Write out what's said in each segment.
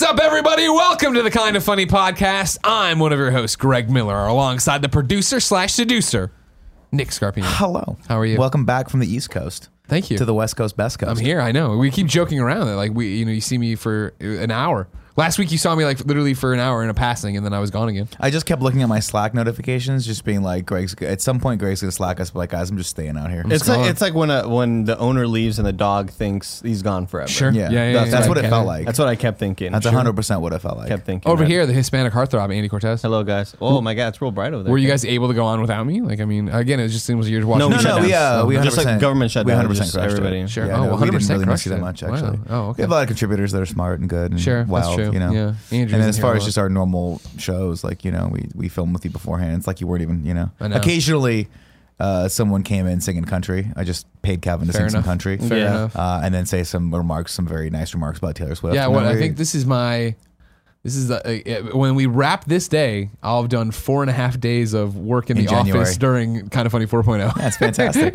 up, everybody? Welcome to the Kind of Funny podcast. I'm one of your hosts, Greg Miller, alongside the producer slash seducer, Nick Scarpino. Hello. How are you? Welcome back from the East Coast Thank you. to the West Coast, Best Coast. I'm here. I know. We keep joking around that, like we, you know, you see me for an hour. Last week, you saw me like literally for an hour in a passing, and then I was gone again. I just kept looking at my Slack notifications, just being like, Greg's at some point, Greg's gonna Slack us, but like, guys, I'm just staying out here. It's gone. like, it's like when a, when the owner leaves and the dog thinks he's gone forever. Yeah. yeah, yeah, that's, yeah. that's what Okay. it felt like. That's what I kept thinking. That's Sure. 100% what it felt like. kept thinking. Over that. here, the Hispanic heartthrob, Andy Cortez. Hello, guys. Oh my God, it's real bright over there. Were you guys able to go on without me? Like, I mean, again, it just seems like you're just watching. No, No, me shut no, down. we, uh, we 100%, Just like government We shutdown, 100% just crushed everybody. It. Sure. Yeah, Oh, no, 100% we didn't really crushed miss it it. that much, Wow. actually. Oh, okay. We have a lot of contributors that are smart and good and Sure, that's wild, true. you know. Yeah. Andrew's and in then as here far a as lot. just our normal shows, like, you know, we, we film with you beforehand. It's like you weren't even, you know. I know. Occasionally, uh, someone came in singing country. I just paid Calvin to Fair sing some enough. country. Fair Yeah. enough. uh, and then say some remarks, some very nice remarks about Taylor Swift. Yeah, And well, then I we- think this is my. This is the, uh, when we wrap this day. I'll have done four and a half days of work in, In the January. office during Kind of Funny 4.0. That's fantastic.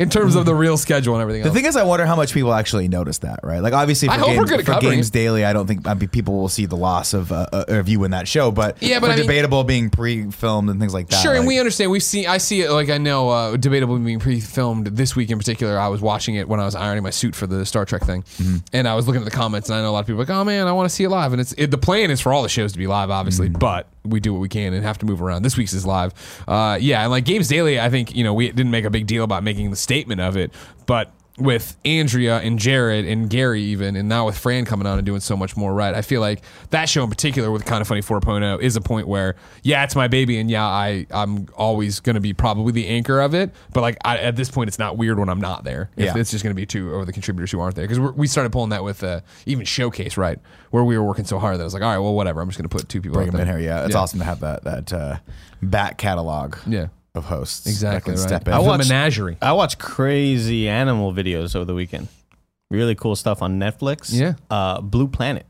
in terms of the real schedule and everything. the else. thing is, I wonder how much people actually notice that, right? Like, obviously, I for, hope we're games, good at for covering games it. daily, I don't think I mean, people will see the loss of uh, uh, of you in that show, but Yeah, but for I mean- debatable being pre-filmed and things like that. Sure, and like- we understand. We've seen. I see it. Like I know, uh, debatable being pre-filmed this week in particular. I was watching it when I was ironing my suit for the Star Trek thing, Mm-hmm. and I was looking at the comments. And I know a lot of people are like, "Oh man, I want to see it live." And it's it, the plan is for all the shows to be live, obviously, Mm-hmm. but we do what we can and have to move around. This week's is live. Uh, yeah, and like Games Daily, I think you know we didn't make a big deal about making the statement of it, but. With Andrea and Jared and Gary, even, and now with Fran coming on and doing so much more, right? I feel like that show in particular with Kind of Funny 4.0 is a point where, yeah, it's my baby, and yeah, I, I'm always going to be probably the anchor of it. But like I, at this point, it's not weird when I'm not there. If Yeah. It's just going to be two over the contributors who aren't there. Because we started pulling that with uh, even Showcase, right? Where we were working so hard that I was like, all right, well, whatever. I'm just going to put two people bring out them in there. here. Yeah, it's awesome to have that that uh, back catalog Yeah. of hosts Exactly. that Right. can step in. I I want watched- menagerie. I watched crazy animal videos over the weekend. Really cool stuff on Netflix. Yeah. Uh, Blue Planet.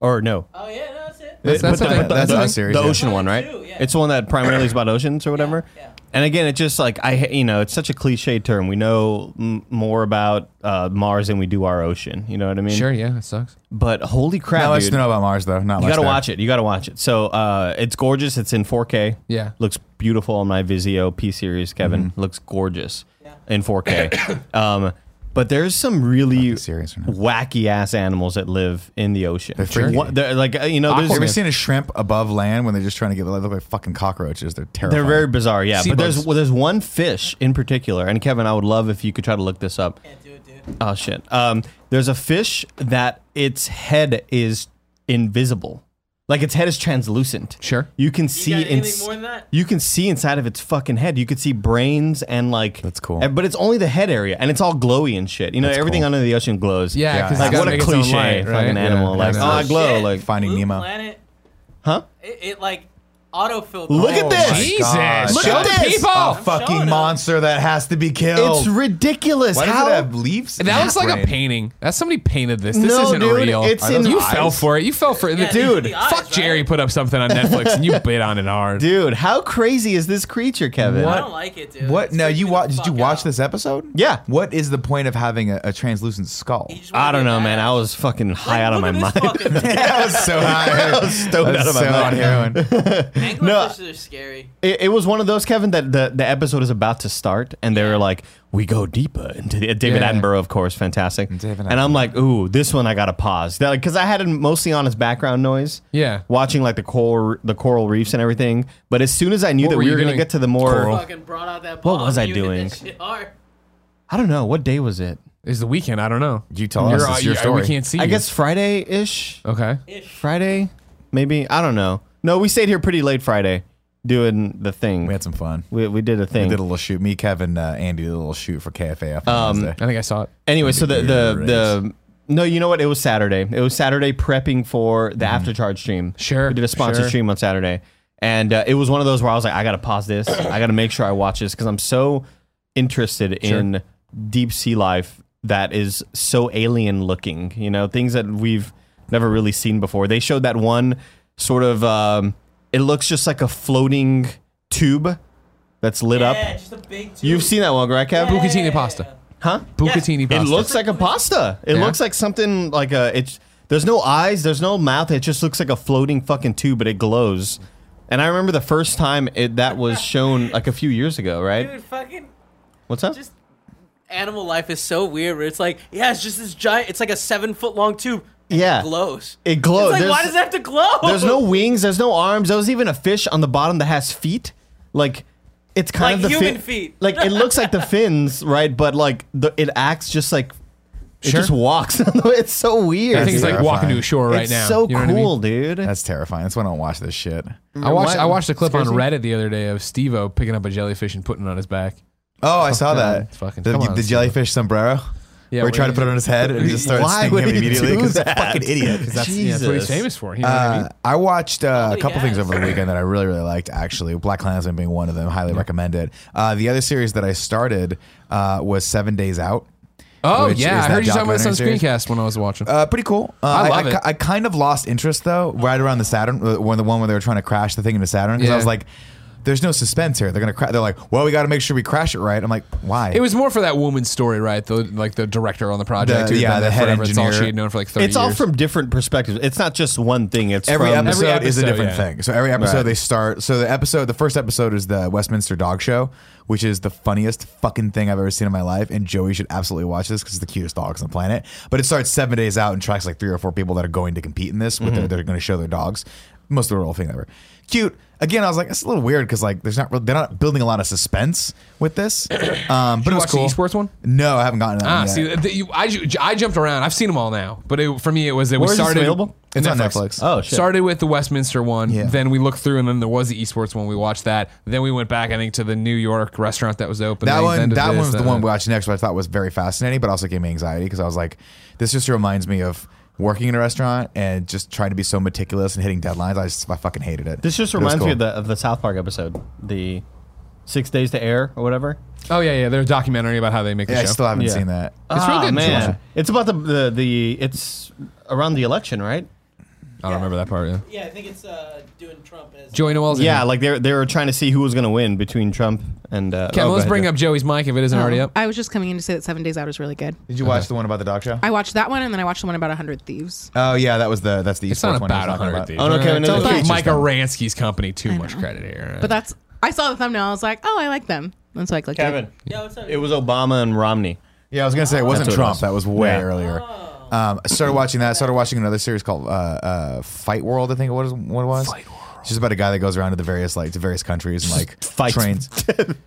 Or no, Oh yeah, no, that's it. That's- that's Oh, But something- but that's the, something. series, the yeah. ocean one, right? Planet two, yeah. It's the one that primarily is about oceans or whatever. yeah. And again, it just like I, ha- you know, it's such a cliche term. We know m- more about uh, Mars than we do our ocean. You know what I mean? Sure. Yeah. It sucks. But holy crap, Not much dude. to know about Mars though. Not You much gotta there. watch it. You gotta watch it. So uh, it's gorgeous. It's in 4K. Yeah. looks beautiful on my Vizio P series. Kevin Mm-hmm. looks gorgeous in 4K. um, but there's some really serious right now. wacky ass animals that live in the ocean. They're freaky. they're like uh, you know, Have you ever there's, seen a shrimp above land when they're just trying to get they look like fucking cockroaches? They're terrible. they're very bizarre. Yeah, Sea but bugs. there's well, there's one fish in particular, and Kevin, I would love if you could try to look this up. Can't do it, dude. Oh shit. Um, there's a fish that its head is invisible. Like its head is translucent. Sure. You can see got anything ins- more than that? You can see inside of its fucking head. You could see brains and like That's cool. and- but it's only the head area and it's all glowy and shit. You know, everything cool. under the ocean glows. Yeah, Yeah. 'cause it's Like gotta what a make its own cliche light, right? fucking Yeah, animal. Like, I oh know. I glow. Shit, Like Finding Blue Nemo. Planet, huh? it, it like autofilled. Look the at whole Oh this. thing. Jesus. Look Show at the this. Oh, people. A showing fucking them. monster that has to be killed. Oh. It's ridiculous. Why How does it have leaves? in That its looks like a brain? painting. That's somebody painted this. This No, isn't dude, real. it's Are those- in you eyes. fell for it. You fell for it. Yeah, dude, these are the eyes, fuck right? Jerry put up something on Netflix and you bit on it hard. Dude, how crazy is this creature, Kevin? I What? don't like it, dude. What? It No, freaks you me watch? the Did you fuck watch out. this episode? Yeah. What is the point of having a, a translucent skull? You just wanna I don't be a know, man. badass. I was fucking high Like, out of my look mind. at this fucking- I was so high. I was Stoned out of my so mind. on heroin. Anglerfishes are scary. It, it was one of those, Kevin, that the, the episode is about to start, and they were like, "We go deeper into the, David Yeah. Attenborough, of course, fantastic." David and I'm like, "Ooh, this one I gotta pause," because I had it mostly on as background noise. Yeah. watching like the coral, the coral reefs and everything. But as soon as I knew that were we you were gonna doing? get to the more, Fucking brought out that. bomb was I unit doing? That shit hard. I don't know what day was it. It's the weekend. I don't know. You tell us, it's Oh, your you- story. We can't see. I you. guess Friday ish. Okay. Friday, maybe. I don't know. No, we stayed here pretty late Friday doing the thing. We had some fun. We, we did a thing. We did a little shoot. Me, Kevin, uh, Andy did a little shoot for KFAF. Um, on Wednesday. I think I saw it. Anyway, so the the, Raise. the no, you know what? It was Saturday. It was Saturday prepping for the after charge stream. Mm-hmm. Sure, we did a sponsor sure. stream on Saturday, and uh, it was one of those where I was like, I gotta pause this. I gotta make sure I watch this because I'm so interested in deep sea life that is so alien looking. You know, things that we've never really seen before. They showed that one sort of. Um, it looks just like a floating tube that's lit Yeah, up. just a big. You've tube. seen that one, right, Kev? Yeah. Bucatini pasta. Huh? Bucatini It pasta. looks like a pasta. It Yeah. looks like something like a it's There's no eyes. There's no mouth. It just looks like a floating fucking tube, but it glows. And I remember the first time it, that was shown like a few years ago, right? Dude, fucking What's up? just animal life is so weird. Where it's like, yeah, it's just this giant. It's like a seven foot long tube. and Yeah. it glows. It glows. It's like, why There's- does it have to glow? There's no wings. There's no arms. There was even a fish on the bottom that has feet. Like it's kind Like of the human fin- feet. Like it looks like the fins, right? But like the, it acts just like it just walks. it's so weird. I think it's like terrifying. walking to a shore right it's now. so you know what I mean? cool, dude. That's terrifying. That's why I don't watch this shit. Oh, I watched I watched a clip on Scares you? Reddit the other day of Steve-O picking up a jellyfish and putting it on his back. Oh, I saw that. It's fucking- the, come on, the Steven. jellyfish sombrero. Yeah, We're what trying do to put it on his head and it just starts Why stinging would him he immediately do because a that? fucking idiot. That's, yeah, that's what he's Jesus. famous for. You know what I Uh, mean? I watched uh, a Holy couple things gas. over the weekend that I really, really liked. Actually, Black Klansman being one of them. Highly recommend it. Uh, the other series that I started uh, was Seven Days Out. Oh which yeah, is I that heard you John talking about this on Lennon series. screencast when I was watching. Uh, pretty cool. Uh, I love I, it. I kind of lost interest though, right around the Saturn, uh, when the one where they were trying to crash the thing into Saturn, because I Yeah. was like, "There's no suspense here. They're gonna crash." They're like, "Well, we got to make sure we crash it right." I'm like, "Why?" it was more for that woman's story, right? The like the director on the project, The- who'd yeah, been the there head forever. It's all engineer. she had known for like thirty. it's all years. from different perspectives. It's not just one thing. It's every from, episode, is a episode, different yeah. thing. So every episode Right. they start. So the episode, the first episode is the Westminster Dog Show, which is the funniest fucking thing I've ever seen in my life. And Joey should absolutely watch this because it's the cutest dogs on the planet. But it starts seven days out and tracks like three or four people that are going to compete in this. With their, Mm-hmm. they're going to show their dogs. Most of the little thing ever. Cute. Again, I was like, it's a little weird because like there's not really, they're not building a lot of suspense with this. Um, but it You was watched the cool. esports one? No, I haven't gotten to that. Ah, one yet. see, the, you, I, ju- I jumped around. I've seen them all now, but it, for me, it was that we Where is this started. available? it's on Netflix. Oh shit. Started with the Westminster one, Yeah. then we looked through, and then there was the esports one. We watched that. Then we went back, I think, to the New York restaurant that was open. That They one, invented that one this, uh, was the one that. we watched next, which I thought was very fascinating, but also gave me anxiety because I was like, this just reminds me of working in a restaurant and just trying to be so meticulous and hitting deadlines. I just, I fucking hated it. This just But it was reminds cool. me of the of the South Park episode, the Six Days to Air or whatever. Oh yeah, yeah. There's a documentary about how they make the Yeah, I show. still haven't Yeah. seen that. It's real Ah, good. man. It's about the, the the it's around the election, right? I don't remember that part. Yeah. Yeah, I think it's uh, doing Trump as. Joey Noel's. in Yeah, it. like they were- they were trying to see who was going to win between Trump and. Uh, Kevin, oh, go let's ahead, bring Jeff. up Joey's mic if it isn't already up. Oh. I was just coming in to say that Seven Days Out is really good. Did you watch the one about the dog show? I watched that one, and then I watched the one about hundred thieves. oh yeah, that was the that's the It's not esports one. I was about talking 100 thieves. Oh, no, Kevin, Don't it's give features Mike them. Aransky's company too much credit here. But that's I saw the thumbnail. I was like, oh, I like them. And so I clicked. it. Kevin. Yeah, what's up? It was Obama and Romney. Yeah, I was gonna say it wasn't That's what it Trump. was. That was way Yeah. earlier. Um, I started watching that. I started watching another series called uh, uh, Fight World. I think it was what it was. Fight World. It's just about a guy that goes around to the various like to various countries and like Fights trains.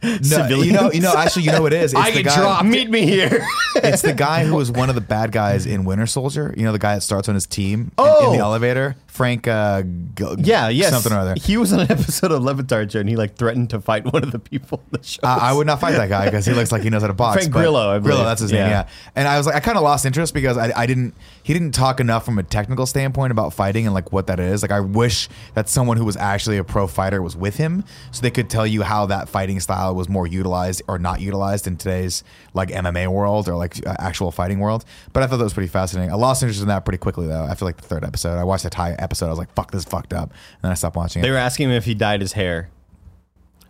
No, civilians. you know, you know. Actually, you know what it is. It's I the get guy, dropped. Ah, Meet me here. It's the guy who was one of the bad guys in Winter Soldier. You know, the guy that starts on his team in- in, Oh! the elevator. Frank. Uh, G- yeah, yes. Something or other. He was on an episode of Levitar Joe, and he like threatened to fight one of the people. In the show. I, I would not fight that guy because he looks like he knows how to box. Frank but- Grillo, I believe. Grillo, that's his name. Yeah. Yeah. And I was like, I kind of lost interest because I, I didn't. He didn't talk enough from a technical standpoint about fighting and like what that is. Like, I wish that someone who was actually a pro fighter was with him so they could tell you how that fighting style was more utilized or not utilized in today's like MMA world or like uh, actual fighting world. But I thought that was pretty fascinating. I lost interest in that pretty quickly though. After like the third episode, I watched the Thai episode. I was like, fuck this, is fucked up, and then I stopped watching they it. were asking him if he dyed his hair.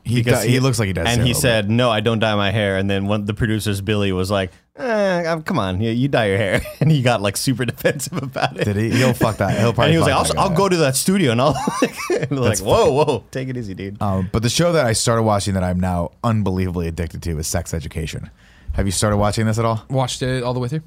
He, because does- he looks like he does. And too, he but- said, "No, I don't dye my hair." And then one of the producers, Billy, was like, eh, um, "Come on, you, you dye your hair." And he got like super defensive about it. Did he? He'll fuck that. He'll probably. And he was fuck like, that "I'll, guy I'll up." go to that studio and I'll." and they're like, whoa, whoa, take it easy, dude. Um, but the show that I started watching that I'm now unbelievably addicted to is Sex Education. Have you started watching this at all? Watched it all the way through.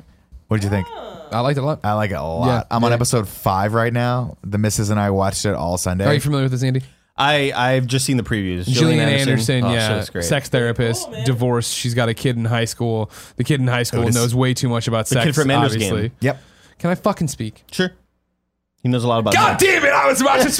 What did you think? I liked it a lot. I like it a lot. Yeah, I'm on yeah. episode five right now. The missus and I watched it all Sunday. Are you familiar with this, Andy? I I've just seen the previews. Gillian Anderson, Oh, shit, yeah, it's great. sex therapist, Cool, man. divorced. She's got a kid in high school. The kid in high school Notice. knows way too much about The sex. kid from Ender's obviously. Game. yep. Can I fucking speak? Sure, he knows a lot about. God that. damn it! I was about to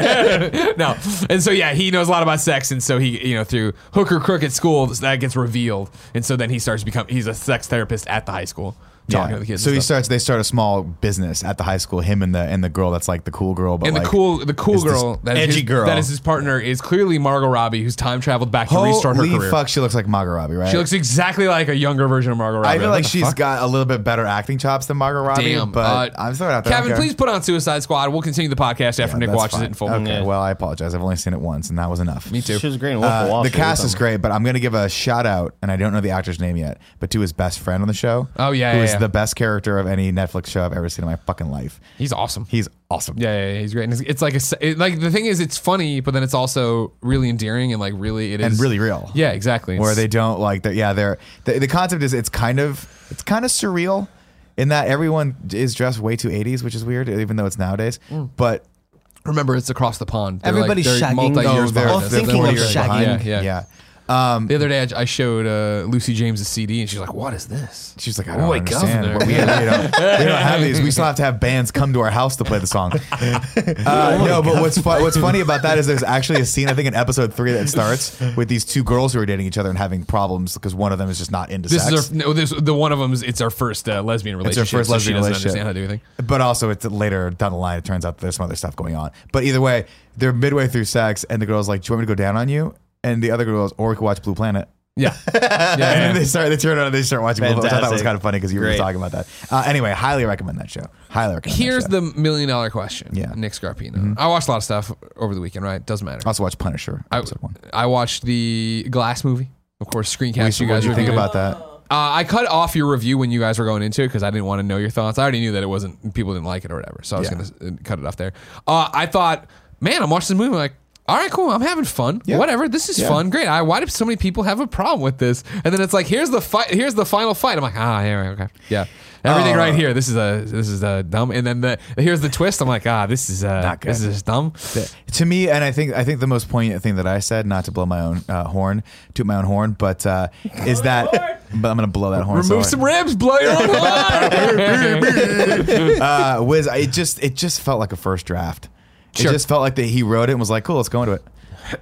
speak. no, and so yeah, he knows a lot about sex, and so he, you know, through hooker crook at school, that gets revealed, and so then he starts to become. He's a sex therapist at the high school, talking Yeah. to the kids. so and he stuff. starts. They start a small business at the high school. Him and the and the girl that's like the cool girl, but And like, the cool, the cool is this girl, that is edgy his, girl. that is his partner, is clearly Margot Robbie, who's time traveled back to restart her holy career. fuck, she looks like Margot Robbie, right? She looks exactly like a younger version of Margot Robbie. I feel like What the she's fuck? got a little bit better acting chops than Margot Robbie, Damn, but uh, I'm throwing it out there. I don't Kevin, care. please put on Suicide Squad. We'll continue the podcast after Yeah, Nick that's watches fine. it in full. Okay, Yeah. well, I apologize. I've only seen it once, and that was enough. Me too. She was great. in Wolf of Uh, Wall the Street or cast is something. great, but I'm going to give a shout out, and I don't know the actor's name yet, but to his best friend on the show. Oh, yeah, who yeah, is yeah. the best character of any Netflix show I've ever seen in my fucking life. He's awesome. He's awesome. Yeah, yeah, yeah, he's great. And it's, it's like a s- it, like the thing is, it's funny, but then it's also really endearing and like really it is And really real. Yeah, exactly. Where It's- they don't like that. Yeah, they're the, the concept is it's kind of it's kind of surreal in that everyone is dressed way too 80s, which is weird, even though it's nowadays. Mm. But remember it's across the pond. They're, Everybody's like, they're shagging. multi-years oh, they're, behind all us. they're thinking 40 of years shagging. behind. Yeah, yeah. yeah. Um, The other day, I, I showed uh, Lucy James a CD, and she's like, "What is this?" She's like, I don't Boy, understand. governor. But we, we, don't, we don't have these. We still have to have bands come to our house to play the song. Uh, Oh no, but what's fu- what's funny about that is there's actually a scene I think in episode three that starts with these two girls who are dating each other and having problems because one of them is just not into This sex. is our, no, this the one of them's. It's our first uh, lesbian relationship. first so lesbian she doesn't relationship. understand how to do anything. But also, it's later down the line. It turns out there's some other stuff going on. But either way, they're midway through sex, and the girl's like, "Do you want me to go down on you?" And the other girl goes, "Or we could watch Blue Planet." Yeah, yeah. And yeah. then they start. They turn on. They start watching Blue Planet. Which I thought was Fantastic. kind of funny because you were Great. just talking about that. Uh, anyway, highly recommend that show. Highly recommend. that Here's show. the million dollar question. Yeah. Mm-hmm. Nick Scarpino. I watched a lot of stuff over the weekend. Right, doesn't matter. Also watch Punisher episode one. I watched the Glass movie. Of course, What screencast. do you guys you think reviewed. about that? Uh, I cut off your review when you guys were going into it because I didn't want to know your thoughts. I already knew that it wasn't people didn't like it or whatever, so I was Yeah. going to cut it off there. Uh, I thought, man, I'm watching this movie. like, all right, cool. I'm having fun. Yeah. Whatever. This is Yeah. fun. Great. I, why do so many people have a problem with this? And then it's like, here's the fight. Here's the final fight. I'm like, ah, yeah, okay, yeah. Everything Uh, right here. This is a this is a dumb. And then the here's the twist. I'm like, ah, this is uh, Not good. This is dumb. To me, and I think I think the most poignant thing that I said, not to blow my own uh, horn, toot my own horn, but uh, is that. But I'm gonna blow that horn. Remove so some hard. ribs, blow your own horn. uh, Wiz, I- it just it just felt like a first draft. Sure. It just felt like that he wrote it and was like, "Cool, let's go into it."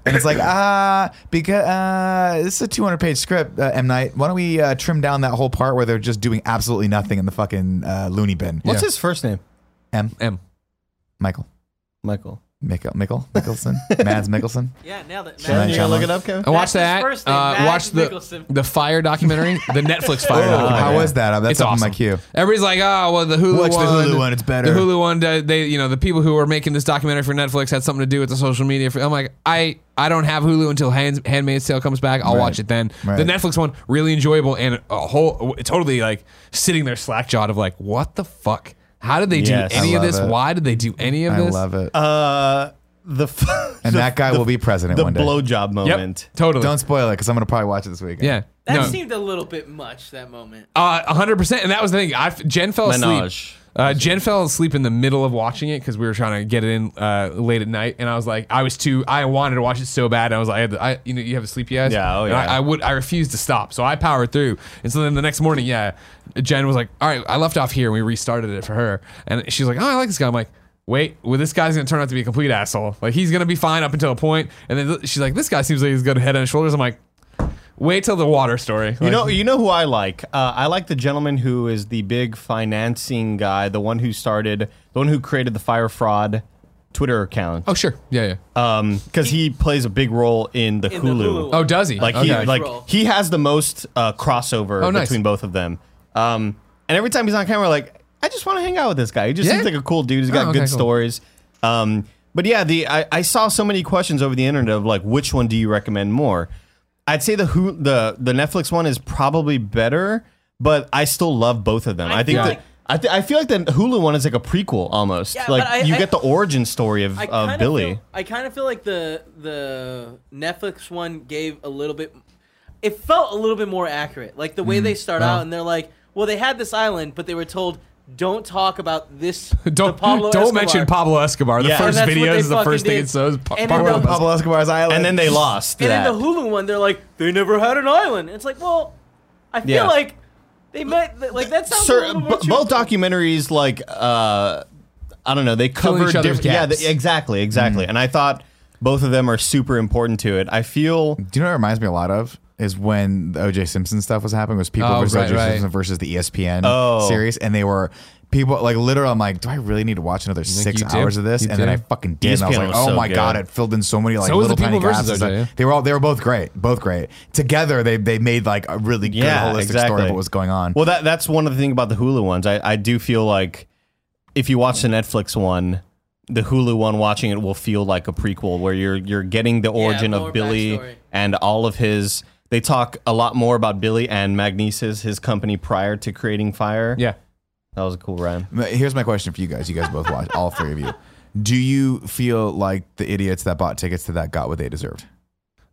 And it's like, ah, because uh, this is a 200 page script, uh, M Night. Why don't we uh, trim down that whole part where they're just doing absolutely nothing in the fucking uh, loony bin? What's Yeah. his first name? M M. Michael Michael. Michael Michael Mickelson Mads Mickelson. Yeah, now that. Can now I that- you gonna challenge? look it up, Kevin? I watched That's his that. first name, uh, Mads watched the Mikkelsen. the Fire documentary, the Netflix Fire. Oh, documentary. how was that? Uh, That's it's up in awesome. my queue. Everybody's like, oh, well, the Hulu Watch the one. Hulu one, it's better." The Hulu one, uh, they, you know, the people who are making this documentary for Netflix had something to do with the social media. For, I'm like, I, I don't have Hulu until Hand, Handmaid's Tale comes back. I'll Right. watch it then. The Right. Netflix one, really enjoyable and a whole, totally like sitting there slack jawed of like, what the fuck? How did they Yes. do any I of love this? it. Why did they do any of I this? love it. Uh, the f- and that guy will be president the one day. blowjob Yep, moment. totally. Don't spoil it because I'm gonna probably watch it this weekend. yeah. That no. seemed a little bit much that moment. Uh, hundred percent, and that was the thing. I Jen fell asleep. Menage. Uh, Jen fell asleep in the middle of watching it because we were trying to get it in uh, late at night, and I was like, I was too, I wanted to watch it so bad. And I was like, I, had to, I you know, you have a sleepy eyes. Yeah, oh, And yeah. I, I would, I refused to stop, so I powered through. And so then the next morning, yeah, Jen was like, All right, I left off here, and we restarted it for her, and she's like, Oh, I like this guy. I'm like. Wait, well, this guy's gonna turn out to be a complete asshole. Like he's gonna be fine up until a point, and then she's like, "This guy seems like he's got a head on his shoulders." I'm like, "Wait till the water story." You Like, know, you know who I like. Uh, I like the gentleman who is the big financing guy, the one who started, the one who created the fire fraud Twitter account. Oh sure, yeah, yeah. Um, because he plays a big role in the In the Hulu. Hulu. Oh, does he? Like okay. he Huge like role. he has the most uh, crossover Oh, nice. between both of them. Um, and every time he's on camera, like I just want to hang out with this guy. He just Yeah? seems like a cool dude. He's got Oh, okay, good cool. stories. Um, but yeah, the I, I saw so many questions over the internet of like which one do you recommend more? I'd say the who the the Netflix one is probably better, but I still love both of them. I, I think feel that. like- I, th- I feel like the Hulu one is like a prequel almost. Yeah, like but I- you I- get the origin story of, I of kinda Billy. feel- I kind of feel like the the Netflix one gave a little bit. It felt a little bit more accurate, like the way they start out, and they're like, "Well, they had this island, but they were told." Don't talk about this. don't the Pablo don't Escobar." mention Pablo Escobar. The Yeah. first And that's what video they is the fucking first thing did. it shows. Pa- Pablo And then the- Escobar. Pablo Escobar's island. and then they lost. And that. in the Hulu one, they're like, "They never had an island." It's like, well, I feel Yeah. like they might like that sounds. a Sir, little b- more truthful. both documentaries, like uh, I don't know, they cover each other's different. Yeah, gaps. Mm. they, exactly, exactly. And I thought both of them are super important to it. I feel Do you know what it reminds me a lot of? Is when the OJ Simpson stuff was happening was people Oh, versus right, OJ right. Simpson versus the E ESPN Oh. series, and they were people like literally. I'm like, do I really need to watch another six you do? hours of this? You and then do? E I fucking did. And I was ESPN like, was oh so my good. god, it filled in so many like So was little the tiny People gaps. versus and stuff. OJ, yeah. They were all they were both great, both great together. They they made like a really good yeah, holistic exactly. story of what was going on. Well, that that's one of the things about the Hulu ones. I I do feel like if you watch the Netflix one. The Hulu one, watching it will feel like a prequel, where you're you're getting the origin more of Billy backstory. and all of his They talk a lot more about Billy and Magnesis, his company prior to creating Fire. Yeah. That was a cool rhyme. M- Here's my question for you guys. You guys both watch, all three of you. Do you feel like the idiots that bought tickets to that got what they deserved?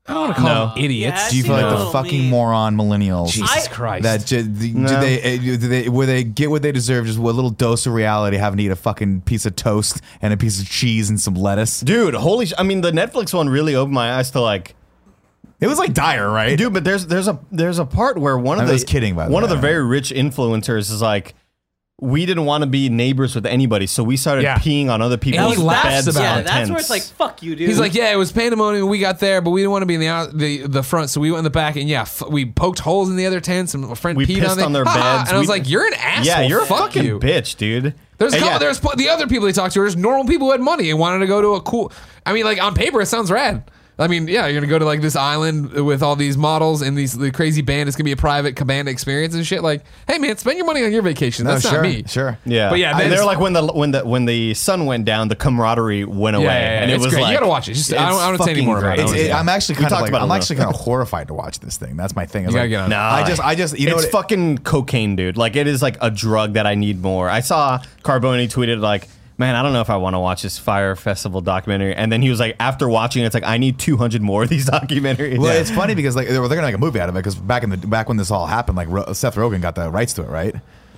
I don't want to call No. them idiots. Yeah, Do you feel No. like the fucking Me. moron millennials Jesus I- Christ. that ju- the- No. do they, eh, do they where they get what they deserve? Just a little dose of reality, having to eat a fucking piece of toast and a piece of cheese and some lettuce. Dude, holy! Sh- I mean, the Netflix one really opened my eyes to like, It was like dire, right? dude. But there's there's a there's a part where one of I the was kidding, by the one of way. the very rich influencers is like, we didn't want to be neighbors with anybody, so we started Yeah. peeing on other people's he laughs beds. about yeah, and it. that's where tents. it's like, fuck you, dude. He's like, yeah, it was pandemonium. when We got there, but we didn't want to be in the out, the, the front, so we went in the back, and yeah, f- we poked holes in the other tents, and my friend We peed pissed on, it. on their Ha, ha. beds. And I was We- like, you're an asshole. yeah, you're a Fuck fucking you. bitch, dude. There's a And couple, yeah, there's pl- the other people he talked to. There's normal people who had money and wanted to go to a cool. I mean, like on paper, it sounds rad. I mean, yeah, you're gonna go to like this island with all these models and these the crazy band. It's gonna be a private cabana experience and shit. Like, hey man, spend your money on your vacation. No, That's not sure, me. sure. yeah, But yeah, I- then- they're like when the when the when the sun went down, the camaraderie went away, yeah, yeah, and it it's was great. You like gotta watch it. Just- I don't- I don't say any more about it. It's, Oh, it- yeah. I'm actually We kind of talked like, about it I'm enough. actually kind of horrified to watch this thing. That's my thing. It's You gotta like, get on it. No, I just, I just, you know, it's what it- fucking cocaine, dude. Like it is like a drug that I need more. I saw Carboni tweeted like, "Man, I don't know if I want to watch this Fire Festival documentary." And then he was like, after watching, it, it's like I need 200 more of these documentaries. Well, it's funny because like they're, they're gonna make a movie out of it because back in the back when this all happened, like Ro- Seth Rogen got the rights to it, right?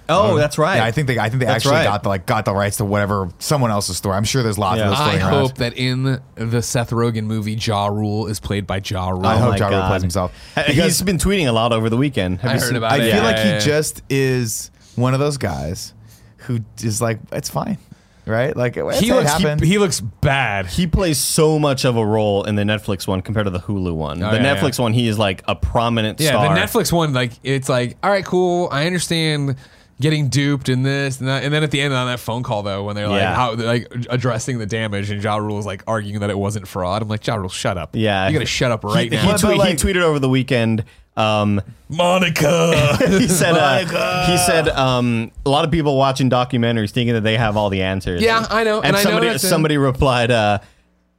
oh, that's right. Yeah, I think they, I think they That's actually right. got the like got the rights to whatever someone else's story. I'm sure there's lots Yeah. of those I floating around. hope that in the Seth Rogen movie, Jaw Rule is played by Jaw Rule. I Oh hope my Ja Rule God. plays himself. he's Because been tweeting a lot over the weekend. Have I you heard seen- about I it. feel Yeah, like yeah, yeah. he just is one of those guys who is like it's fine, right? Like it's, he it looks happened. he, he looks bad. He plays so much of a role in the Netflix one compared to the Hulu one. Oh, the yeah, Netflix one, he is like a prominent Yeah, star. the Netflix one, like it's like, all right, cool. I understand getting duped and this and that. And then at the end on that phone call though, when they're like Yeah. how they're, like addressing the damage and Ja Rule is like arguing that it wasn't fraud. I'm like, Ja Rule, shut up. Yeah. You gotta shut up right He, now. But- but, tweet- he like- tweeted over the weekend. Um, Monica he said uh, he said um, a lot of people watching documentaries thinking that they have all the answers. Yeah, I know, And, and I know somebody that's it. somebody replied, uh,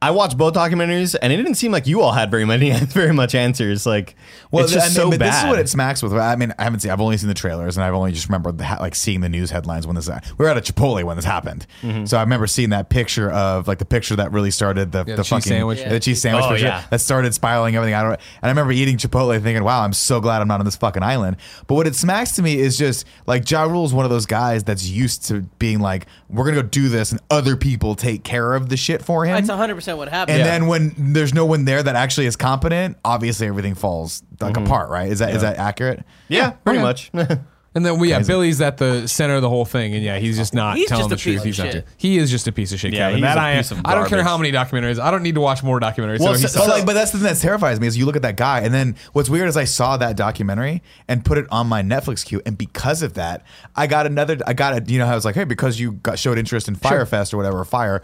"I watched both documentaries, and it didn't seem like you all had very many very much answers. Like, it's just I mean, so but bad. This is what it smacks with. I mean, I haven't seen. I've only seen the trailers, and I've only just remembered the, ha- like seeing the news headlines when this. uh, We were at a Chipotle when this happened, Mm-hmm. so I remember seeing that picture of like the picture that really started the, Yeah, the cheese fucking sandwich. the cheese sandwich Oh, picture yeah. that started spiraling everything. I don't. And I remember eating Chipotle, thinking, "Wow, I'm so glad I'm not on this fucking island." But what it smacks to me is just like Ja Rule is one of those guys that's used to being like, "We're gonna go do this, and other people take care of the shit for him." that's 100% what happened. And then when there's no one there that actually is competent, obviously everything falls like apart, right? Is that is that accurate? yeah, pretty Okay. much. And then we yeah, Billy's at the center of the whole thing and yeah, he's just not He's telling just the a piece truth. of He's not shit. he is just a piece of shit, Yeah, Kevin. he's That a I am piece of I don't care how garbage. many documentaries. I don't need to watch more documentaries. Well, so he so- sucks. But like, but that's the thing that terrifies me is you look at that guy, and then what's weird is I saw that documentary and put it on my Netflix queue, and because of that, I got another. I got a you know I was like, hey, because you got, showed interest in Firefest or whatever, Fire,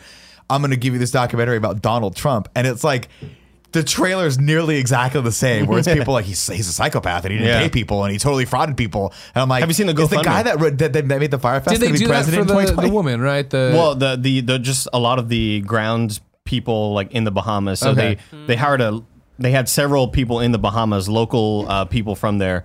I'm going to give you this documentary about Donald Trump, and it's like. The trailer's nearly exactly the same, where it's people like he's, he's a psychopath and he didn't Yeah. pay people and he totally frauded people. And I'm like, Have you seen the is the GoFundMe? guy that, wrote- that that made the Firefest did they gonna be do that for president in the, 2020? the woman, right? The well, the, the the just a lot of the ground people like in the Bahamas. So Okay. they they hired a they had several people in the Bahamas, local uh, people from there,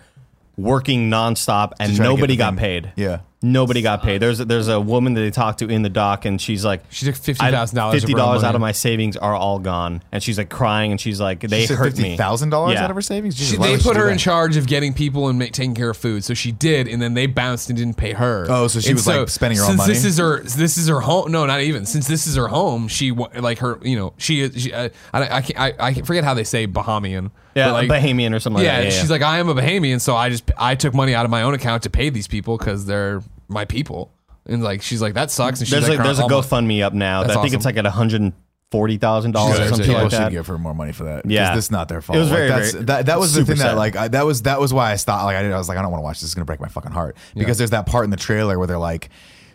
working nonstop, and try to get nobody the got thing- paid. Yeah. Nobody got paid. There's there's a woman that they talked to in the dock, and she's like, She took $50,000 of her Fifty dollars money. out of my savings are all gone, and she's like crying, and she's like, they She said hurt me. $50,000 Yeah. out of her savings? Jesus, She, why they would she put do her that? in charge of getting people and ma- taking care of food, so she did, and then they bounced and didn't pay her. Oh, so she And was, like, spending her own since money? This is her. This is her home. No, not even. Since this is her home, she wa- like her. You know, she. is- she I, I, I, can't, I, I can't- forget how they say Bahamian. Yeah, but, like, Bahamian or something. yeah, like that. she's like, I am a Bahamian, so I just I took money out of my own account to pay these people because they're my people, and like she's like that sucks. And she's there's like, like there's a almost- GoFundMe up now. That I That's think it's awesome. like at one hundred forty thousand dollars Yeah, or it's- something people like that. should give her more money for that. Yeah. Yeah, this is not their fault. It was Like, very, that's, very- that, that was the super thing sad. that like I, that was that was why I stopped. Like I did, I was like I don't want to watch this. It's gonna break my fucking heart because there's that part in the trailer where they're like.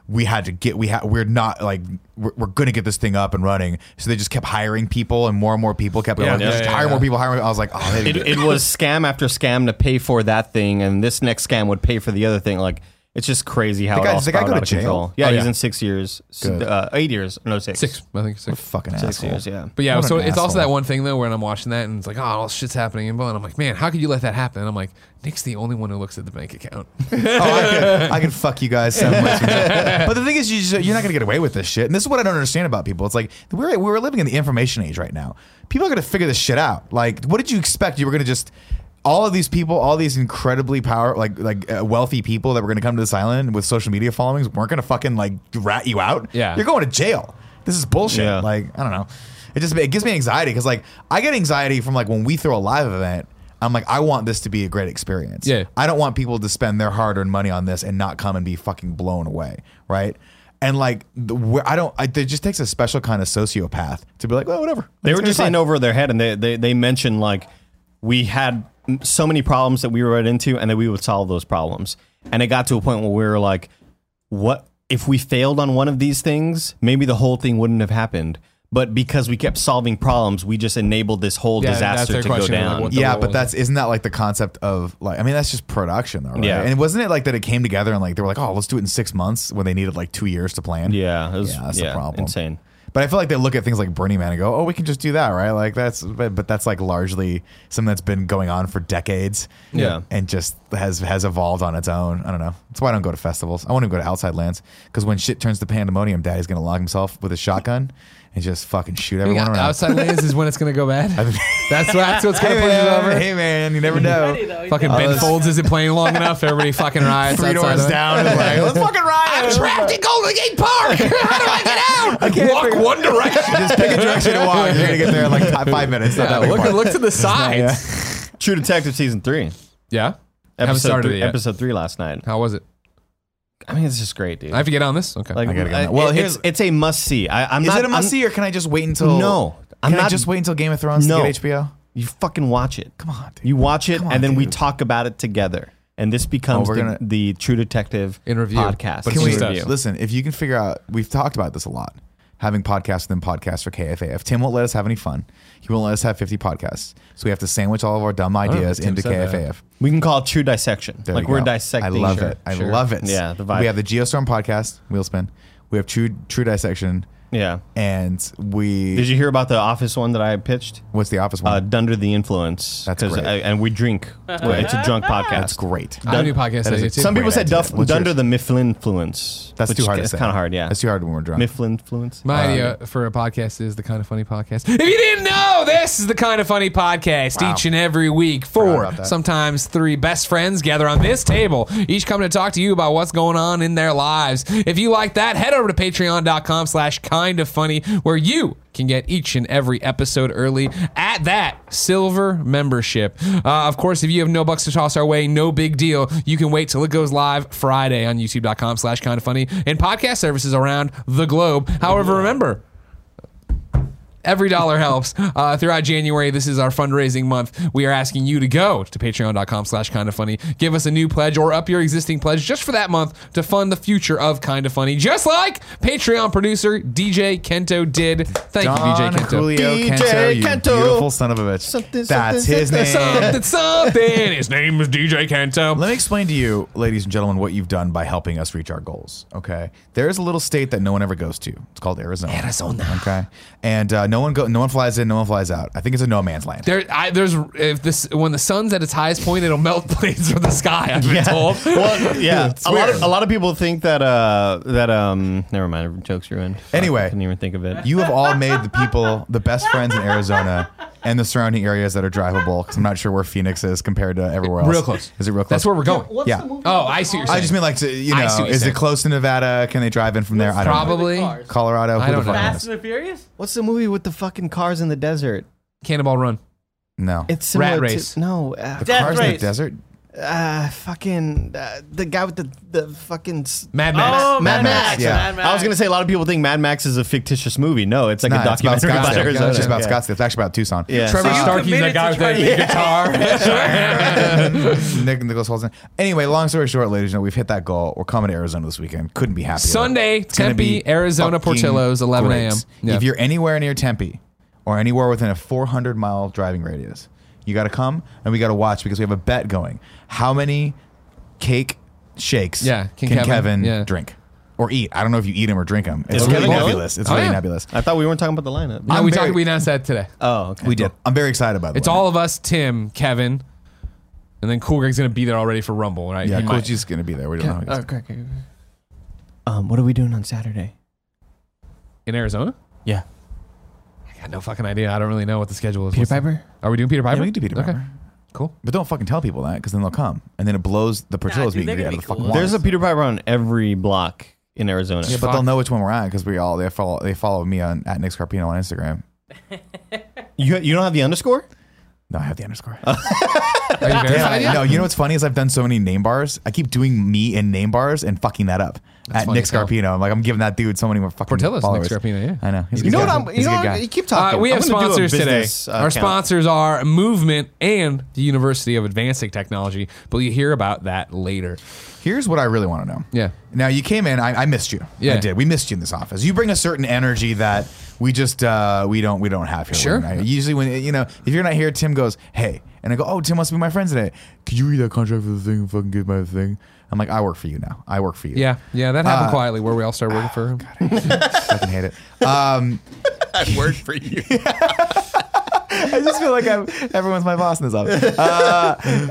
We had to get. We had. We're not like. We're, we're gonna get this thing up and running. So they just kept hiring people, and more and more people kept going. Yeah, like, yeah, just yeah, hire yeah. more people. Hire more. I was like, oh, they it, didn't do it was scam after scam to pay for that thing, and this next scam would pay for the other thing. Like It's just crazy how The it guy- all does the guy sprouted go to out of jail? control. Yeah, Oh, he's yeah. in six years, s- Good. uh, eight years, no six, Six, I think six. Fucking six asshole. years. Yeah, But yeah, What so an it's also asshole. that one thing though when I'm watching that and it's like, oh, all shit's happening and blah, and I'm like, man, how could you let that happen? And I'm like, Nick's the only one who looks at the bank account. Oh, I, can, I can fuck you guys so much. but the thing is, you just, you're not gonna get away with this shit. And this is what I don't understand about people. It's like we're we're living in the information age right now. People are gonna figure this shit out. Like, what did you expect? You were gonna just all of these people, all these incredibly power, like like uh, wealthy people that were gonna come to this island with social media followings, weren't gonna fucking like rat you out. Yeah. you're going to jail. This is bullshit. Yeah. Like, I don't know. It just it gives me anxiety because like I get anxiety from like when we throw a live event. I'm like, I want this to be a great experience. Yeah. I don't want people to spend their hard-earned money on this and not come and be fucking blown away, right? And like, the, where I don't, I, it just takes a special kind of sociopath to be like, well, whatever. they It's were gonna just be in fine. over their head, and they they they mentioned like we had m- so many problems that we ran into, and that we would solve those problems. And it got to a point where we were like, what if we failed on one of these things? Maybe the whole thing wouldn't have happened. But because we kept solving problems, we just enabled this whole Yeah, that's disaster their to go question, like, down. what the Yeah, role but is. that's isn't that like the concept of like I mean that's just production though, right? Yeah. And wasn't it like that it came together and like they were like, oh, let's do it in six months when they needed like two years to plan. yeah, it was, yeah, that's the problem. Insane. But I feel like they look at things like Burning Man and go, "Oh, we can just do that, right?" Like that's, but, but that's like largely something that's been going on for decades, Yeah. and just has has evolved on its own. I don't know. That's why I don't go to festivals. I won't even go to outside lands because when shit turns to pandemonium, Daddy's gonna lock himself with a shotgun and just fucking shoot everyone around. Outside lanes is when it's gonna go bad. that's that's what's hey, gonna push it man, over. hey man, you never know. Ready, though, you Fucking know? Ben that's- Folds isn't playing long enough. Everybody fucking riots Three outside. doors of it. down, and like, let's fucking riot. Trapped in Golden Gate Park. How do I get out? Walk one direction. Just pick a direction to walk. You're gonna get there in like five, five minutes. Not Yeah, that big a look, part. look to the sides. True Detective season three. Yeah. Haven't Episode started three, it yet. episode three last night. How was it? I mean, it's just great, dude. I have to get on this. Okay. like, I gotta go now. Well, well, here's- it's, it's a must see. I'm Is not. it a must I'm- see, or can I just wait until? No, I'm I'm can I not- just wait until Game of Thrones No. to get HBO? You fucking watch it. Come on, dude. You watch it, Come on, and then we dude. talk about it together. And this becomes Oh, we're the, gonna- the True Detective In review. podcast. But Can It's we just us. listen? If you can figure out, we've talked about this a lot. Having podcasts and then podcasts for KFAF. Tim won't let us have any fun. He won't let us have 50 podcasts. So we have to sandwich all of our dumb know ideas if Tim into said that. KFAF. We can call it True Dissection. There like we we're go. dissecting. I love Sure, it. I sure. love it. Yeah, the vibe. We have the Geostorm podcast, Wheelspin. We have True True Dissection, Yeah. and we. Did you hear about the Office one that I pitched? what's the office one? Uh, Dunder the Influence. That's 'cause great. I- and we drink. It's a drunk podcast. That's great. I have a new podcast idea too. Some people Great said idea. Duff, What's Dunder yours? the Mifflin Influence. That's too hard to It's say. kind of hard, yeah. That's too hard when we're drunk. Mifflin Influence. My idea for a podcast is the kind of funny podcast. If you didn't know, this is the kind of funny podcast. Wow. Each and every week, Forgot four, about that. sometimes three best friends gather on this table, each coming to talk to you about what's going on in their lives. If you like that, head over to patreon.com slash kind of funny, where you can get each and every episode early at that silver membership. Uh, of course, if you have no bucks to toss our way, no big deal. You can wait till it goes live Friday on youtube.com slash kind of funny and podcast services around the globe. However, remember, Every dollar helps. Uh, throughout January, this is our fundraising month. We are asking you to go to patreon.com slash kind of funny. Give us a new pledge or up your existing pledge just for that month to fund the future of kind of funny, just like Patreon producer DJ Kento did. Thank you, DJ Don Kento. Julio DJ Kento, you Kento. beautiful son of a bitch. Something, That's something, his something, name. Something, something. His name is DJ Kento. Let me explain to you, ladies and gentlemen, what you've done by helping us reach our goals. Okay, there is a little state that no one ever goes to. It's called Arizona. Arizona. Okay, and uh, no one go, no one flies in, no one flies out. I think it's a no man's land. There, I, there's if this when the sun's at its highest point, it'll melt planes from the sky. I've been told. well, yeah. It's a lot of weird. a lot of people think that uh that um never mind, jokes ruined. Fuck, Anyway. I couldn't even think of it. you have all made the people the best friends in Arizona and the surrounding areas that are drivable. Because I'm not sure where Phoenix is compared to everywhere else. Real close. Is it real close? That's where we're going. What's Yeah. the movie? Oh, I see what you're saying. I just mean like to, you I see know, what you're is saying. it close to Nevada? Can they drive in from there? I don't know. Probably. Cars. Colorado. I Who the don't know. fuck Fast knows? and the Furious. What's the movie with the fucking cars in the desert? Cannonball Run. No. It's Rat similar to- Race. no, uh, the Death cars in the Race. desert. uh, fucking uh, the guy with the the fucking. s- Mad Max. Oh, Mad Mad Max, Max. yeah. Mad Max. I was gonna say a lot of people think Mad Max is a fictitious movie. No, it's like Nah, a it's about documentary about, Scottsdale. Arizona. It's just about Yeah. Scottsdale. It's actually about Tucson. Yeah. Trevor So you Starkey's that committed guy to with the trying- big guitar. Nick Nicholas Holden. Anyway, long story short, ladies, you know, we've hit that goal. We're coming to Arizona this weekend. Couldn't be happier. Sunday, It's gonna Tempe, be Arizona, fucking Portillo's, 11 great. a.m. Yeah. If you're anywhere near Tempe or anywhere within a 400 mile driving radius, you got to come and we got to watch because we have a bet going. How many cake shakes. Yeah, Can, King Kevin, Kevin, yeah. drink or eat? I don't know if you eat him or drink him. It's Is Kevin really going? nebulous. It's Oh, really yeah. nebulous. I thought we weren't talking about the lineup. No, I'm we very- talked. We announced that today. Oh, okay. We did. I'm very excited by the It's way. all of us, Tim, Kevin, and then Cool Greg's gonna be there already for Rumble, right? Yeah, He Coach might. G's gonna be there. We don't know. how he's- Okay, okay. Um, what are we doing on Saturday? In Arizona? Yeah, I got no fucking idea. I don't really know what the schedule is. Peter What's- Piper. Are we doing Peter Piper? Yeah, we can do Peter Okay, Piper. cool. But don't fucking tell people that because then they'll come and then it blows the Portillo's dude, meeting they're out gonna of the be fucking cool. water. There's a Peter Piper on every block in Arizona. yeah, but they'll know which one we're at because we all they follow they follow me on at Nick's Carpino on Instagram. You you don't have the underscore? No, I have the underscore. Are you verified Yeah, yet? no, you know what's funny is I've done so many name bars. I keep doing me in name bars and fucking that up. at funny Nick as hell. Scarpino, I'm like I'm giving that dude so many more fucking Portillo's followers. Nick Scarpino, yeah. I know. He's a You good know what guy. I'm? You He's a know good what, guy. you keep talking. Uh, we I'm have gonna do a sponsors today. business, uh, Our account. sponsors are Movement and the University of Advancing Technology, but you hear about that later. Here's what I really want to know. Yeah. Now you came in. I, I missed you. I Yeah. did. We missed you in this office. You bring a certain energy that we just uh, we don't we don't have here. Sure. I- usually when you know if you're not here, Tim goes hey, and I go oh Tim wants to be my friend today. Could you read that contract for the thing and fucking get my thing? I'm like I work for you now. I work for you. Yeah, yeah, that happened quietly where we all started working for him. fucking hate it. Um, I work for you. I just feel like I'm, everyone's my boss in this office. Uh,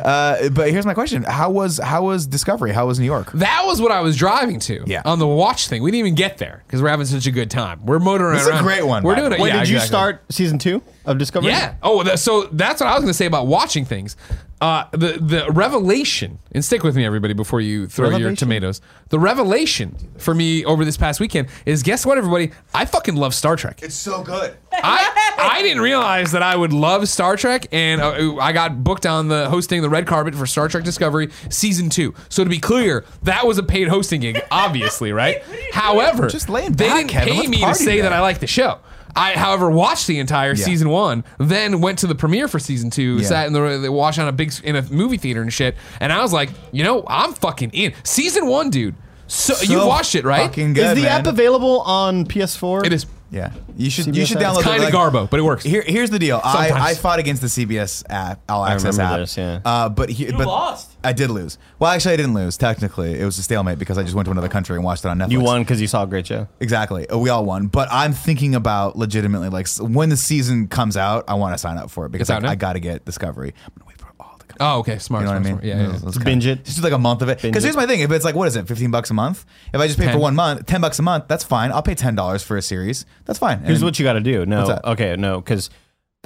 uh, but here's my question: How was how was Discovery? How was New York? That was what I was driving to. Yeah. On the watch thing, we didn't even get there because we're having such a good time. We're motoring This is a around. great one, We're by the doing it. When yeah, did you exactly. start season two of Discovery? Yeah. Oh, that, so that's what I was going to say about watching things. Uh, the the revelation, and stick with me, everybody, before you throw your Revelation? tomatoes. The revelation for me over this past weekend is guess what, everybody? I fucking love Star Trek. It's so good. I I didn't realize that I would love Star Trek, and uh, I got booked on the hosting the red carpet for Star Trek Discovery season two. So to be clear, that was a paid hosting gig, obviously, right? However, Just laying they back, didn't Kevin. pay Let's me to party say there. that I like the show. I, however, watched the entire Yeah. season one, then went to the premiere for season two, Yeah. sat in the, the watch on a big s- in a movie theater and shit, and I was like, you know, I'm fucking in season one, dude. So, you watched it, right? Fucking Is good, the man. app available on PS4? It is Yeah, you should you should CBS download. app? the- kind of garbo, but it works. Here, here's the deal. I, Sometimes. I fought against the CBS app, all access remember app. this, yeah. Uh, but he, You but lost. I did lose. Well, actually, I didn't lose. Technically, it was a stalemate because I just went to another country and watched it on Netflix. You won because you saw a great show. Exactly. Uh, We all won. But I'm thinking about legitimately, like, s- when the season comes out, I want to sign up for it because It's out I, now? I got to get Discovery. I'm going to wait for all the. Oh, okay, smart. You know what I smart, mean? smart. Yeah, yeah, yeah. Let's kinda- binge it. Just do like a month of it. Because Binge here's it. my thing: if it's like what is it, fifteen bucks a month? If I just pay for 10. one month, ten bucks a month, that's fine. I'll pay ten dollars for a series. That's fine. Here's what you got to do. No, What's that? okay, no, because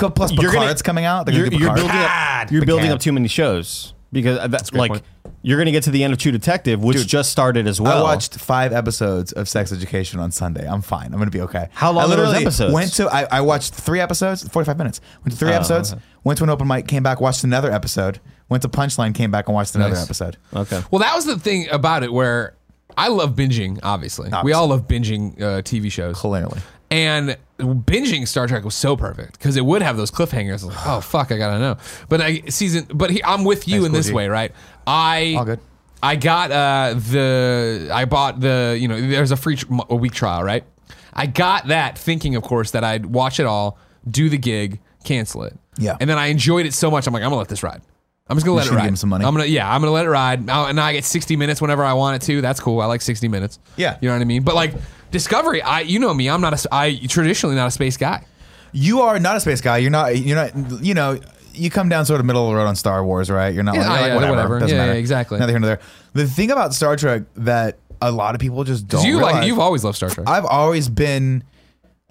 you plus you're gonna- Picard's coming out. They're you're, gonna do you're Picard. building up, you're building Picard. up too many shows because uh, that's a good like point. you're gonna get to the end of True Detective, which just started as well. I watched five episodes of Sex Education on Sunday. I'm fine. I'm gonna be okay. How long I are those literally episodes? Went to I, I watched three episodes, 45 minutes. Went to three Oh, episodes. okay. Went to an open mic, came back, watched another episode. Went to Punchline, came back and watched another Nice. episode. Okay. Well, that was the thing about it where I love binging, obviously. Obviously. We all love binging uh, TV shows. Clearly, And binging Star Trek was so perfect because it would have those cliffhangers. Like, oh fuck, I gotta know. But I season, but he, I'm with you Thanks, in this Cool G. way, right? I All good. I got uh, the I bought the you know there's a free tr- mo- a week trial, right? I got that thinking, of course, that I'd watch it all, do the gig, cancel it. Yeah. And then I enjoyed it so much, I'm like, I'm gonna let this ride. I'm just gonna let just it gonna ride. give him some money. I'm gonna yeah, I'm gonna let it ride. I'll- and I get 60 minutes whenever I want it to. That's cool. I like 60 minutes. Yeah. You know what I mean? But like Discovery, I you know me, I'm not a s- I traditionally not a space guy. you are not a space guy. You're not. You're not. You know. You come down sort of middle of the road on Star Wars, right? You're not Yeah, like, you're yeah, like, whatever. whatever. Doesn't Yeah, matter. yeah, exactly. Neither here nor there. The thing about Star Trek that a lot of people just don't. Do you like realize- you've always loved Star Trek? I've always been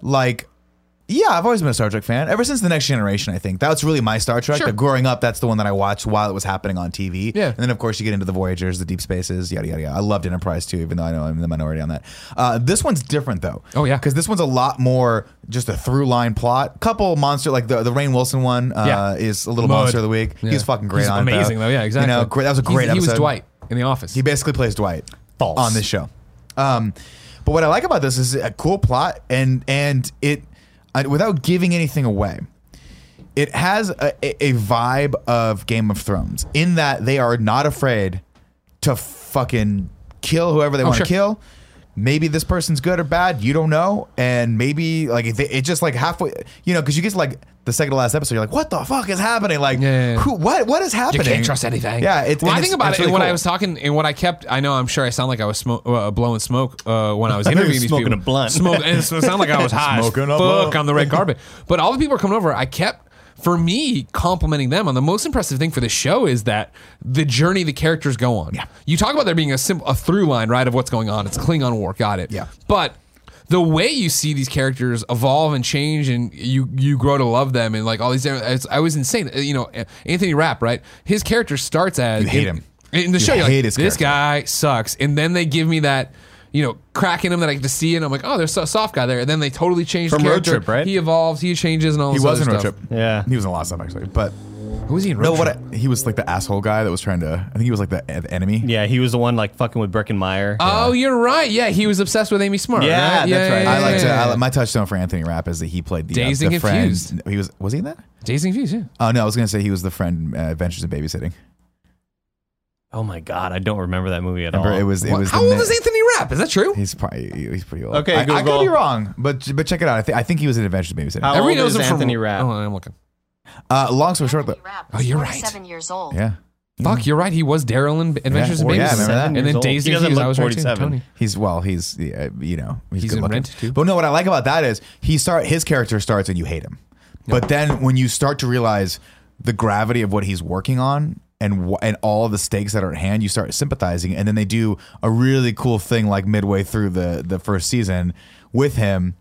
like yeah, I've always been a Star Trek fan. Ever since the Next Generation, I think that's really my Star Trek. Sure. Like, growing up, that's the one that I watched while it was happening on TV. Yeah. and then of course you get into the Voyagers, the Deep Spaces, yada yada yada. I loved Enterprise too, even though I know I'm in the minority on that. Uh, this one's different though. Oh, yeah. because this one's a lot more just a through line plot. Couple monster like the the Rain Wilson one uh, Yeah. is a little Mud. monster of the week. Yeah. He's fucking great He's on it, amazing though. Yeah, exactly. You know, great, that was a He's- great. He was episode. Dwight in the office. He basically plays Dwight. False. on this show. Um, but what I like about this is a cool plot, and and it I, without giving anything away, it has a, a a vibe of Game of Thrones in that they are not afraid to fucking kill whoever they want to Oh, sure. kill. maybe this person's good or bad, you don't know, and maybe like it, it just like halfway, you know, because you get to like the second to last episode, you're like, what the fuck is happening? Like, Yeah, yeah, yeah. who, what, what is happening? You can't trust anything. Yeah, it's well, and I it's- think about it's it really when cool. I was talking and what I kept. I know I'm sure I sound like I was smo- uh, blowing smoke uh, when I was interviewing these Smoking people. a blunt. Smoke, and it sounded like I was high. Smoking Smoking fuck a blunt. on the red carpet. But all the people are coming over. I kept. For me, complimenting them on the most impressive thing for this show is that the journey the characters go on. Yeah. You talk about there being a simple a through line, right, of what's going on. It's Klingon War, got it. Yeah. But the way you see these characters evolve and change and you you grow to love them and like all these it's, I was insane Uh, you know Anthony Rapp right his character starts as You hate him. in the You show you're like, hate his this character. guy sucks and then they give me that you know crack in him that I get to see and I'm like oh there's a soft guy there and then they totally change From the Road character Trip, right? he evolves he changes and all He this was in other road stuff. trip. Yeah. he was in a lot of stuff actually, but who was he in road no, what trip I, he was like the asshole guy that was trying to. I think he was like the, e, the enemy. Yeah, he was the one like fucking with Breckenmeyer. oh you're right yeah he was obsessed with Amy Smart Yeah, right? that's right. I like to. yeah, I yeah. like, my touchstone for Anthony Rapp is that he played the, Dazed uh, and the friend. Confused. He was was he in that? Dazed and Confused, yeah Oh no, I was gonna say he was the friend uh, Adventures in Babysitting. oh my god, I don't remember that movie at Remember all. it was it What- was. how the old ne- is Anthony Rapp is that true He's probably he's pretty old. Okay, I, I could Google. be wrong, but but check it out. I, thi- I think he was in Adventures in Babysitting. How Everybody old knows is him from Anthony Rapp? Oh, I'm looking. Uh, long story short, though. Oh, you're right. Seven years old. Yeah, Fuck, you're right. He was Daryl in B- Adventures in Well, Mm. yeah, Babysitting. remember that. and then Seven years Dazed and old. He doesn't Confused. I look was right too. 47. Tony. he's well, he's yeah, you know he's, He's good in looking. Rent, too. But no, what I like about that is he start his character starts and you hate him, but then when you start to realize the gravity of what he's working on. And, wh- and all the stakes that are at hand, you start sympathizing, and then they do a really cool thing like midway through the the first season with him,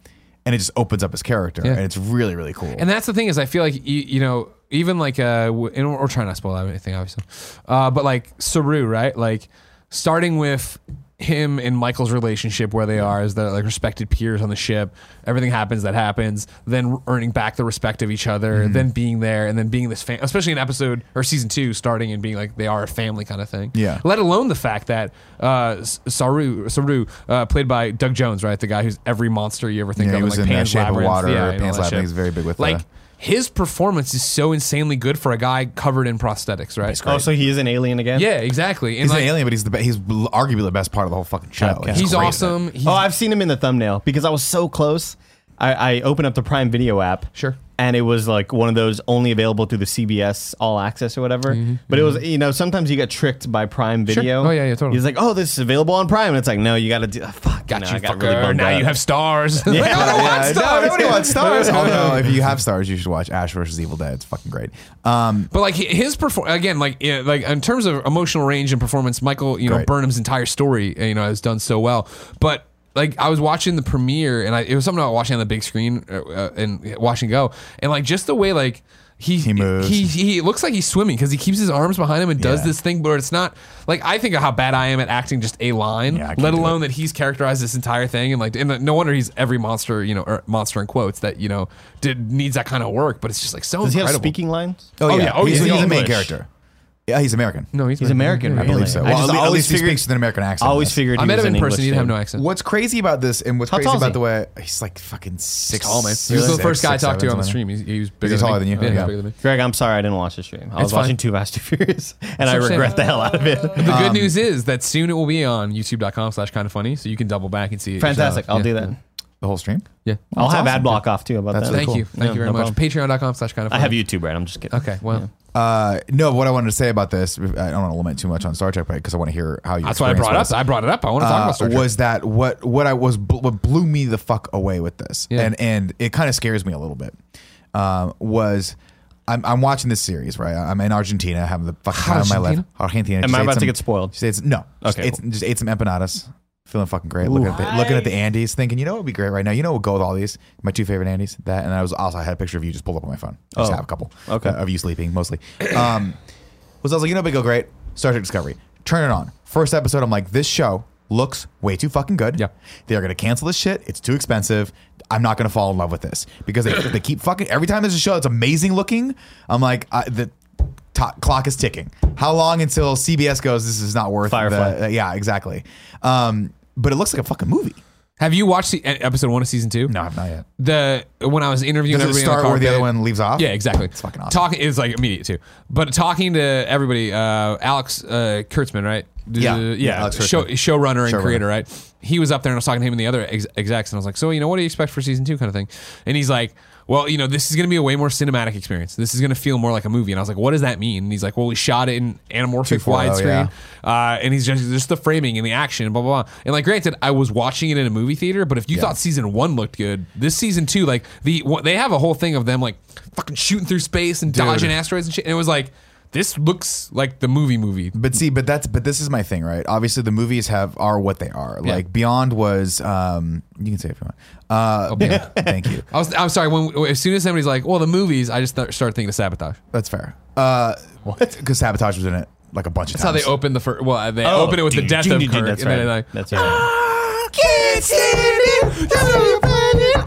and it just opens up his character, and it's really really cool. And that's the thing is, I feel like you, you know, even like uh, w- and we're trying not to spoil anything, obviously, uh, but like Saru, right? Like starting with him and Michael's relationship, where they are as the like respected peers on the ship. Everything happens that happens. Then earning back the respect of each other. Then being there, and then being this, fam- especially in episode or season two, starting and being like they are a family kind of thing. Yeah. Let alone the fact that uh, S- Saru, Saru, uh, played by Doug Jones, right? The guy who's every monster you ever think of, Yeah, he was like in, uh, Pan's Shape of Labyrinth. Water, yeah, and all Pan's that Labyrinth. shit. He's very big with, like uh, his performance is so insanely good for a guy covered in prosthetics, right? Oh, so he is an alien again? yeah, exactly. And He's like, an alien, but he's the be- he's l- arguably the best part of the whole fucking show. Okay. He's great at awesome. He's, oh, I've seen him in the thumbnail because I was so close. I, I opened up the Prime Video app. Sure. And it was like one of those only available through the CBS All Access or whatever. But it was, you know, sometimes you get tricked by Prime Video. Mm-hmm, Oh, yeah, yeah, totally. He's like, oh, this is available on Prime. And it's like, no, you got to do, oh, fuck. got no, you, I got fucker. really bummed now out. you have stars. Like, I it. don't want Yeah, stars. No, nobody wants stars. Although, if you have stars, you should watch Ash versus Evil Dead. It's fucking great. Um, But like his perform again, like yeah, like in terms of emotional range and performance, Michael, you know, Great. Burnham's entire story, you know, has done so well. But like I was watching the premiere, and I, it was something about watching on the big screen uh, uh, and watching go, and like just the way like. He, he moves. He, he looks like he's swimming because he keeps his arms behind him and does Yeah. this thing, but it's not like I think of how bad I am at acting just a line, Yeah, I can't let do alone that he's characterized this entire thing and like, and uh, no wonder he's every monster, you know, or monster in quotes that you know did needs that kind of work, but it's just like so Does he have incredible. speaking lines? oh, yeah. yeah. Oh, he's, yeah. he's the main English. character. Yeah, he's American. No, he's, He's American, Yeah. right? I believe so. I Well, just at le- at always least he figured- speaks with an American I accent. always That's- figured he I met was him in an person. He English didn't have dude. no accent. What's crazy about this, and what's How crazy tall is about he? the way he's like fucking six. tall, man. He six, was the first guy I six, talked to seven, on the something. stream. He's, he was bigger. Is he than taller me. than you? Yeah, Yeah. he's bigger than me. Greg, I'm sorry I didn't watch the stream. I It's was watching fine. Too Fast Too Furious, and I what I'm regret the saying. hell out of it. The good news is that soon it will be on YouTube.com/slash Kind of Funny, so you can double back and see it. Fantastic. yourself. I'll do Yeah. that. The whole stream. Yeah. I'll have awesome. ad block off too about That's that. really Thank cool. you. Thank Yeah, you very no much. problem. Patreon.com/slash Kind of I Funny. have YouTube, right? I'm just kidding. Okay. Well, Uh, no, what I wanted to say about this, I don't want to lament too much on Star Trek, right? Because I want to hear how you. that's why I experienced brought it this. up. I brought it up. I want to talk uh, about Star Trek. was that what what I was bl- what blew me the fuck away with this, Yeah. and and it kind of scares me a little bit. Um, was I'm, I'm watching this series right? I'm in Argentina, having the fucking time of my life. Argentina. Am Just I ate about to some- get spoiled? Just ate some, no, just, Okay, ate, just ate some empanadas. Feeling fucking great. Looking at, the, looking at the Andes, thinking, you know what would be great right now? You know what would go with all these? My two favorite Andes. That, and I was also, I had a picture of you just pulled up on my phone. I just Oh. have a couple Okay. uh, of you sleeping mostly. Um, was I was like, you know, what would go great. Star Trek Discovery. Turn it on. First episode, I'm like, this show looks way too fucking good. Yeah. They are going to cancel this shit. It's too expensive. I'm not going to fall in love with this because they, they keep fucking. Every time there's a show that's amazing looking, I'm like, I, the to- clock is ticking. How long until CBS goes, this is not worth Firefly. the. uh, yeah, exactly. Um, but it looks like a fucking movie. have you watched the, eh, episode one of season two? No, I've not yet. The when I was interviewing Does it everybody in start where the cockpit- other one leaves off? Yeah, exactly. It's fucking awesome. Talking is like immediate too. But talking to everybody, uh, Alex uh, Kurtzman, right? Yeah. uh, Yeah, yeah, Alex Hirschman. show, showrunner and Showrunner. creator, right? He was up there and I was talking to him and the other ex- execs, and I was like, "So, you know, what do you expect for season two, kind of thing?" And he's like, "Well, you know, this is going to be a way more cinematic experience. This is going to feel more like a movie." And I was like, "What does that mean?" And he's like, "Well, we shot it in anamorphic 2.40, widescreen, uh, and he's just just the framing and the action, blah blah blah." And like, granted, I was watching it in a movie theater, but if you thought season one looked good, this season two, like the what- they have a whole thing of them like fucking shooting through space and dodging asteroids and shit, and it was like. This looks like the movie movie. But see, but that's but this is my thing, right? Obviously, the movies have are what they are. Like Beyond was, um, you can say it if you want. Uh, Beyond. thank you. I was, I'm sorry. When as soon as somebody's like, "Well, the movies," I just th- start thinking of sabotage. That's fair. Uh, Because sabotage was in it like a bunch of That's how times. they opened the first. Well, they Oh, opened it with the death of Kirk, That's and then right. they're like, That's right.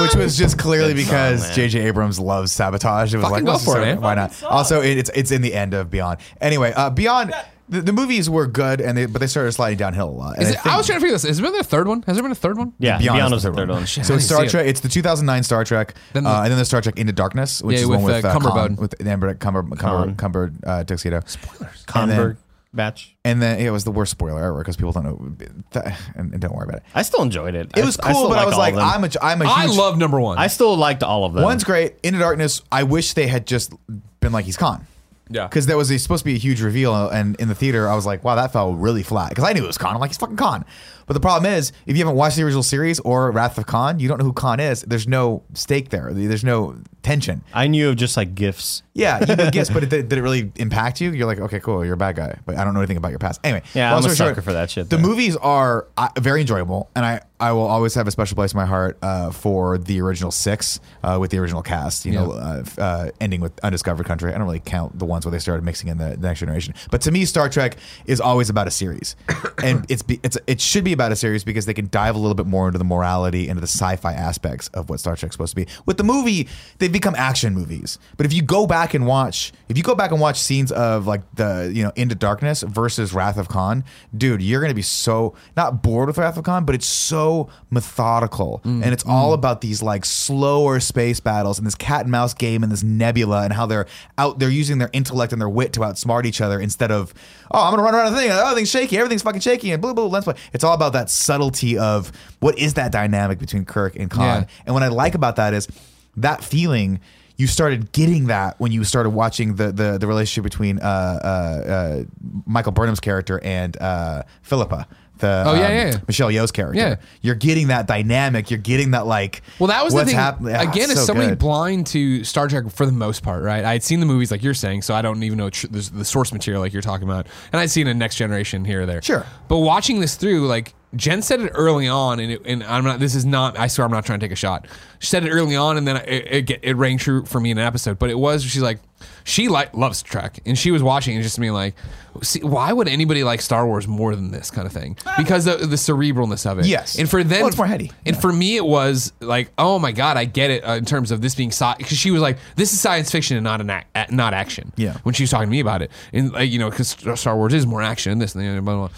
Which was just clearly Good song, because man. J.J. Abrams loves sabotage. It was oh, Fucking like, go let's for just- it, man. why not? Fucking song. Also, it, it's it's in the end of Beyond. Anyway, uh, Beyond. The, the movies were good, and they, but they started sliding downhill a lot. And Is I it, think- I was trying to figure this. Has there been a third one? Has there been a third one? Yeah, Beyond, Beyond is was the third Shit, one. I So it's didn't see Star it. Trek. It's the 2009 Star Trek, Then uh, the- and then there's Star Trek Into Darkness, which Yeah, is the with, one with uh, uh, Con- Cumberbund. with Amber Cumber Cumber, Con. Cumber uh, tuxedo. Spoilers. And Conberg then, batch. and then yeah, it was the worst spoiler ever because people don't know, and, and don't worry about it. I still enjoyed it. It was cool, still but I was all like, of them. I'm a, I'm a huge I love number one. I still liked all of them. One's great. Into Darkness. I wish they had just been like he's Khan. Yeah. Because there was a, supposed to be a huge reveal, uh, and in the theater, I was like, "Wow, that fell really flat." Because I knew it was Khan. I'm like, "He's fucking Khan." But the problem is, if you haven't watched the original series or Wrath of Khan, you don't know who Khan is. There's no stake there. There's no tension. I knew of just like gifts. Yeah, you would guess, but it, did it really impact you? You're like, okay, cool, you're a bad guy, but I don't know anything about your past. Anyway, Yeah, long I'm a story sucker for that shit, The though. movies are uh, very enjoyable, and I, I will always have a special place in my heart uh, for the original six uh, with the original cast. You know, Yeah. uh, f- uh, ending with Undiscovered Country. I don't really count the ones where they started mixing in the, the Next Generation, but to me, Star Trek is always about a series, and it's be, it's it should be about a series because they can dive a little bit more into the morality, into the sci-fi aspects of what Star Trek's supposed to be. With the movie, they've become action movies, but if you go back and watch, if you go back and watch scenes of like the you know Into Darkness versus Wrath of Khan, dude, you're gonna be so not bored with Wrath of Khan, but it's so methodical, and it's all about these like slower space battles and this cat and mouse game and this nebula and how they're out they're using their intellect and their wit to outsmart each other instead of oh I'm gonna run around a thing oh everything's shaky everything's fucking shaky and blah blah blah let's play. It's all about that subtlety of what is that dynamic between Kirk and Khan, Yeah. and what I like about that is that feeling. You started getting that when you started watching the the, the relationship between uh, uh, uh, Michael Burnham's character and uh, Philippa, the um, Oh, yeah, yeah, yeah. Michelle Yeoh's character. Yeah. you're getting that dynamic. You're getting that like. Well, that was the what's thing. hap- Ah, Again, so as somebody good. blind to Star Trek for the most part, right? I had seen the movies like you're saying, so I don't even know tr- the, the source material like you're talking about, and I'd seen a Next Generation here or there. Sure. but watching this through, like Jen said it early on, and it, and I'm not. This is not. I swear, I'm not trying to take a shot. She said it early on, and then it it, get- it rang true for me in an episode. But it was she's like. She like loves Trek, and she was watching and just being like, See, "Why would anybody like Star Wars more than this kind of thing?" Because of the cerebralness of it. Ah. Yes. and for them, Well, it's more heady. and for me, it was like, oh my god, I get it uh, in terms of this being sci. Because she was like, this is science fiction and not an ac- a- not action. Yeah. When she was talking to me about it, and like you know, because Star Wars is more action and this and the other. Blah, blah, blah.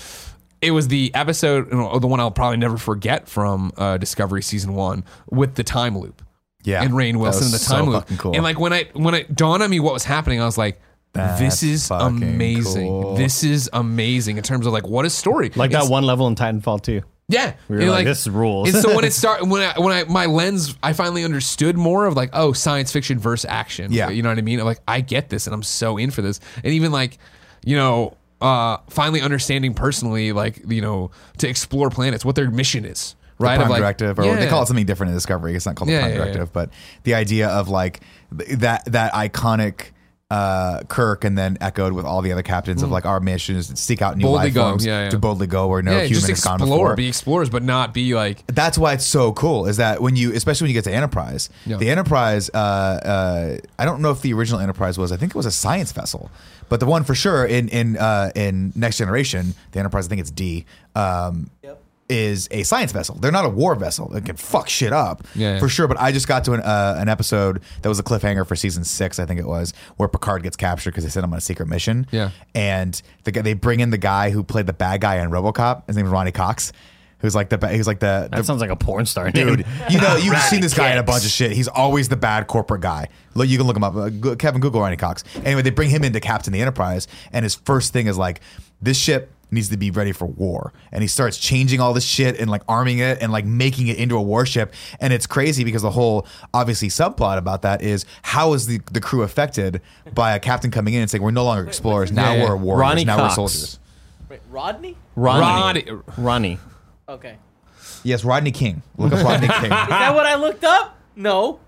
It was the episode, you know, the one I'll probably never forget from uh, Discovery season one with the time loop. Yeah. And Rain That Wilson, the was time so loop. fucking cool. And like when I when it dawned on me what was happening, I was like. That's this is fucking amazing. cool. This is amazing in terms of like what a story. Like It's- that one level in Titanfall 2. yeah, were And, like, "This rules." and so when it started, when I, when I my lens, I finally understood more of like, oh, science fiction versus action. Yeah. you know what I mean. I'm like, I get this, and I'm so in for this. And even like, you know, uh, finally understanding personally, like you know, to explore planets, what their mission is, The right? Prime Of, like- Directive, or Yeah. they call it something different in Discovery. It's not called Yeah, the Prime yeah, yeah. Directive, but the idea of like th- that that iconic uh, Kirk, and then echoed with all the other captains of like our mission is to seek out new Hmm. Boldly life go, forms yeah, yeah. to boldly go where no Yeah, human just has gone before. explore, be explorers, but not be like that's why it's so cool is that when you especially when you get to enterprise Yeah. the enterprise uh, uh, i don't know if the original enterprise was i think it was a science vessel but the one for sure in in uh, in next generation the enterprise i think it's d um, Yep. is a science vessel they're not a war vessel it can fuck shit up Yeah, yeah. for sure but i just got to an, uh, an episode that was a cliffhanger for season six i think it was where picard gets captured because they sent him on a secret mission Yeah. and the guy, they bring in the guy who played the bad guy in RoboCop. His name is Ronnie Cox. who's like the ba- who's like the, That the sounds like a porn star, dude. dude. You know, you've seen this guy in a bunch of shit. He's always the bad corporate guy. Look, you can look him up. Uh, Go- Kevin Google Ronnie Cox. Anyway, they bring him in to captain the Enterprise, and his first thing is like, this ship needs to be ready for war. And he starts changing all this shit and like arming it and like making it into a warship. And it's crazy because the whole obviously subplot about that is how is the, the crew affected by a captain coming in and saying, We're no longer explorers, now Yeah, yeah. we're warriors, Ronnie now Cox. we're soldiers. Wait, Rodney? Ronnie. Ronnie. Ronnie. Okay. Yes, Rodney King. Look up Rodney King. Is that what I looked up? No.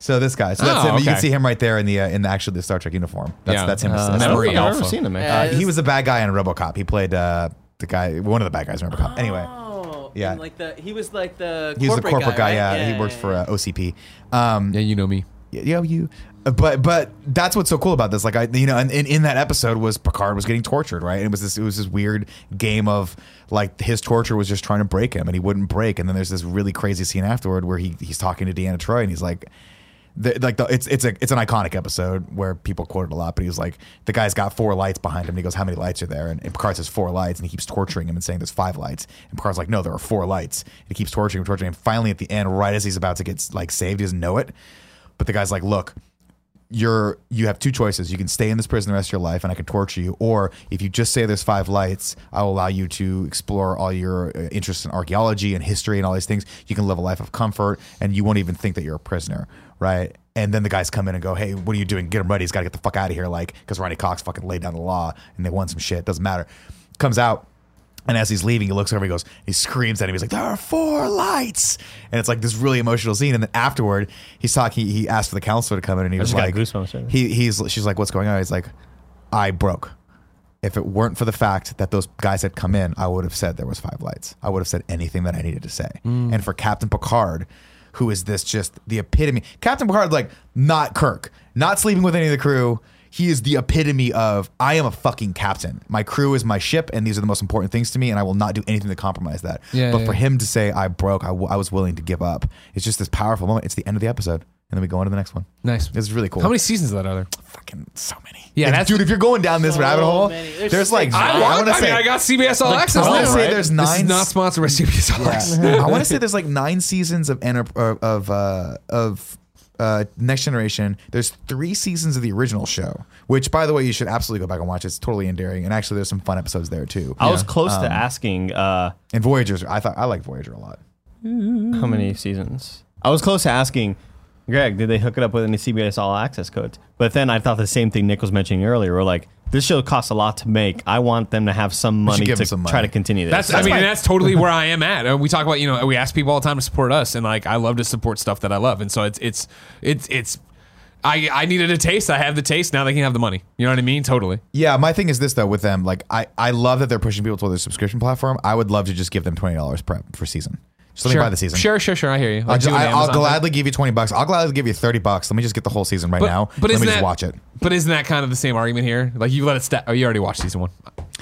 So this guy, so that's Oh, him. You can okay. see him right there in the uh, in the actual the Star Trek uniform. That's Yeah. that's him. Uh, That's I don't Memory think I've ever Alpha. seen him, man. Yeah. Uh, he was the bad guy in RoboCop. He played uh, the guy, one of the bad guys in RoboCop. Anyway, Oh. Yeah. and like the he was like the he was the corporate guy. right? yeah, he worked for uh, OCP. Um, Yeah, you know me. yeah, yeah, you. But but that's what's so cool about this. Like I, you know, and in, in that episode was Picard was getting tortured, right? And it was this it was this weird game of like his torture was just trying to break him, and he wouldn't break. And then there's this really crazy scene afterward where he he's talking to Deanna Troy, and he's like. The, like the, it's it's a it's an iconic episode where people quote it a lot, but he was like the guy's got four lights behind him, and he goes, "How many lights are there?" And, and Picard says four lights, and he keeps torturing him and saying there's five lights, and Picard's like, "No, there are four lights." And he keeps torturing him, torturing him. Finally, at the end, right as he's about to get like saved, he doesn't know it, but the guy's like, look, you're you have two choices. You can stay in this prison the rest of your life, and I can torture you, or if you just say there's five lights, I will allow you to explore all your uh, interests in archaeology and history and all these things. You can live a life of comfort, and you won't even think that you're a prisoner, right? And then the guys come in and go, "Hey, what are you doing? Get him ready. He's got to get the fuck out of here." Like, because Ronnie Cox fucking laid down the law, and they won some shit. Doesn't matter. Comes out. And as he's leaving, he looks over, he goes, he screams at him. He's like, "There are four lights!" And it's like this really emotional scene. And then afterward, he's talking. He asked for the counselor to come in, and he was just got like, goosebumps right now. "He he's she's like, what's going on?" He's like, "I broke. If it weren't for the fact that those guys had come in, I would have said there was five lights. I would have said anything that I needed to say." Mm. And for Captain Picard, who is this just the epitome? Captain Picard, like not Kirk, not sleeping with any of the crew. He is the epitome of I am a fucking captain. My crew is my ship, and these are the most important things to me, and I will not do anything to compromise that. Yeah, but yeah, for yeah. him to say I broke, I, w- I was willing to give up. It's just this powerful moment. It's the end of the episode, and then we go on to the next one. Nice. It's really cool. How many seasons of that are there? fucking so many? Yeah, If- that's- dude. If you're going down this So rabbit hole, many. There's there's, like six. I, I I want. want to I say mean, I got CBS All Access. I want to now, say right? there's This nine. is not sponsored by CBS All Access. I want to say there's like nine seasons of Enter- or of uh, of uh, Next Generation. There's three seasons of the original show, which, by the way, you should absolutely go back and watch. It's totally endearing, and actually, there's some fun episodes there too. I was close Um, to asking uh, and Voyager's, I thought I like Voyager a lot. how many seasons. I was close to asking, Greg, did they hook it up with any CBS All Access codes? But then I thought the same thing Nick was mentioning earlier. We're like, this show costs a lot to make. I want them to have some money give to them some try money. to continue this. That's, I mean, that's totally where I am at. Uh, We talk about, you know, we ask people all the time to support us, and like I love to support stuff that I love, and so it's it's it's it's. I I needed a taste. I have the taste. Now they can have the money. You know what I mean? Totally. Yeah, my thing is this though with them, like I, I love that they're pushing people to their subscription platform. I would love to just give them twenty dollars prep for season. Just let me buy the season. Sure, sure, sure. I hear you. I'll, Like, do an I, will Amazon thing. gladly give you twenty bucks. I'll gladly give you thirty bucks. Let me just get the whole season right now. Let me isn't just that- watch it. But isn't that kind of the same argument here? Like you let it step. Oh, you already watched season one.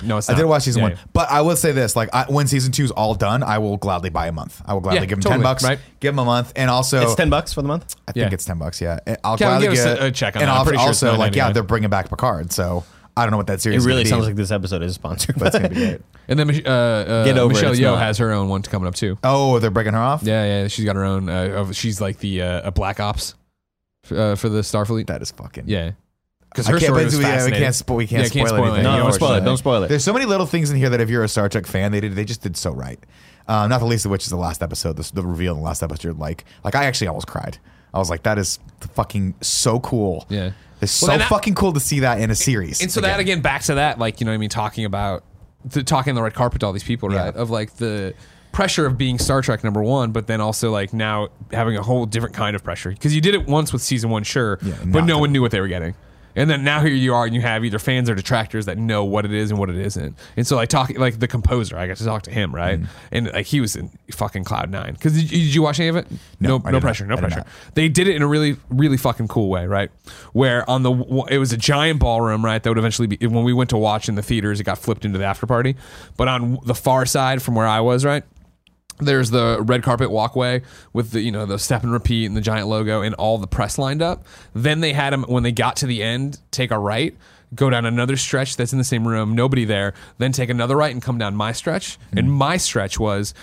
No, it's I not. did watch season Yeah, one, yeah. but I will say this: like I, when season two's all done, I will gladly buy a month. I will gladly Yeah, give them ten totally, bucks, right. give them a month, and also it's 10 bucks for the month? I think yeah. it's ten bucks. Yeah, And I'll Kevin, gladly give us get a- a check on and that. I'm I'll- pretty sure it's also, like, yeah, $9.99. they're bringing back Picard, so I don't know what that It series. really is sounds gonna be. like this episode is sponsored. But it's gonna be great. And then uh, uh, Get over it, Michelle it's Yeoh not. has her own one coming up too. Oh, they're breaking her off. Yeah, yeah. She's got her own. Uh, of- she's like the uh, a Black Ops uh, for the Starfleet. That is fucking. Yeah, because I her can't, story but was we, yeah, we fascinating. can't, spo- we can't Yeah, spoil can't spoil anything. it. No, don't spoil it. Don't spoil it. There's so many little things in here that if you're a Star Trek fan, they did. They just did so right. Um, not the least of which is the last episode, the, the reveal in the last episode. Like, like I actually almost cried. I was like, that is fucking so cool. Yeah. it's Well, so and that- fucking cool to see that in a series. and so that again back to that like you know what i mean talking about the, talking the red carpet to all these people right Yeah. of like the pressure of being star trek number one but then also like now having a whole different kind of pressure because you did it once with season one sure Yeah, but now- no one knew what they were getting and then now here you are and you have either fans or detractors that know what it is and what it isn't and so like talking like the composer i got to talk to him right Mm-hmm. and like he was in fucking cloud nine because did, you- did you watch any of it No, no I no, did not. pressure I no did pressure not. they did it in a really really fucking cool way right where on the it was a giant ballroom right that would eventually be when we went to watch in the theaters it got flipped into the after party but on the far side from where i was right there's the red carpet walkway with the you know the step and repeat and the giant logo and all the press lined up then they had them when they got to the end take a right go down another stretch that's in the same room, nobody there, then take another right and come down my stretch. Hmm. And my stretch was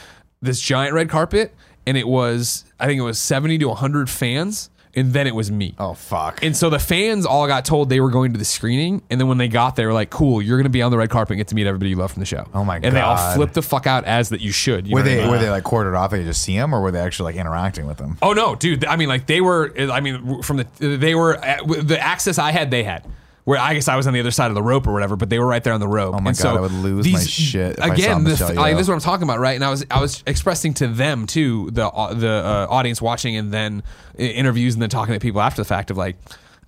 this giant red carpet, and it was, I think it was 70 to 100 fans, and then it was me. Oh fuck. And so the fans all got told they were going to the screening, and then when they got there, like, "Cool, you're going to be on the red carpet, and get to meet everybody you love from the show." Oh my And they all God. flipped the fuck out as that you should. You were know what I they mean? were they like quartered off? They just see him, or were they actually like interacting with him? Oh no, dude. I mean, like they were. I mean, from the they were uh, the access I had, they had. Where I guess I was on the other side of the rope or whatever, but they were right there on the rope. Oh my God, I would lose my shit if I saw again, the- Michelle Yeoh. like, this is what I'm talking about, right? And I was I was expressing to them too the the uh, audience watching and then i- interviews and then talking to people after the fact of like,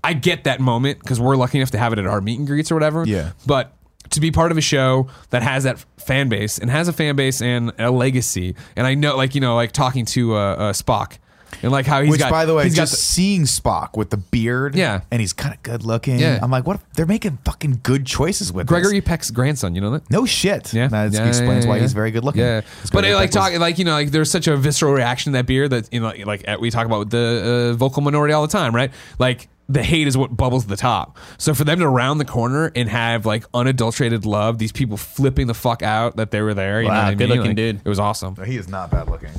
I get that moment because we're lucky enough to have it at our meet and greets or whatever. Yeah. but. To be part of a show that has that fan base and has a fan base and a legacy, and I know, like you know, like talking to uh, uh, Spock, and like how he's Which, got, by the way, he's just got seeing Spock with the beard, Yeah. and he's kind of good looking. Yeah. I'm like, what? if- They're making fucking good choices with this. Gregory Peck's grandson. You know that? No shit. Yeah, that yeah, explains yeah, why yeah. he's very good looking. Yeah, It's but great it, like that was- talk, like you know, like there's such a visceral reaction to that beer that you know, like like we talk about with the uh, vocal minority all the time, right? Like the hate is what bubbles to the top. So for them to round the corner and have like unadulterated love, these people flipping the fuck out that they were there. You Wow, know what I mean? good looking Like, dude. It was awesome. He is not bad looking.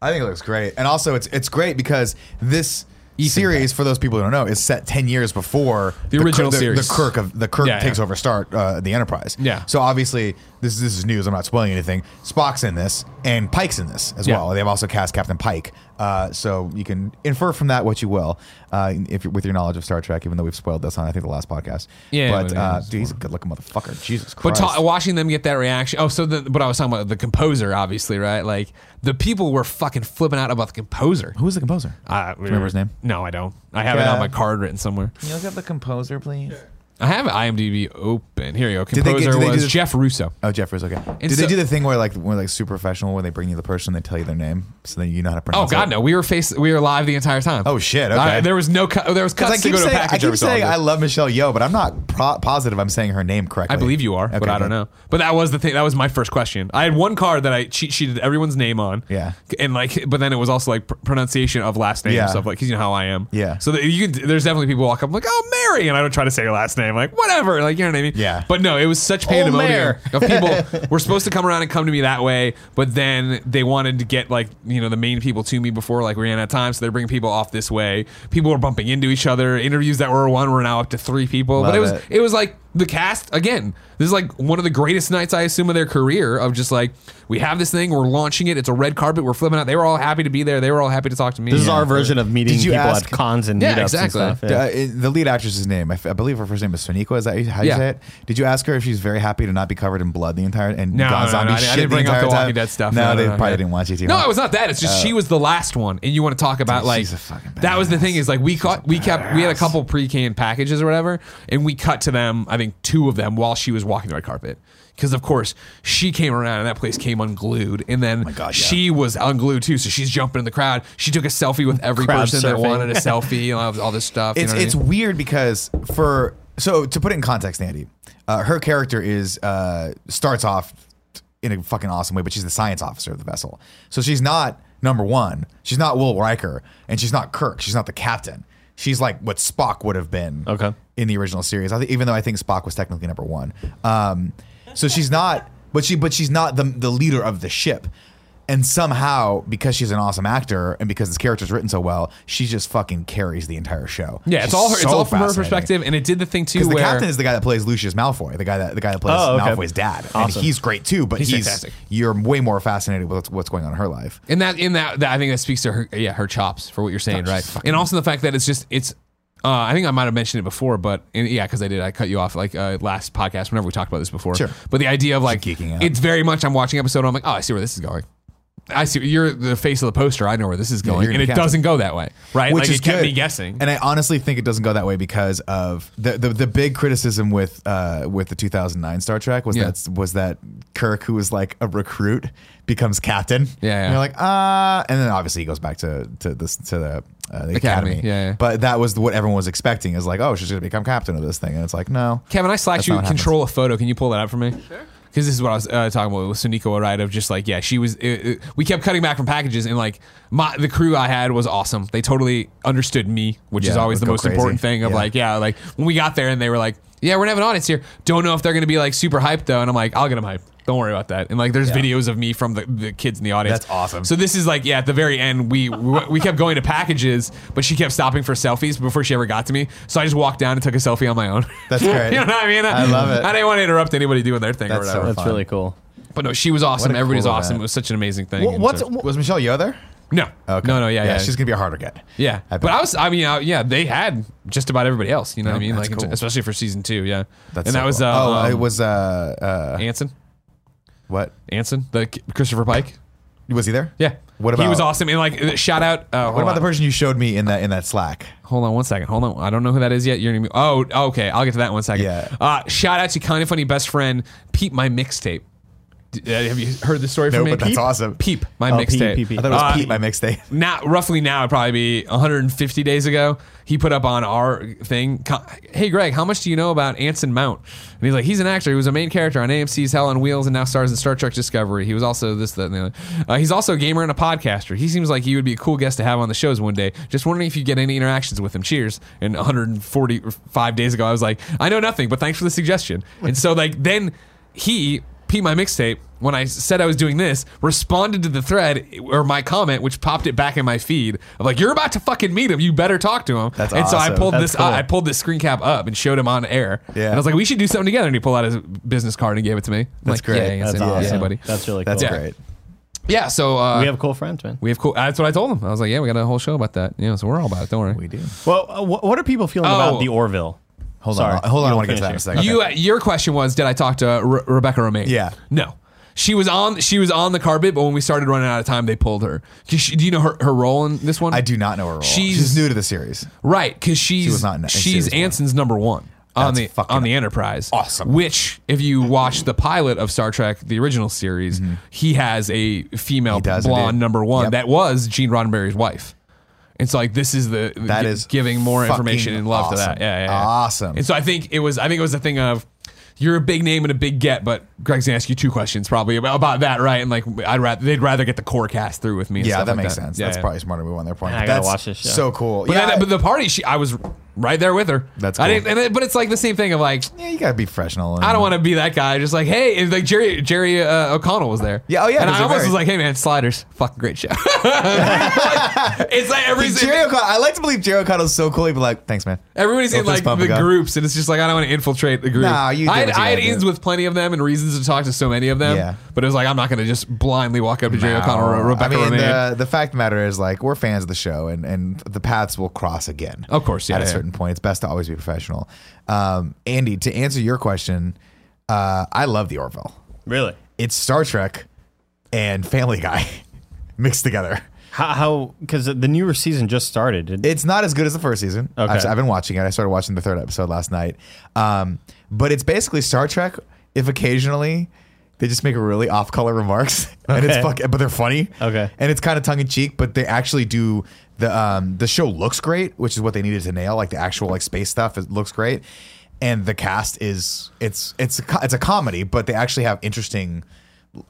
I think it looks great, and also it's it's great because this series, for those people who don't know, is set ten years before The original Kirk, the- series. The Kirk of the Kirk Yeah, takes yeah. over Start uh, the Enterprise. Yeah. So obviously this this is news. I'm not spoiling anything. Spock's in this, and Pike's in this as Yeah. well. They've also cast Captain Pike, uh, so you can infer from that what you will, uh, if you're- with your knowledge of Star Trek. Even though we've spoiled this on I think the last podcast. Yeah, But yeah, uh, it's dude, he's a good looking motherfucker. Jesus But Christ. ta- watching them get that reaction. Oh, so the, but I was talking about the composer, obviously, right? Like the people were fucking flipping out about the composer. Who's the composer? I, remember his name? No, I don't. I have it Yeah. on my card written somewhere. Can you look up the composer, please? I have IMDb open. Here you go. they get- Composer did they do was the- Jeff Russo. Oh, Jeffrey's okay. Did so- they do the thing where like when like super professional when they bring you the person, they tell you their name, so then you know how to Oh pronounce? God, it? no! We were face. We were live the entire time. Oh, shit, okay. I- there was no. Cu- there was 'Cause cuts I keep to go to saying, a package. I keep every so saying often. I love Michelle Yeoh, but I'm not pro- positive I'm saying her name correctly. I believe you are, but Okay, I don't good. know. But that was the thing. That was my first question. I had one card that I cheat sheeted everyone's name on. Yeah. And like, but then it was also like pr- pronunciation of last name Yeah. and stuff. Like, 'cause you know how I am. Yeah. So that you can, there's definitely people walk up like, oh Mary, and I don't try to say your last name. Like whatever. Like you know what I mean. Yeah. But no, it was such pandemonium of people were supposed to come around and come to me that way, but then they wanted to get like you know the main people to me before like we ran out of time, so they're bringing people off this way. People were bumping into each other. Interviews that were one were now up to three people, but Love it was it. it was like the cast again. This is like one of the greatest nights I assume of their career of just like we have this thing, we're launching it. It's a red carpet, we're flipping out. They were all happy to be there. They were all happy to talk to me. This is our version of meeting Did you people ask- at cons and Yeah, meetups exactly. and stuff. Uh, yeah. it- the lead actress's name, I, f- I believe her first name is Sonequa. Is that how you Yeah. say it? Did you ask her if she's very happy to not be covered in blood the entire and No, gone no, no, zombie no, I didn't- I shit didn't the bring up entire the Walking time? Dead stuff. No, No, no, they no, probably yeah. didn't want you to. No, huh? it was not that. It's just she was the last one, and you want to talk about like she's a fucking that was the badass. thing is like we caught we kept we had a couple pre-canned packages or whatever, and we cut to them. I think two of them while she was walking the red carpet. Because of course she came around and that place came unglued, and then Oh God, yeah. she was unglued too. So she's jumping in the crowd. She took a selfie with every Crowd person that surfing. wanted a selfie and all, all this stuff. you it's know what I it's mean? weird because for so to put it in context, Andy, uh, her character is uh, starts off in a fucking awesome way, but she's the science officer of the vessel, so she's not number one. She's not Will Riker, and she's not Kirk. She's not the captain. She's like what Spock would have been Okay. in the original series. I think, even though I think Spock was technically number one. Um, so she's not, but she, but she's not the the leader of the ship. And somehow, because she's an awesome actor, and because this character's written so well, she just fucking carries the entire show. yeah, it's She's all her, it's so all from her fascinating. perspective, and it did the thing too 'Cause the where captain is the guy that plays Lucius Malfoy, the guy that the guy that plays Oh, okay. Malfoy's dad, Awesome. and he's great too. But He's he's, fantastic. you're way more fascinated with what's, what's going on in her life. And that in that, that I think that speaks to her yeah her chops for what you're saying right, and also the fact that it's just it's. Uh, I think I might have mentioned it before, but and yeah, because I did. I cut you off like uh, last podcast. Whenever we talked about this before, Sure. But the idea of like geeking out. it's very much I'm watching episode. I'm like, oh, I see where this is going. I see you're the face of the poster. I know where this is going, you're and gonna it catch it. doesn't go that way, right? which like is it kept good. me guessing. And I honestly think it doesn't go that way because of the the, the big criticism with uh, with the 2009 Star Trek was Yeah. that was that Kirk, who was like a recruit, becomes captain. Yeah, yeah. and you're like ah, and then obviously he goes back to to this to the. Uh, the Academy, academy, yeah, yeah. but that was what everyone was expecting. Is like, oh, she's gonna become captain of this thing, and it's like, no, Kevin, I slacked That's you not what happens. control a photo. Can you pull that up for me? Sure. Because this is what I was uh, talking about with Suniko, right? Of just like, yeah, she was. It, it- we kept cutting back from packages, and like, my the crew I had was awesome. They totally understood me, which is Yeah, always the go most crazy. important thing. Of Yeah. like, yeah, like when we got there and they were like, yeah, we're gonna have an audience here. Don't know if they're gonna be like super hyped though. And I'm like, I'll get them hyped. Don't worry about that. And like, there's videos of me from the, the kids in the audience. That's awesome. So this is like, yeah, at the very end, we we we kept going to packages, but she kept stopping for selfies before she ever got to me. So I just walked down and took a selfie on my own. That's great. you know what I mean? I love it. I didn't want to interrupt anybody doing their thing or That's so whatever. That's Fun. really cool. But no, she was awesome. What a Everybody's cool awesome. event. It was such an amazing thing. What- And what's so- was Michelle Yeoh there? no? No, no, yeah, yeah. She's gonna be a harder get. yeah, I bet. but I was, I mean, I, yeah, they had just about everybody else. You know what I mean? that's Like, cool. especially for season two, yeah. That's and so that was, cool. uh, oh, um, it was uh, uh, Anson, what Anson, the K- Christopher Pike. was he there? Yeah, What he about- was awesome? And like, uh, shout out. Uh, What about the person you showed me in that in that Slack? Hold on one second. Hold on. I don't know who that is yet. You're gonna be. Oh, okay. I'll get to that in one second. Yeah. Uh, shout out to kind of funny best friend Peep my mixtape. D- uh, have you heard this story No, from me? but that's Peep? awesome. Peep my Oh, Peep, mixtape. Peep, Peep. I thought it was Uh, Pete, my mixtape. now roughly now it'd probably be 150 days ago he put up on our thing co- hey greg how much do you know about anson mount and he's like he's an actor he was a main character on amc's hell on wheels and now stars in star trek discovery he was also this that and the other uh, he's also a gamer and a podcaster he seems like he would be a cool guest to have on the shows one day just wondering if you get any interactions with him cheers and 145 days ago i was like i know nothing but thanks for the suggestion and so like then he P my mixtape when I said I was doing this responded to the thread or my comment which popped it back in my feed of like you're about to fucking meet him you better talk to him That's and so I awesome. pulled That's this cool. I pulled this screen cap up and showed him on air Yeah. and I was like we should do something together and he pulled out his business card and gave it to me I'm That's like, great. yeah, yeah, That's yeah, yeah, awesome. buddy That's really cool. That's Yeah. great. yeah so uh, We have cool friends, man. cool that's what I told him I was like yeah we got a whole show about that yeah so we're all about it don't worry We do. Well, uh, wh- what are people feeling Oh. about the Orville? Hold Sorry. on. Hold on. I You'll want to get to that in a finish second. You, uh, your question was, did I talk to uh, Re- Rebecca Romaine? Yeah. No, she was on. She was on the carpet, but when we started running out of time, they pulled her. 'Cause she- do you know her, her role in this one? I do not know her role. She's- She's, new to the series. Right, because she's was not in- in she's series one. Anson's number one on That's the fucking on the Enterprise. awesome. Which, if you watch the pilot of Star Trek, the original series, he has a female Mm-hmm. He does blonde indeed. number one Yep. that was Gene Roddenberry's wife. And so, like, this is the That gi- is giving more fucking information and love to that. awesome. Yeah, yeah, yeah. Awesome. And so, I think it was. I think it was a thing of. You're a big name and a big get, but Greg's gonna ask you two questions probably about, about that, right? And like, I'd rather they'd rather get the core cast through with me. and Yeah, stuff that like makes sense. Yeah, That's yeah. probably a smarter move on their point. I But gotta that's watch this show. So cool. But, yeah, then- but the party, she, I was right there with her. That's I cool. didn't, and it, but it's like the same thing of like, yeah, you gotta be professional. I don't want to be that guy. Just like, hey, and like Jerry Jerry uh, O'Connell was there. Yeah, oh, yeah, And it was I a almost very- was like, hey man, sliders, fucking great show. Like, it's like every, Jerry O'Connell, I like to believe Jerry O'Connell's so cool. He'd be like, thanks, man. everybody's in Opens like pump the again. groups, and it's just like I don't want to infiltrate the group. Nah, you do I had, what you I had gotta do. ins with plenty of them and reasons to talk to so many of them. Yeah. but it was like I'm not going to just blindly walk up to Jerry O'Connell or I Rebecca mean, uh, Romaine. the, the fact of the matter is, like, we're fans of the show, and, and the paths will cross again. Of course, yeah, At a yeah. certain point, it's best to always be professional. Um, Andy, to answer your question, uh, I love the Orville. Really? It's Star Trek and Family Guy mixed together. How? How? Because the newer season just started. Did- It's not as good as the first season. Okay. I've, I've been watching it. I started watching the third episode last night. Um, but it's basically Star Trek. If occasionally they just make really off-color remarks, and it's Okay. fucking, but they're funny. Okay. and it's kind of tongue in cheek, but they actually do the um, the show looks great, which is what they needed to nail. Like the actual like space stuff, it looks great, and the cast is it's it's a, co- it's a comedy, but they actually have interesting.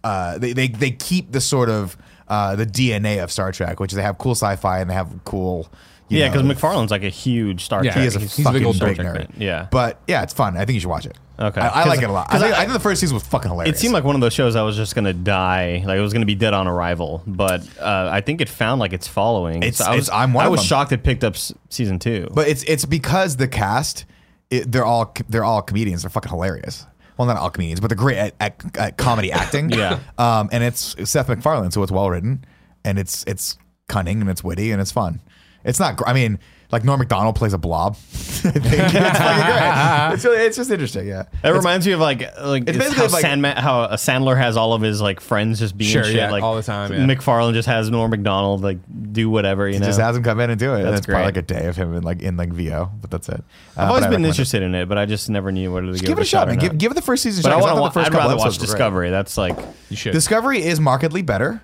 Uh, they, they they keep the sort of uh, the DNA of Star Trek, which is they have cool sci-fi and they have cool. you yeah, know, because McFarlane's like a huge Star Yeah, Trek. he is a He's a big fucking old big Star Trek nerd. fan. Yeah. but yeah, it's fun. I think you should watch it. Okay. I, I like 'Cause- it a lot. I 'cause think, I- I think the first season was fucking hilarious. It seemed like one of those shows I was just gonna die, like it was gonna be dead on arrival. But uh, I think it found like its following. It's- I was, it's- I'm one I of was them. shocked it picked up s- season two. But it's it's because the cast, it, they're all they're all comedians. They're fucking hilarious. Well, not all comedians, but they're great at, at, at comedy acting. Yeah. Um, and it's Seth MacFarlane, so it's well written, and it's it's cunning and it's witty and it's fun. It's not. gr- I mean, like Norm Macdonald plays a blob. I think it's fucking great. It's really it's just interesting. Yeah. It reminds me of like like it's basically how, like- Sandman, how uh, Sandler has all of his like friends just being Sure, shit yeah, like all the time, yeah. McFarlane just has Norm Macdonald like do whatever you know. Just has him come in and do it. and That's it's probably like great. a day of him in like in like VO, but that's it. Uh, I've but I always been recommend it. interested in it, but I just never knew whether to give, Give it a shot, or man. not. Give, give it the first season. a but shot, I 'cause want thought the first to. Watch, I'd couple rather watch episodes were great. Discovery. That's like you should. Discovery is markedly better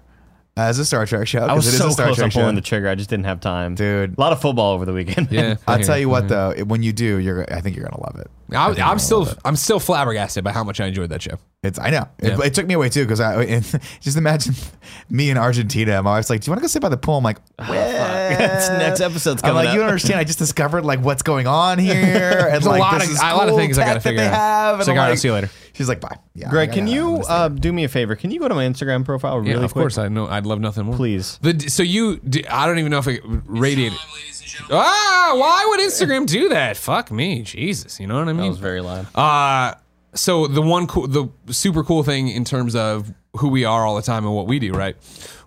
as a Star Trek show. I was it is so a Star close on Trek show. pulling the trigger. I just didn't have time, Dude. A lot of football over the weekend. yeah, man. I'll Yeah. tell you what, though, it- when you do, you're. I think you're gonna love it. Mm-hmm. I, think you're I'm gonna still love it. I'm still flabbergasted by how much I enjoyed that show. It's. I know. It, Yeah. it took me away too because Ah, I it, just imagine me in Argentina. My wife's like, "Do you want to go sit by the pool?" I'm like, "Well, It's next episode's I'm coming like, up. you don't understand. I just discovered like what's going on here, and a like lot this of- is a lot of cool things I gotta tech that figure they out. Have. It's And like, I'm all right, see you later. She's like, bye. Yeah, Greg, I can gotta you understand. uh, do me a favor? Can you go to my Instagram profile really Yeah, of quick? course. I know. I'd love nothing more. Please. The, so you, d- I don't even know if it radiated. Ah, why would Instagram do that? Fuck me, Jesus. You know what I mean? That was very loud. Uh, so the one cool, the super cool thing in terms of who we are all the time and what we do, right?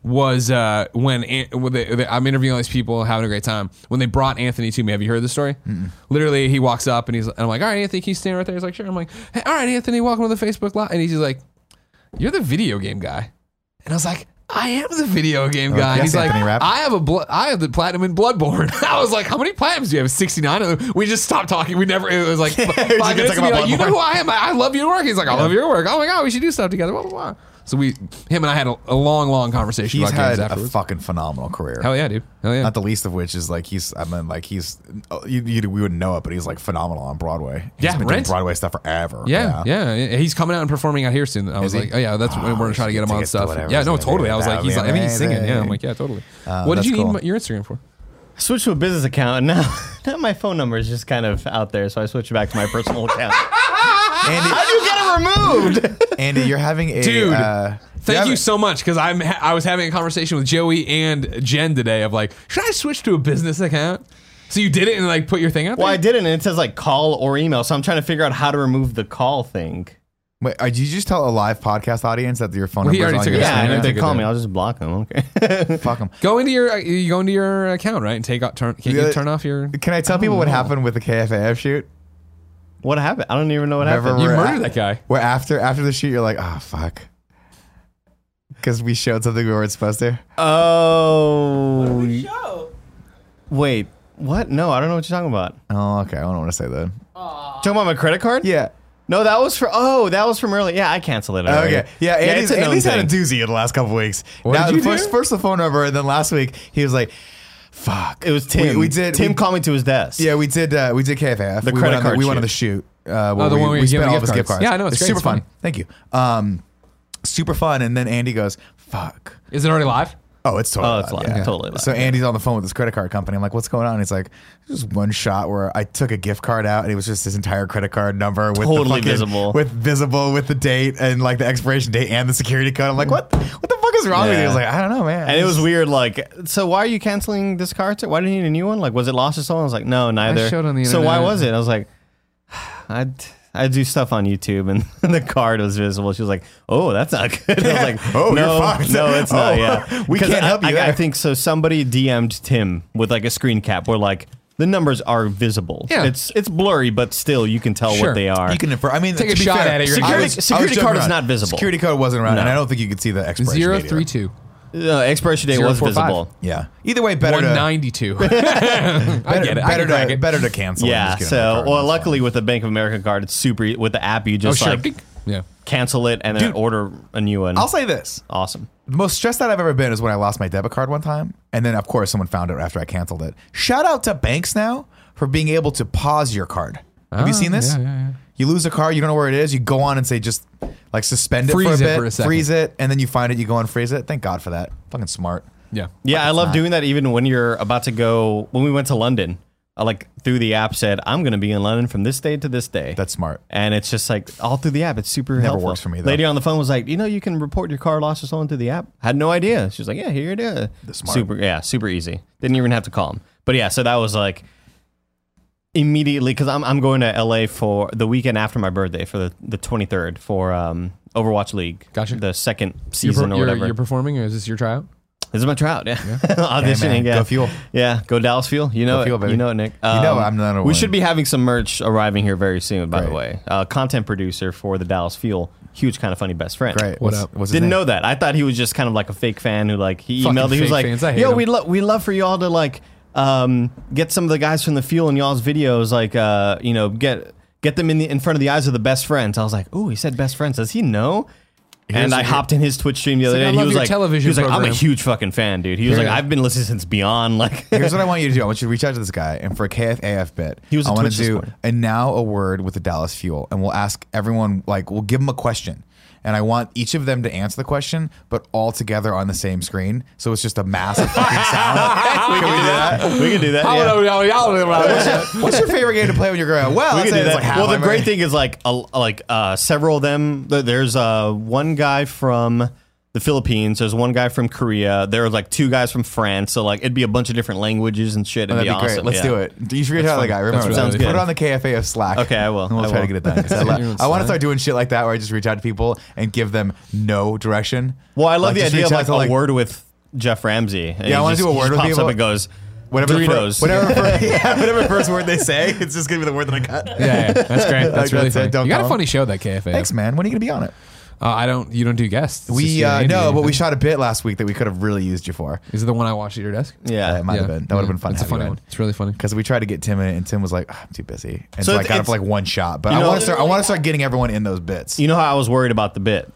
Was uh, when, An- when they, they, I'm interviewing all these people, having a great time. When they brought Anthony to me, have you heard this story? Literally, he walks up and he's, and I'm like, all right, Anthony, can you stand right there? He's like, sure. I'm like, hey, all right, Anthony, welcome to the Facebook live. And he's just like, you're the video game guy. And I was like, I am the video game guy. And Oh, yes, he's like, Anthony Rapp. I have a bl- I have the platinum in Bloodborne. I was like, how many platinums do you have? 69. We just stopped talking. We never, it was like, five just minutes talking to be about like, you know Bloodborne." who I am? I, I love your work. He's like, I love your work. Oh my God, we should do stuff together. Blah, blah, blah. So we, him and I had a, a long, long conversation He's about games had a afterwards. fucking phenomenal career. Hell yeah, dude. Hell yeah. Not the least of which is like he's. I mean, like he's. oh, You, you, we wouldn't know it, but he's like phenomenal on Broadway. He's Yeah, been doing Rent. Broadway stuff forever. Yeah, yeah, He's coming out and performing out here soon. I was he? like, oh yeah, that's when we're gonna try to get him on Tickets to stuff. whatever Yeah, is no, gonna be totally. I was that like, would he's be like, I mean, he's singing. Yeah, I'm amazing. like, yeah, totally. Uh, what did that's you cool. need your Instagram for? Switch to a business account, and now, now my phone number is just kind of out there, so I switched back to my personal account. Andy, you get it removed? Andy, you're having a Dude, uh, Thank having- you so much because I'm ha- I was having a conversation with Joey and Jen today of like, should I switch to a business account? So you did it and like put your thing out there. Well, I didn't, and it says like call or email, so I'm trying to figure out how to remove the call thing. Wait, uh, did you just tell a live podcast audience that your phone Well, he number already is on took your it Yeah, Yeah, and I if they think I call did. me, I'll just block them. Okay. Fuck 'em. Go into your you go into your account right and take out turn. Can Yeah. you turn off your? Can I tell people Oh. what happened with the KFAF shoot? what happened? I don't even know what Remember happened. You we're murdered that guy. Where after after the shoot, you're like, oh fuck, because we showed something we weren't supposed to. Oh, uh, Show. wait. What? No, I don't know what you're talking about. Oh, okay. I don't want to say that. Talking about my credit card? Yeah. No, that was for. Oh, that was from early. Yeah, I canceled it. Already. Okay. Yeah. Andy's, it's a known Andy's had a thing. doozy in the last couple weeks. What did you first, do? first the phone number, and then last week he was like, "Fuck." It was Tim. We, we did. Tim we- called me to his desk. Yeah, we did. Uh, we did KFAF. The we credit went on card The, we went shoot. on the shoot. Uh, where Oh, the we, one where we you spent give all gift of his gift cards. cards. Yeah, I know, it's great, super it's fun. fun. Thank you. Um, super fun. And then Andy goes, "Fuck." Is it already live? Oh, it's totally. Oh, it's live, live, totally live, So Andy's on the phone with his credit card company. I'm like, "What's going on?" And he's like, "There's "Just one shot where I took a gift card out, and it was just his entire credit card number with the Totally fucking- visible. with visible with the date and like the expiration date and the security code." I'm like, "What? What the fuck is wrong with you?" Yeah. I was like, "I don't know, man." And it was weird, like, so why are you canceling this card? Why didn't you need a new one? Like, was it lost or stolen? I was like, no, neither. showed on the so why internet. was it? I was like, I, I do stuff on YouTube, and the card was visible. She was like, oh, that's not good. I was like, Oh, you're no, fucked. no, it's not. Oh, Yeah, we Because can't I- help you I, I there. think so. Somebody DM'd Tim with like a screen cap where like the numbers are visible. Yeah. it's it's blurry, but still you can tell Sure. what they are. You can infer. I mean, Take to a be shot fair, at it. You're I Security- security I was joking card is around. not visible. Security card wasn't around, No. and I don't think you could see the expiration Zero date either. three two. uh, expiration date Zero, was four, five. visible. Yeah. Either way, better One to ninety two. I get it. I better can crack to it. better to cancel. Yeah. and just get another So, card. well, That's luckily with the Bank of America card, it's super e- with the app. You Oh just sure. like Dink. Yeah. cancel it and then Dude. order a new one. fine. I'll say this: awesome. the most stressed out I've ever been is when I lost my debit card one time, and then of course someone found it after I canceled it. Shout out to banks now for being able to pause your card. Have you Ah, seen this? yeah, yeah, yeah. You lose a card, you don't know where it is. You go on and say just like suspend it for a Freeze it bit, for a second. freeze it, and then you find it. You go and freeze it. Thank God for that. Fucking smart. Yeah. Yeah, I love doing that even when you're about to go. When we went to London, I like through the app said, I'm going to be in London from this day to this day. That's smart. and it's just like all through the app. It's super Never helpful. works for me, though. Lady on the phone was like, "You know, you can report your car loss or someone through the app." Had no idea. She was like, "Yeah, here it is." smart. Super, yeah, super easy. Didn't even have to call him. But yeah, so that was like immediately because I'm I'm going to LA for the weekend after my birthday for the the 23rd for um Overwatch League. Gotcha. The second You're, per- season or you're- whatever. you're performing, or is this your tryout? this is my trout. Yeah, auditioning. man. yeah, Go Fuel. Yeah, go Dallas Fuel. You know, Go it. Fuel, baby. you know it, Nick. Um, You know I'm not a We one. should be having some merch arriving here very soon. By the Great. way, uh, content producer for the Dallas Fuel, huge kind of funny best friend. Great. What What's- up? what's his Didn't name? know that. I thought he was just kind of like a fake fan who like he Fucking emailed. He was fake like, fans. I hate "Yo, him." we love we love for y'all to like um, get some of the guys from the Fuel in y'all's videos. Like, uh, you know, get get them in the in front of the eyes of the best friends." I was like, "Ooh, he said best friends. Does he know?" Here's and I the- hopped in his Twitch stream the other like, day. I and he love was your like, television he was like, "I'm a program." huge fucking fan, dude." He was Yeah. like, "I've been listening since Beyond." Like, Here's what I want you to do. I want you to reach out to this guy, and for a KFAF bit, He was I on want to Twitch this do morning. and now a word with the Dallas Fuel, and we'll ask everyone like we'll give them a question, and I want each of them to answer the question, but all together on the same screen. So it's just a massive fucking sound. we can do that. We can do that. I yeah. don't know, y'all don't know what I- What's your favorite game to play when you're growing up? Well, We I'd can say do it's that. like half well, the my great brain. thing is like a, like uh, several of them. th- There's uh, one guy from the Philippines. There's one guy from Korea. There are like two guys from France. So like it'd be a bunch of different languages and shit. It'd Oh, That'd be, be, great. awesome. Let's yeah. do it. You should reach out to the guy. Remember, really that. Sounds put good. it on the KFA of Slack. Okay, I will. And we'll I try to will. get it done. 'cause I, You're lo- doing I want to Slack. start doing shit like that where I just reach out to people and give them no direction. Well, I Like, love the just idea reach of out like to, a word with Jeff Ramsey. And Yeah, I he wanna just- do a he word just with pops people. Up and goes Whatever, the fir- Doritos. whatever, fir- yeah, whatever first word they say, it's just gonna be the word that I cut. Yeah, yeah, that's great. That's really Like, that's it. funny. Don't you got a call. funny show that KFA. Thanks, man. When are you gonna be on it? Uh, I don't. You don't do guests. It's just We you and uh, Andy. no, but we shot a bit last week that we could have really used you for. Is it the one I watched at your desk? Yeah. Uh, it might have Yeah. been. That would have Yeah. been fun. It's a funny one. It's really funny. Because we tried to get Tim in, and Tim was like, "Ah, "I'm too busy," and So so, I it's- got it for it's- like one shot. But you I know- want to start. I want to start getting everyone in those bits. You know how I was worried about the bit.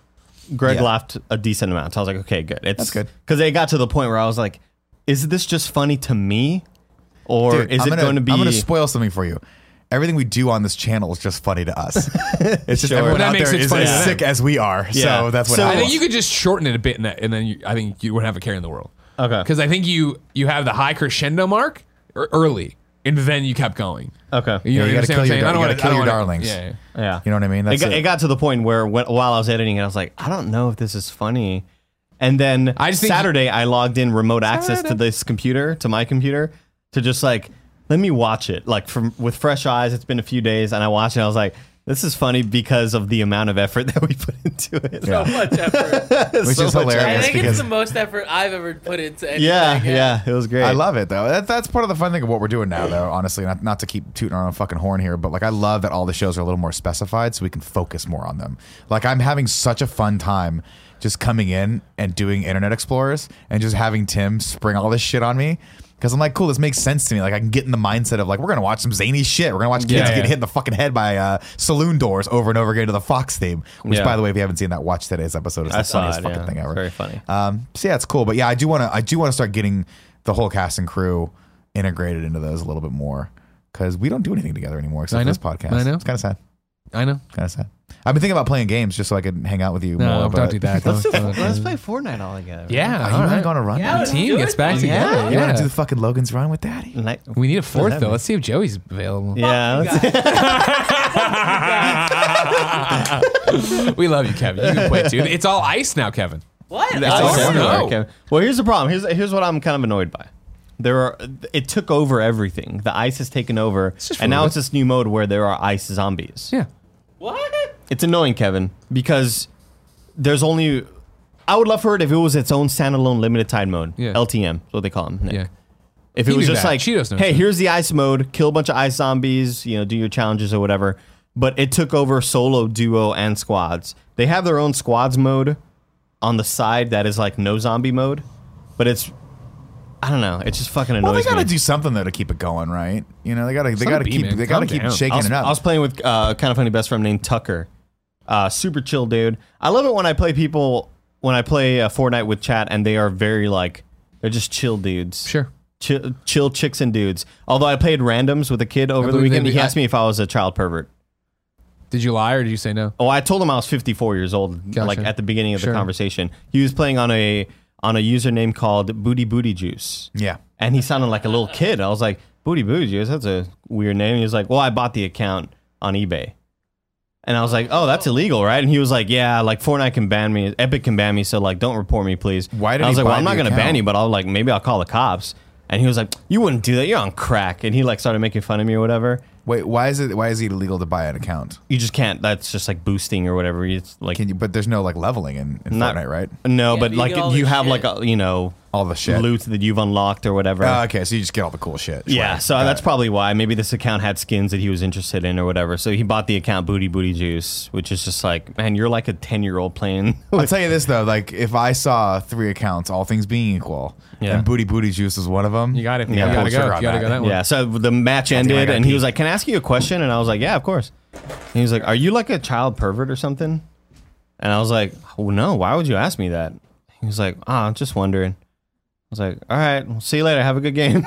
Greg Yeah. laughed a decent amount. So I was like, okay, good. It's That's good. Because it got to the point where I was like, is this just funny to me? Or Dude, is I'm it gonna, going to be. I'm gonna spoil something for you. Everything we do on this channel is just funny to us. it's just Sure. everyone But that out makes there it is funny to as them. sick as we are. Yeah. So that's what. So- I happens. think you could just shorten it a bit, and, that, and then you, I think you wouldn't have a care in the world. Okay. Because I think you you have the high crescendo mark er- early, and then you kept going. okay. You Yeah, you gotta understand what kill I'm your saying? I don't dar- you wanna- gotta kill I don't your wanna- darlings. Yeah. yeah. Yeah. You know what I mean? It That's got, it. it got to the point where when, while I was editing it, I was like, I don't know if this is funny. And then I just think- Saturday, I logged in remote access to this computer, to my computer, to just like, let me watch it. Like from with fresh eyes, it's been a few days, and I watched it. I was like, this is funny because of the amount of effort that we put into it. So much effort. which so is much- I hilarious think it's because the most effort I've ever put into anything. Yeah, yeah, it was great. I love it though. That, that's part of the fun thing of what we're doing now, though. Honestly, not not to keep tooting our own fucking horn here, but like I love that all the shows are a little more specified, so we can focus more on them. Like I'm having such a fun time just coming in and doing Internet Explorers and just having Tim spring all this shit on me. Because I'm like, cool, this makes sense to me. Like, I can get in the mindset of like, we're gonna watch some zany shit. We're gonna watch kids Yeah, get yeah. hit in the fucking head by uh, saloon doors over and over again to the Fox theme. Which, Yeah. by the way, if you haven't seen that, watch today's episode. It's I the saw funniest it, fucking yeah. thing ever. Very funny. Um, so yeah, it's cool. But yeah, I do want to. I do want to start getting the whole cast and crew integrated into those a little bit more because we don't do anything together anymore except I for know. this podcast. I know. It's kind of sad. I know. Kind of sad. I've been thinking about playing games just so I could hang out with you No, more. but don't do that. Don't- play Fortnite all together. Yeah. Are you all really right. going to run? Yeah, The let's team do gets it. back Yeah, together. you want Yeah. to do the fucking Logan's Run with Daddy? Like, we need a fourth that though. mean? Let's see if Joey's available. yeah. that's- We love you, Kevin. You can play too. It's all ice now, Kevin. What? That's Oh, awesome. no. No. Okay. Well, here's the problem. Here's here's what I'm kind of annoyed by. There are it took over everything. The ice has taken over, just for and a now bit. it's this new mode where there are ice zombies. Yeah. What? It's annoying, Kevin, because there's only. I would love for it if it was its own standalone limited time mode. Yeah. LTM, is what they call them. Nick. Yeah. If He it was knew just that. like, Cheetos knows hey, that. here's the ice mode, kill a bunch of ice zombies, you know, do your challenges or whatever. But it took over solo, duo, and squads. They have their own squads mode on the side that is like no zombie mode, but it's, I don't know, it's just fucking annoying. Well, they got to do something though to keep it going, right? You know, they got to they Son got of a to bee, keep man. they got to Calm keep down. shaking I was, it up. I was playing with uh, kind of funny best friend named Tucker. Uh, super chill dude. I love it when I play people when I play uh, Fortnite with chat and they are very like they're just chill dudes. Sure. Chill, chill chicks and dudes. Although I played randoms with a kid over the believe weekend, they'd he be- asked me if I was a child pervert. Did you lie or did you say no? Oh, I told him I was 54 years old, Gotcha. like at the beginning of the Sure. conversation. He was playing on a on a username called Booty Booty Juice. yeah, And he sounded like a little kid. I was like, Booty Booty Juice, that's a weird name. He was like, Well, I bought the account on eBay. And I was like, Oh, that's illegal, right? And he was like, Yeah, like Fortnite can ban me, Epic can ban me, so like don't report me, please. Why did And I he was like, Well, buy I'm not the gonna ban account? you, but I'll like maybe I'll call the cops. And he was like, You wouldn't do that, you're on crack. And he like started making fun of me or whatever. wait, why is it why is it illegal to buy an account? You just can't that's just like boosting or whatever. It's like Can you? But there's no like leveling in, in Not- Fortnite, right? No, but Yeah, but you like get all you, the have like shit. a you know All the shit. loot that you've unlocked or whatever. Oh, okay, so you just get all the cool shit. yeah, Right. so Got that's it. probably why. Maybe this account had skins that he was interested in or whatever. So he bought the account Booty Booty Juice, which is just like, man, you're like a ten year old playing. I'll tell you this though, like if I saw three accounts, all things being equal, Yeah. and Booty Booty Juice is one of them, You got it. Yeah. You Pull gotta the go. trigger on You gotta that. go that one. yeah. So the match ended, gotta and he pee. was like, "Can I ask you a question?" And I was like, "Yeah, of course." And he was like, "Are you like a child pervert or something?" And I was like, oh, "No, why would you ask me that?" He was like, "Ah, I'm just wondering." was like, all right, well, see you later. Have a good game.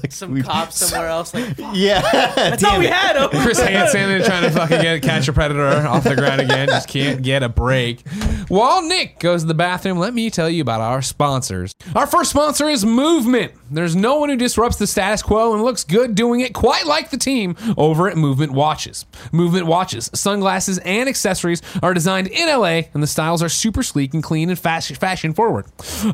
like Some we- cop somewhere else. Like "Fuck, Yeah. that's all we had. Over. Chris Hansen and trying to fucking get catch a predator off the ground again. Just can't get a break. While Nick goes to the bathroom, let me tell you about our sponsors. Our first sponsor is Movement. There's no one who disrupts the status quo and looks good doing it quite like the team over at Movement Watches. Movement watches, sunglasses, and accessories are designed in LA, and the styles are super sleek and clean and fas- fashion forward.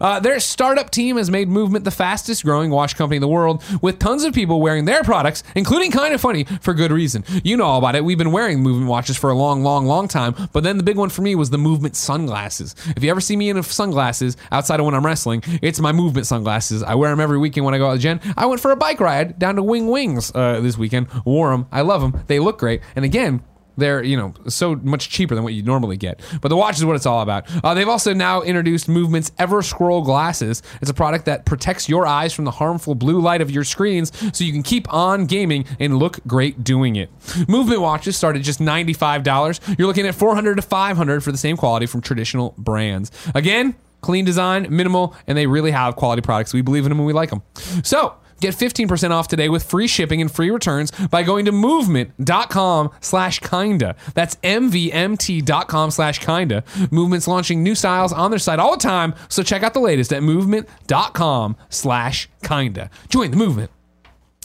Uh, their startup team has made Movement the fastest growing watch company in the world, with tons of people wearing their products, including Kind of Funny, for good reason. You know all about it. We've been wearing Movement watches for a long, long, long time, but then the big one for me was the Movement sunglasses. If you ever see me in sunglasses outside of when I'm wrestling, it's my Movement sunglasses. I wear them every weekend when I go out with Jen. I went for a bike ride down to Wing Wings uh, this weekend, wore them. I love them. They look great. And again, they're you know so much cheaper than what you normally get but the watch is what it's all about uh, they've also now introduced movement's ever scroll glasses it's a product that protects your eyes from the harmful blue light of your screens so you can keep on gaming and look great doing it movement watches start at just $95 you're looking at 400 to 500 for the same quality from traditional brands again clean design minimal and they really have quality products we believe in them and we like them so Get 15% off today with free shipping and free returns by going to movement.com slash kinda. That's mvmt.com slash kinda. Movement's launching new styles on their site all the time, so check out the latest at movement.com slash kinda. Join the movement.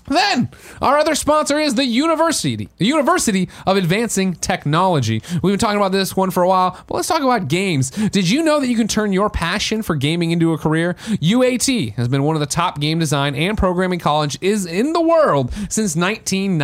Then our other sponsor is the University, the University of Advancing Technology. We've been talking about this one for a while, but let's talk about games. Did you know that you can turn your passion for gaming into a career? UAT has been one of the top game design and programming college is in the world since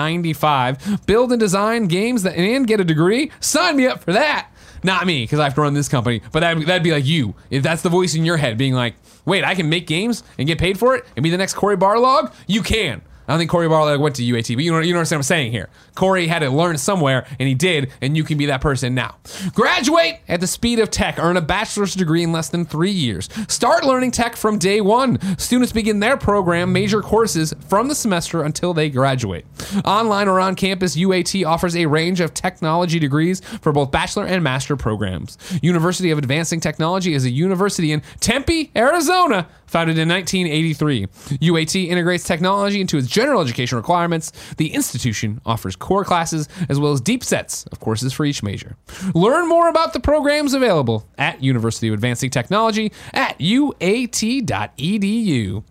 1995. Build and design games that and get a degree. Sign me up for that. Not me, because I have to run this company. But that'd, that'd be like you. If that's the voice in your head being like, wait, I can make games and get paid for it and be the next Corey Barlog, you can. I don't think Corey Barlog went to UAT, but you know, you know what I'm saying here. Corey had to learn somewhere, and he did, and you can be that person now. Graduate at the speed of tech. Earn a bachelor's degree in less than three years. Start learning tech from day one. Students begin their program, major courses from the semester until they graduate. Online or on campus, UAT offers a range of technology degrees for both bachelor and master programs. University of Advancing Technology is a university in Tempe, Arizona, founded in 1983. UAT integrates technology into its general education requirements. The institution offers core classes as well as deep sets of courses for each major. Learn more about the programs available at University of Advancing Technology at uat.edu. E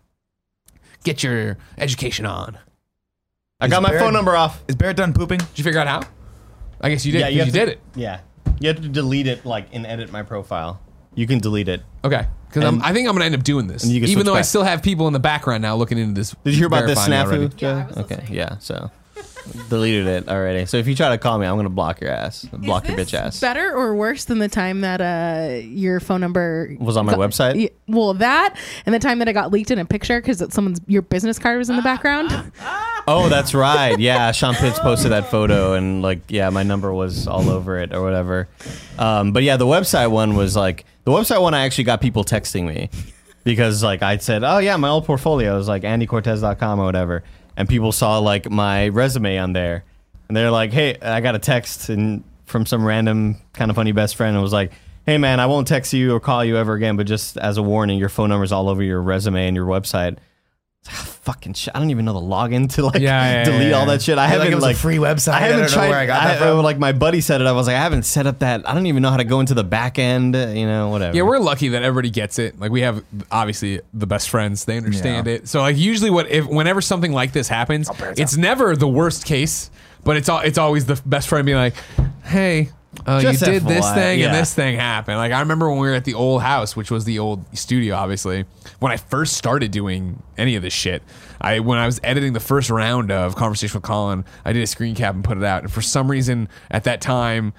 Get your education on. Did I got my Barrett- phone number off. Is Barrett done pooping? you figure out how? I guess you did. 'cause you have to- did it. Yeah. You have to delete it like and edit my profile. You can delete it. Okay. Because I think I'm going to end up doing this. And you can Even switch though I back. still have people in the background now looking into this. Did you hear about this verifying it already. snafu? Joe? Yeah, I was okay, listening. yeah. So deleted it already. So if you try to call me, I'm gonna block your ass. Block your bitch ass. Better or worse than the time that uh your phone number was on my website. Y- Well, that and the time that I got leaked in a picture because someone's your business card Ah, was in the background. Oh, that's right. Yeah, Sean Pitts posted that photo, and like, yeah, my number was all over it or whatever. Um, but yeah, the website one was like the website one. I actually got people texting me because like I said, oh yeah, my old portfolio is like andycortez.com or whatever, and people saw like my resume on there, and they're like, hey, I got a text and from some random kind of funny best friend and was like. Hey man, I won't text you or call you ever again, but just as a warning, your phone number's all over your resume and your website. Fucking shit! I don't even know the login to like Yeah, yeah, delete yeah, all yeah. that shit. I Like haven't it was a free website. I I haven't don't know tried. where I got that I- from. Like my buddy set it up. I was like, I haven't set up that. I don't even know how to go into the back end. uh, You know, whatever. Yeah, we're lucky that everybody gets it. Like we have obviously the best friends; they understand it. So like usually, what if whenever something like this happens, it's never the worst case, but it's all it's always the best friend being like, "Hey, uh, you Just did this FYI, thing and yeah. this thing happened." Like I remember when we were at the old house, which was the old studio, obviously. When I first started doing any of this shit, I when I was editing the first round of Conversation with Colin, I did a screen cap and put it out. And for some reason, at that time,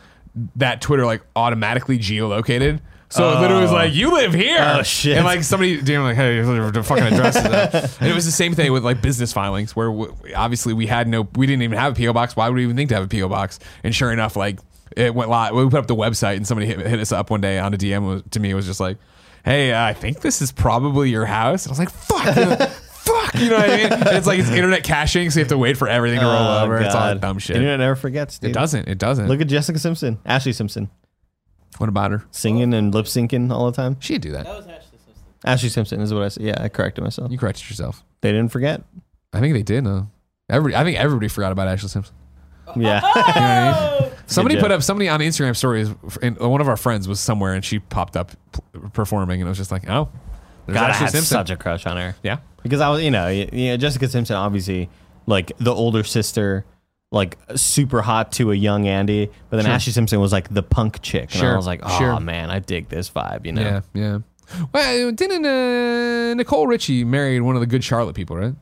that Twitter like automatically geolocated. So it literally was like, you live here. Oh, shit. And like somebody, DM like, hey, the fucking address is that. and it was the same thing with like business filings, where w- obviously we had no, we didn't even have a PO box. Why would we even think to have a PO box? And sure enough, like it went live. We put up the website, and somebody hit, hit us up one day on a DM was- to me. It was just like, hey, uh, I think this is probably your house. And I was like, fuck. Fuck, you know what I mean? And it's like it's internet caching, so you have to wait for everything to roll Oh, over. It's all God. dumb shit. Internet never forgets. Dude. it doesn't. It doesn't. Look at Jessica Simpson, Ashley Simpson, what about her? singing and lip syncing all the time. She'd do that. That was Ashley Simpson. Ashley Simpson is what I said. Yeah, I corrected myself. You corrected yourself. They didn't forget. I think they did. No, everybody. I think everybody forgot about Ashley Simpson. Yeah. You know what I mean? Somebody job. put up somebody on Instagram stories, and one of our friends was somewhere, and she popped up p- performing, and I was just like, oh, there's God, I Ashley had Simpson. such a crush on her. yeah, because I was, you know, y- you know, Jessica Simpson, obviously, like the older sister, like super hot to a young Andy, but then Sure. Ashley Simpson was like the punk chick, and Sure, I was like, oh sure. man, I dig this vibe, you know. yeah, yeah. Well, didn't uh, Nicole Richie married one of the good Charlotte people, right?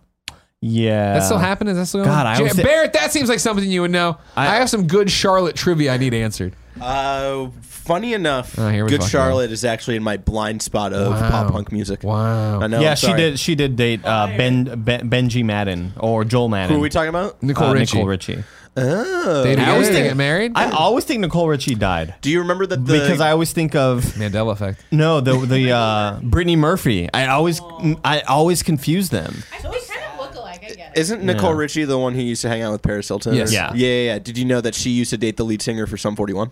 Yeah. That still happened? Is that still Uh, God, I Jan- always thi- Barrett, that seems like something you would know. I, I- have some good Charlotte trivia I need answered. Uh, funny enough, Oh, here we Good fucking Charlotte is actually in my blind spot of Wow. pop punk music. Wow. I know. yeah, I'm she Oh, sorry. did. She did date uh, Ben, ben Benji Madden or Joel Madden. Who are we talking about? Nicole uh, Richie. Nicole Richie. Oh. They I together, always they think- get married. I always think Nicole Richie died Do you remember that the because I always think of Mandela effect. no the the uh, Brittany Murphy. I always I always confuse them. they kind of look alike. I get isn't Nicole Yeah. Richie the one who used to hang out with Paris Hilton? Yes. Yeah. yeah. Yeah, yeah. Did you know that she used to date the lead singer for Sum 41?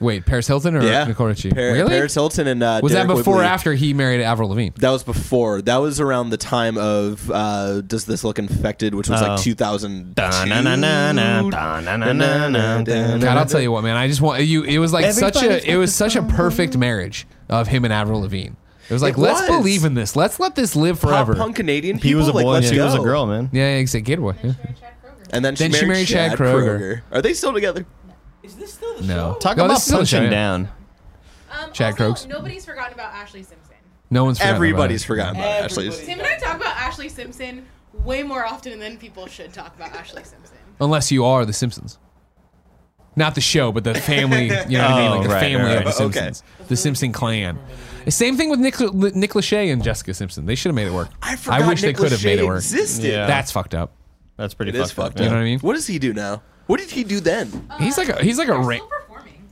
Wait, Paris Hilton or Yeah. Nicole Richie? Par- really? Paris Hilton and uh, was that Derek before or Whibley. after he married Avril Lavigne? That was before. That was around the time of uh, "Does This Look Infected," which was Oh. like 2000. Da-na-na-na-na, da-na-na-na-na, da-na-na-na. God, I'll tell you what, man. I just want you. It was like such Everybody's a. It was such a perfect marriage of him and Avril Lavigne. It was like It let's was. believe in this. Let's let this live forever. Punk Canadian. He was a people, like, boy. and let's she was a go. girl, man. Yeah, yeah, exactly. Good boy. Yeah. And then she, Then she married, married Chad Chad, Kroeger. Kroger. Are they still together? Is this still the No. show? Talk No, about this is on punching Cheyenne. down. Um, Chad also, Kroeger. Nobody's forgotten about Ashley Simpson. No one's forgotten about Everybody's it. forgotten about Ashley's. Everybody. Tim and I talk about Ashley Simpson way more often than people should talk about Ashley Simpson. unless you are the Simpsons. Not the show, but the family. You know what I mean? Oh, Like the right, family right, of the right. Okay. Simpsons, the Simpson clan. The same thing with Nick, Nick Lachey and Jessica Simpson. They should have made it work. I forgot wish Nick they could have made Lachey it work. Existed. Yeah. That's fucked up. That's pretty It is fucked up. You know what I mean? What does he do now? What did he do then? He's like a he's like a ra- performing.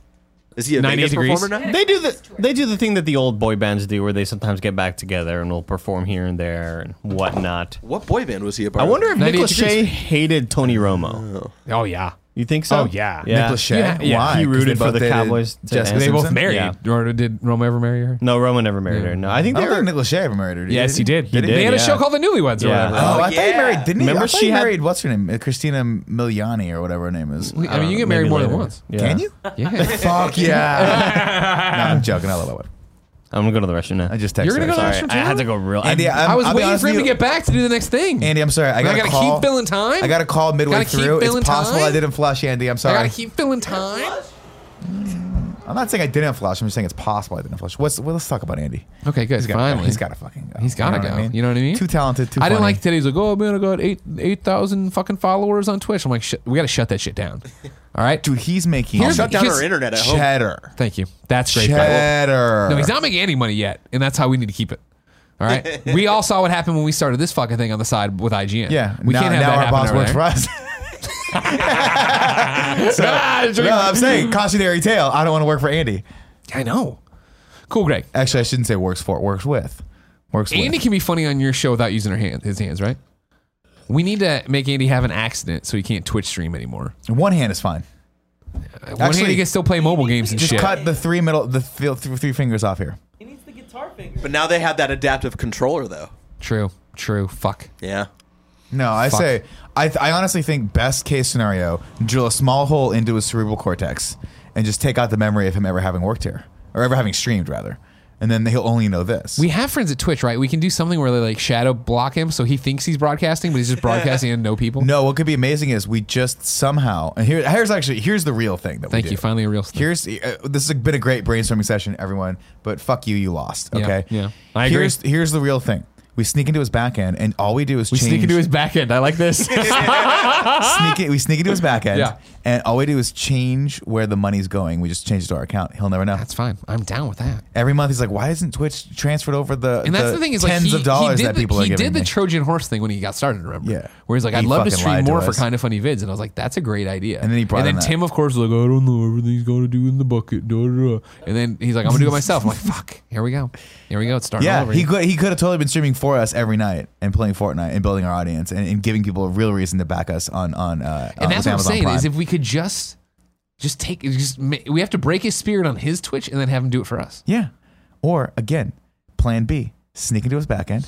Is he a 98 Vegas degrees. performer now? They do the they do the thing that the old boy bands do, where they sometimes get back together and will perform here and there and whatnot. What boy band was he a part I wonder if Nick 98 Lachey hated Tony Romo. oh yeah. You think so? Oh, yeah. yeah. Nick Lachey? Yeah, yeah. Why? He 'Cause rooted they for both the dated Cowboys to Jessica end. They both Simpson? married. Yeah. Or did Rome ever marry her? No, Romo never married her. No, I think I they don't were. think Nick Lachey ever married her. did Yes, he did. He did, They had a yeah. show called The Newlyweds or Yeah. whatever. Oh, Oh, I thought he yeah. married. Didn't he? Remember I thought she he had- married what's her name? Uh, Christina Miliani or whatever her name is. I, mean, you get married Maybe more than later. once. Yeah. Can you? Yeah. Fuck yeah. no, I'm joking. I love it. I'm gonna go to the restroom now. I just texted You're gonna go her. to the sorry. restroom? Sorry, I had to go real. Andy, I, I'm, I was Um, I'll be waiting honest for him with to you. get back to do the next thing. Andy, I'm sorry. I And got I a gotta call. keep filling time. I got a call midway Gotta keep through. It's filling possible I time. didn't flush, Andy. I'm I sorry. gotta keep filling time. I'm not saying I didn't flush. I'm just saying it's possible I didn't flush. What's, well, let's talk about Andy. Okay, good. He's Finally, Got, he's got to fucking go. He's gotta You know go. what You know what I mean? Too talented, too I didn't funny. like today's like, oh man, I got eight eight thousand fucking followers on Twitch. I'm like, shit, we got to shut that shit down. All right, Dude, he's making Here's- Shut down Because- our internet at home. cheddar. Thank you. That's great. Bible. Cheddar. No, he's not making any money yet, and that's how we need to keep it. All right. we all saw what happened when we started this fucking thing on the side with IGN. Yeah. we now, can't have now that our happen boss over works for there. us. Ah, it's no, right. I'm saying cautionary tale. I don't want to work for Andy. I know. Cool, Greg. Actually, I shouldn't say works for. Works with. Works Andy with. can be funny on your show without using her hand, his hands, right? We need to make Andy have an accident so he can't Twitch stream anymore. One hand is fine. One Actually, Andy can still play mobile games and Just shit. cut the three middle, the th- three fingers off here. He needs the guitar finger. But now they have that adaptive controller though. True. True. Fuck. Yeah. No, I Fuck. say, I, th- I honestly think best case scenario, drill a small hole into his cerebral cortex and just take out the memory of him ever having worked here or ever having streamed rather, and then he'll only know this. We have friends at Twitch, right? We can do something where they like shadow block him so he thinks he's broadcasting, but he's just broadcasting and no people. no, what could be amazing is we just somehow and here, here's actually here's the real thing that we Thank do. you. Finally, a real thing. Here's uh, this has been a great brainstorming session, everyone. But fuck you, you lost. Yeah, Okay, yeah. I agree. Here's here's the real thing. We sneak into his back end, and all we do is we change. sneak into his back end. I like this. sneak it, we sneak into his back end, Yeah. and all we do is change where the money's going. We just change it to our account. He'll never know. that's fine. I'm down with that. Every month he's like, "Why isn't Twitch transferred over the, And that's the thing is like tens he, of dollars he did that people the, are he giving did the me?" Trojan horse thing when he got started. Remember? Yeah. Where he's like, He I'd love to fucking stream lied to more for us. kind of funny vids, and I was like, that's a great idea. And then he brought and then in that. Tim, of course, was like, I don't know, everything's got to do in the bucket. Da, da, da. And then he's like, I'm gonna do it myself. I'm like, fuck, here we go, here we go. It's starting all yeah, over. he here. could he could have totally been streaming for us every night and playing Fortnite and building our audience and, and giving people a real reason to back us on on. Uh, on and that's what I'm Amazon saying Prime. is if we could just just take just ma- we have to break his spirit on his Twitch and then have him do it for us. Yeah. Or again, Plan B: sneak into his back end.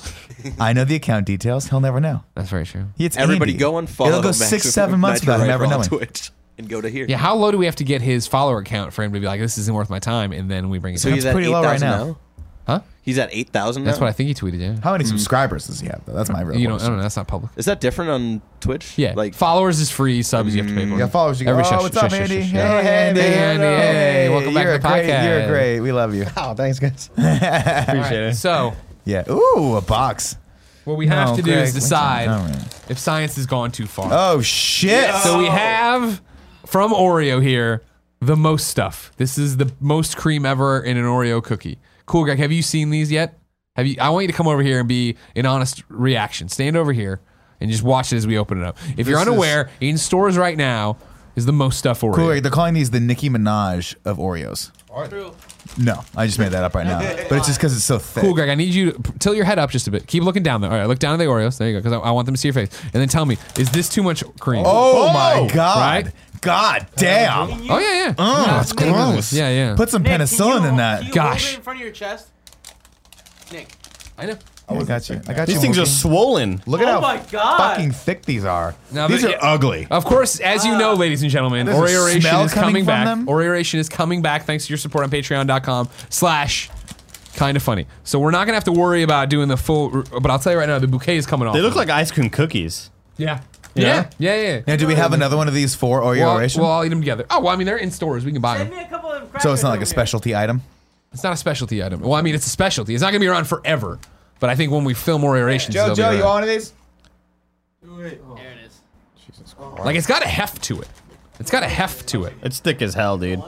I know the account details. He'll never know. That's very true. It's Everybody Andy. go and follow. It'll go six, seven months without him ever knowing. Twitch and go to here. Yeah, how low do we have to get his follower count for him to be like, this isn't worth my time? And then we bring it So down? he's That's at pretty eight low right thousand now. now. Huh? He's at eight thousand. That's now? what I think he tweeted, yeah. How many subscribers does he have? Though? That's my real Hmm. You don't, I question. don't know. That's not public. Is that different on Twitch? Yeah. Like followers is free, subs you have to pay for. Mm. You got followers. You go, Every oh, shush, what's shush, up, shush, Andy? shush, Hey, yeah. Andy. Hey, Andy. Hey, welcome back You're to the great. You're podcast. great. We love you. Oh, thanks, guys. Appreciate it. So, Yeah. Ooh, a box. what we have No, to do Greg, is wait a decide second. All right. if science has gone too far. Oh shit. So we have from Oreo here the most stuff. This is the most cream ever in an Oreo cookie. Cool, Greg. Have you seen these yet? Have you? I want you to come over here and be an honest reaction. Stand over here and just watch it as we open it up. If you're This is- unaware, in stores right now is the most stuff Oreo. Cool. Wait, they're calling these the Nicki Minaj of Oreos. True. No, I just made that up right now. But it's just because it's so thick. Cool, Greg. I need you to p- tilt your head up just a bit. Keep looking down there. All right, look down at the Oreos. There you go, because I, I want them to see your face. And then tell me, is this too much cream? Oh, my god. Right? God damn. Oh, yeah, yeah. Oh, that's gross. Yeah, yeah. Put some Nick, penicillin can you, in Can you that. Gosh. Hold it in front of your chest, Nick. I know. I got you. I got you. These things are Mookie. swollen. Look at Oh how my God. fucking thick these are. No, these are but- ugly. Of course, as you know, ladies and gentlemen, Ah. There's a Oreoration smell is coming coming from back. them? Oreoration is coming back thanks to your support on patreon.com slash kind of funny. So we're not going to have to worry about doing the full, but I'll tell you right now, the bouquet is coming off. They look like ice cream cookies. Yeah. Yeah. Yeah, yeah. yeah. Now, do we have another one of these for We'll, Oreo all- ration? we'll all eat them together. Oh, well, I mean, they're in stores. We can buy Send them. me a couple of crackers. so it's not like over a here. specialty item. It's not a specialty item. Well, I mean, it's a specialty. It's not going to be around forever. But I think when we film Oreorations, they'll be around. of these? There it is. Like, it's got a heft to it. It's got a heft to it. It's thick as hell, dude.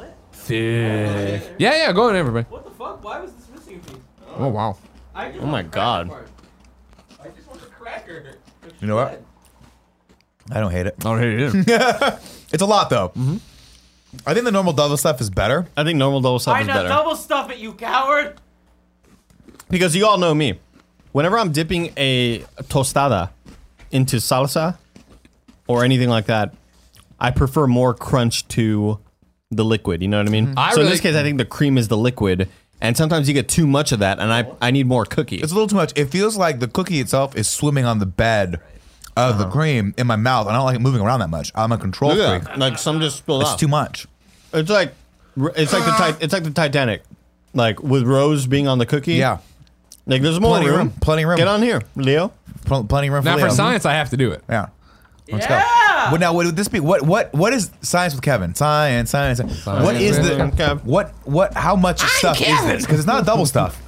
Yeah, yeah, go in, everybody. What the fuck? Why was this missing a piece? Oh, wow. I just Oh my want the cracker God. part. I just want the cracker. You know what? I don't hate it. Oh, here it is. It's a lot though. Mm-hmm. I think the normal double stuff is better. I think normal double stuff I is know. better. Double stuff it, you coward. because you all know me. Whenever I'm dipping a tostada into salsa or anything like that, I prefer more crunch to the liquid. You know what I mean? Mm-hmm. I so in this really- case, I think the cream is the liquid, and sometimes you get too much of that, and I, I need more cookie. It's a little too much. It feels like the cookie itself is swimming on the bed of Uh-huh. the cream in my mouth. and I don't like it moving around that much. I'm a control Look at freak. that. Like some just spilled It's out. too much. It's like it's like the tit- it's like the Titanic, like with Rose being on the cookie. Yeah, like there's more Plenty room. room, plenty room. Get on here, Leo. Pl- plenty of room. Now, for for Leo. science, I have to do it. Yeah. Let's yeah. go. Well, now would this be what what what is science with Kevin? Science, science. science. What is the with Kev. what what? How much stuff is this? Because it's not a double stuff.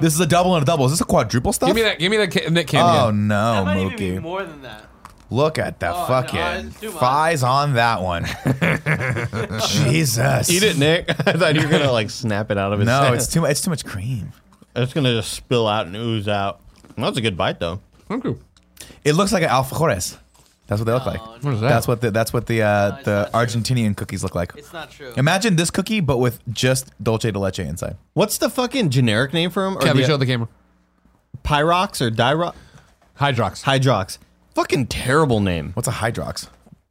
this is a double and a double. Is this a quadruple stuff? Give me that. Give me that. Ca- Nick Cam. Oh again. no, That might even be Mookie! more than that. Look at the Oh, no, fucking it's too much. thighs on that one. Jesus. Eat it, Nick. I thought you were gonna like snap it out of his. No, hand. it's too it's too much cream. it's gonna just spill out and ooze out. That was a good bite though. Thank you. It looks like an alfajores. That's what they look like. What is that? That's what the that's what the uh, Oh, it's the not true. Argentinian cookies look like. It's not true. Imagine this cookie, but with just dulce de leche inside. What's the fucking generic name for him? Or Kevin, the- uh, show uh, the camera. Pyrox or Dyrox? Hydrox. Hydrox. Fucking terrible name. What's a hydrox?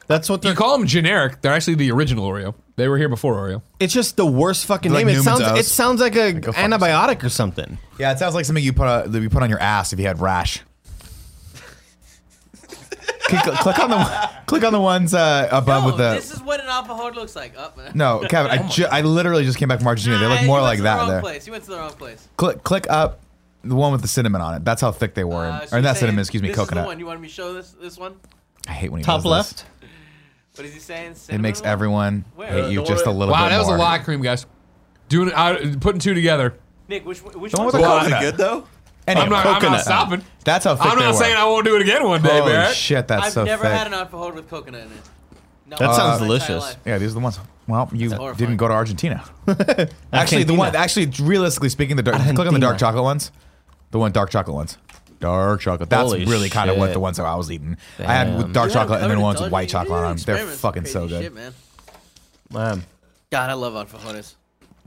That's what they're. You call them generic. They're actually the original Oreo. They were here before Oreo. it's just the worst fucking Like name. it Newman's sounds. It O's. sounds like a fuck yourself. antibiotic or something. Yeah, it sounds like something you put on, that you put on your ass if you had rash. click, click on the click on the ones uh, above No, with the. this is Oh what an alfajor looks like. Up. no, Kevin, I, ju- I literally just came back from Argentina. They Ah, look you more went like to The that wrong there. place. You went to the wrong place. Click click up the one with the cinnamon on it. That's how thick they were. Uh, in so or you're not saying cinnamon, excuse me, this Is the coconut. one. You want me to show this this one? I hate when he does Top this. left. What is he saying? It Cinnamon makes roll? everyone Uh, Where? hate you The just a one- little Wow, bit that was more. a lot of cream, guys. Doing I, putting two together. Nick, which one- which The one one? with the Well, is coconut. it good though? Anyway, I'm not. I'm not coconut. stopping. That's how thick I'm they not were. saying I won't do it again one day, Holy Barrett. shit, that's I've so never thick. had an alfajor with coconut in it. No, That in sounds my entire delicious. life. yeah, these are the ones. Well, you horrifying. didn't go to Argentina. actually, the Argentina. one. Actually, realistically speaking, the dark. Click on the Argentina. dark chocolate ones. The one dark chocolate ones. Dark chocolate. That's Holy really kind of what shit. the ones that I was eating. I had with Damn. dark You had chocolate and then covered ones in with Dodge. white You chocolate do on them. They're experiments with fucking so crazy good. shit, man. Man, God, I love alfajores.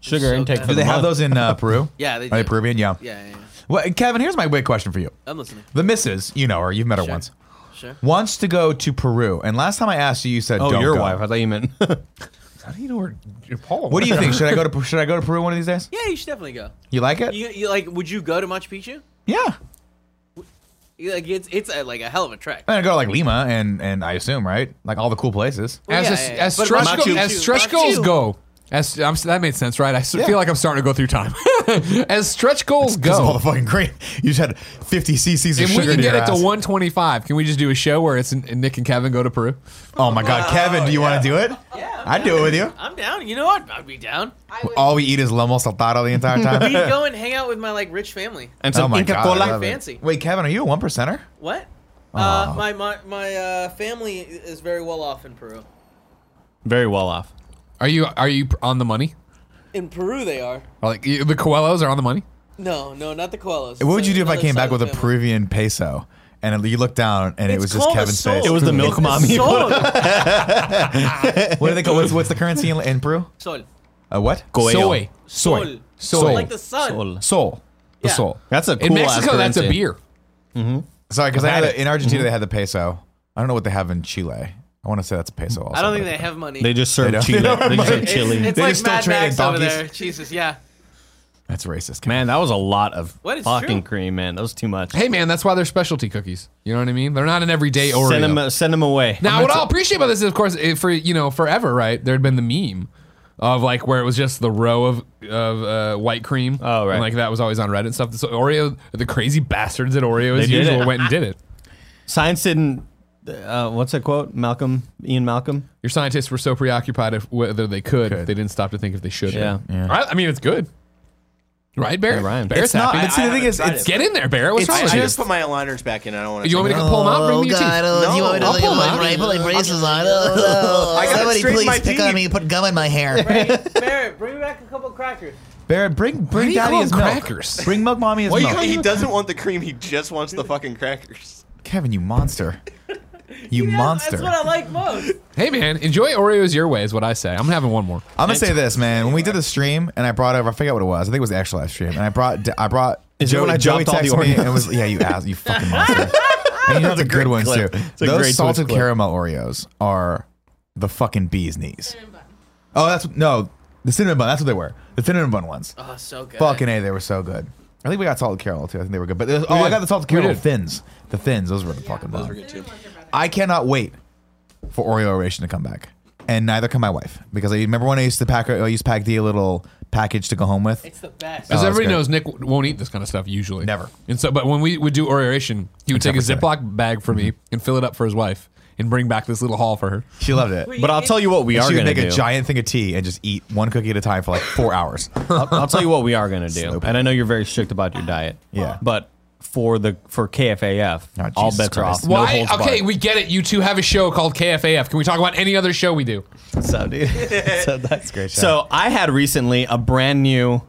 sugar So intake. good. For Do the they have month. those in uh, Peru? Yeah, they Are they do. Peruvian? Yeah. Yeah, yeah, yeah. Well, Kevin, here's my big question for you. I'm listening. The missus, you know her. You've met her Sure. once. Sure. Wants to go to Peru, and last time I asked you, you said, Oh, "Don't your go." wife. I thought you meant. How do you know where Paul? What do you think? Should I go to Should I go to Peru one of these days? Yeah, you should definitely go. You like it? You, you like? Would you go to Machu Picchu? yeah. You, like it's it's a, like a hell of a trek. I'm gonna go to like Lima and and I assume right, like all the cool places. Well, as yeah, as, yeah, yeah. as But stretch Machu go- Picchu- as stretch Machu- goals go, as I'm, that made sense, right? I s- Yeah. feel like I'm starting to go through time. as stretch goals Because of all go, the fucking great. You just had 50 cc's of if sugar we can to get your it to ass. 125, can we just do a show where it's Nick and Kevin go to Peru? Oh my god, Kevin, do you want to do it? Yeah, I'd do it with you. I'm down. You know what? I'd be down. All we eat is lomo saltado the entire We time. go and hang out with my like rich family. And some oh my Inca god, Kola. I love it. Fancy. Wait, Kevin, are you a one percenter? What? Uh, my my my uh, family is very well off in Peru. Very well off. Are you are you on the money? In Peru, they are. Or like you- the Coelhos are on the money? No, no, not the koalas. What would you do if I came back with a Peru? Peruvian peso and you looked down and it was just Kevin's face? It was the milk mommy. What do they call? What's, what's the currency in, in Peru? Sol. Uh, what? Soy. Sol. Soy. Like the sun. Sol. Sol. The Yeah. sol. That's a cool In Mexico, ass that's a currency. beer. Sorry, because I Had know it. that in Argentina Mm-hmm. they had the peso. I don't know what they have in Chile. I want to say that's a peso. Also, I don't think but- they have money. They just serve don't- chili. they don't They just serve it's, chili. It's They like just still Mad trade Max in over donkeys. there. Jesus, yeah. That's racist. Man, that was a lot of What is fucking true? cream, man. That was too much. Hey man, that's why they're specialty cookies. You know what I mean? They're not an everyday Oreo. send them, send them away. Um, Now, what I'll appreciate about this is, of course, it, for you know, forever, right? There had been the meme of like where it was just the row of of uh, white cream. Oh, right. And, like that was always on Reddit and stuff. So Oreo, the crazy bastards at Oreo, as They did usual, it. went and did it. Science didn't. Uh, what's that quote? Malcolm, Ian Malcolm. Your scientists were so preoccupied of whether they could, they didn't stop to think if they should. Yeah. I, I mean, it's good, right, Barrett? It rhymes. Barrett's It's not. happy. But see, the thing is, it's Get in there, Barrett. What's I, wrong with I you? just put my aligners back in. I don't want to. you want me to pull them out? Oh, Bring me your Oh, teeth. No. you want me to I'll pull them out. put like braces on. Oh, no. I gotta Somebody straighten my please pick teeth. on me. Put gum in my hair. Barrett, bring me back a couple crackers. Barrett, bring do bring you call daddy his them milk. crackers? Bring mug mommy his Well, milk. Oh, you, he doesn't want the cream. He just wants the fucking crackers. Kevin, you monster. You Yeah, monster. That's what I like most. Hey man, enjoy Oreos your way is what I say. I'm having one more. I'm gonna say this, man. When we did the stream and I brought over, I forget what it was. I think it was the actual live stream. And I brought, I brought. Is it when I Joey dropped all the texted me Oreos? and was yeah, you ass, you fucking monster. and you have the good ones clip. too. It's a Those great salted Twitch clip. caramel Oreos are the fucking bee's knees. Oh, that's no, the cinnamon bun. That's what they were. The cinnamon bun ones. Oh, so good. Fucking a, they were so good. I think we got salted caramel too. I think they were good. But there's- oh, I did. got the salted We caramel did. thins. The thins, those were the fucking bomb. We're good too. I cannot wait for Oreo Ration to come back, and neither can my wife because I remember when I used to pack. I used to pack the little package to go home with. It's the As best. Oh, that's everybody good. knows, Nick w- won't eat this kind of stuff usually. Never. And so, but when we would do oration, he would take a Except for Ziploc bag for Mm-hmm. me and fill it up for his wife and bring back this little haul for her. She loved it. Wait, But I'll tell you what we And are she would going to make do. a giant thing of tea and just eat one cookie at a time for like four hours. I'll, I'll tell you what we are going to do. Slope. And I know you're very strict about your diet. Yeah. But for the for KFAF, Oh, all Jesus bets are Christ. off. No Why? holds barred. okay, we get it. You two have a show called KFAF. Can we talk about any other show we do? so, dude. so that's great show. So I had recently a brand new.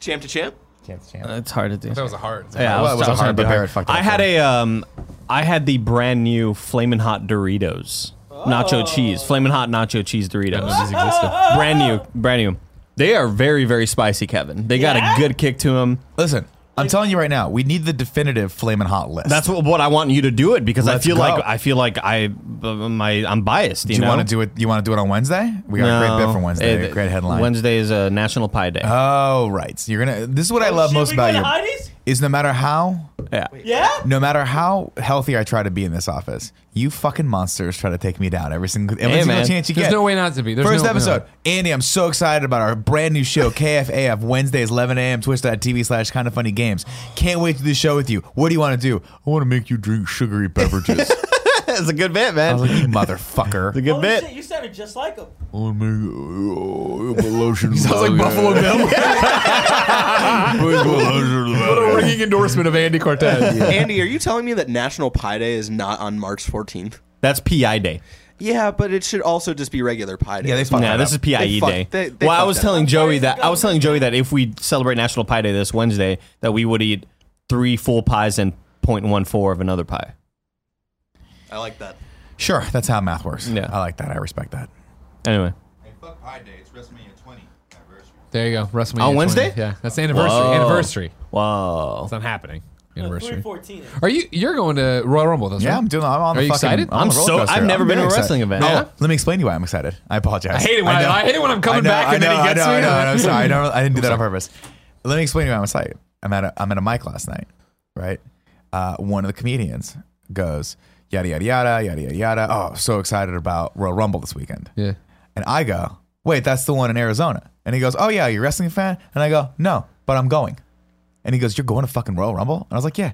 Champ to champ. It's hard to do. That was a hard. Yeah, I Well, it was I hard, trying to but be Barrett fucked it I up had for a um, I had the brand new Flamin' Hot Doritos, Oh. nacho cheese, Flamin' Hot nacho cheese Doritos, brand new, brand new. They are very, very spicy, Kevin. They got Yeah? a good kick to them. Listen, I'm telling you right now, we need the definitive flaming hot list. That's what, what I want you to do it because Let's I feel go. like I feel like I uh, my I'm biased. You, do you know? want to do it? You want to do it on Wednesday? We got a great bit for Wednesday. a great headline. Wednesday is a National Pie Day. Oh right, so you're gonna. This is what I love Should most Oh, we go about to you Heidi's? is no matter how yeah. Yeah? no matter how healthy I try to be in this office, you fucking monsters try to take me down every single, every Hey, single man. chance you There's get. no way not to be. There's First no- episode, no. Andy. I'm so excited about our brand new show, KFAF Wednesdays, 11 a.m. Twitch.tv slash Kind of Funny Games. Can't wait to do the show with you. What do you want to do? I want to make you drink sugary beverages. it's a good bit, I man. was like, you It's a motherfucker. good Holy bit. shit, you sounded just like him. I want to make oh, I put lotion. Sounds like Buffalo Bill. Buffalo. a ringing endorsement of Andy Cortez. Andy, are you telling me that National Pie Day is not on March 14th? That's PI Day. Yeah, but it should also just be regular Pie Day. Yeah, they fucked No, that this up. is PIE They fuck- day. they- they well, I fucked was that telling up. Joey that I was telling Joey that if we celebrate National Pie Day this Wednesday, that we would eat three full pies and 0.14 of another pie. I like that. Sure, that's how math works. Yeah. I like that. I respect that. Anyway, Hey, fuck Pi Day. It's WrestleMania 20 anniversary. There you go. WrestleMania On Wednesday? 20. Yeah, that's the anniversary. Anniversary. wow, It's not happening. anniversary. 314. Are you? You're going to Royal Rumble? That's Yeah, right. I'm doing. I'm on Are the you fucking. excited? on I'm the roller so- coaster. I've never I'm been to a very wrestling excited. event. Oh, Yeah. let me explain to you why I'm excited. I apologize. I hate it when I- I hate it when I'm coming back and then he I gets know, me. I know, I know, I'm sorry. I, don't, I didn't do that on purpose. Let me explain to you why I'm excited. I'm at a, I'm at a mic last night, right? Uh, one of the comedians goes yada yada yada yada yada yada. Oh, so excited about Royal Rumble this weekend. Yeah. And I go, wait, that's the one in Arizona. And he goes, oh yeah, you're a wrestling fan? And I go, no, but I'm going. And he goes, you're going to fucking Royal Rumble? And I was like, yeah,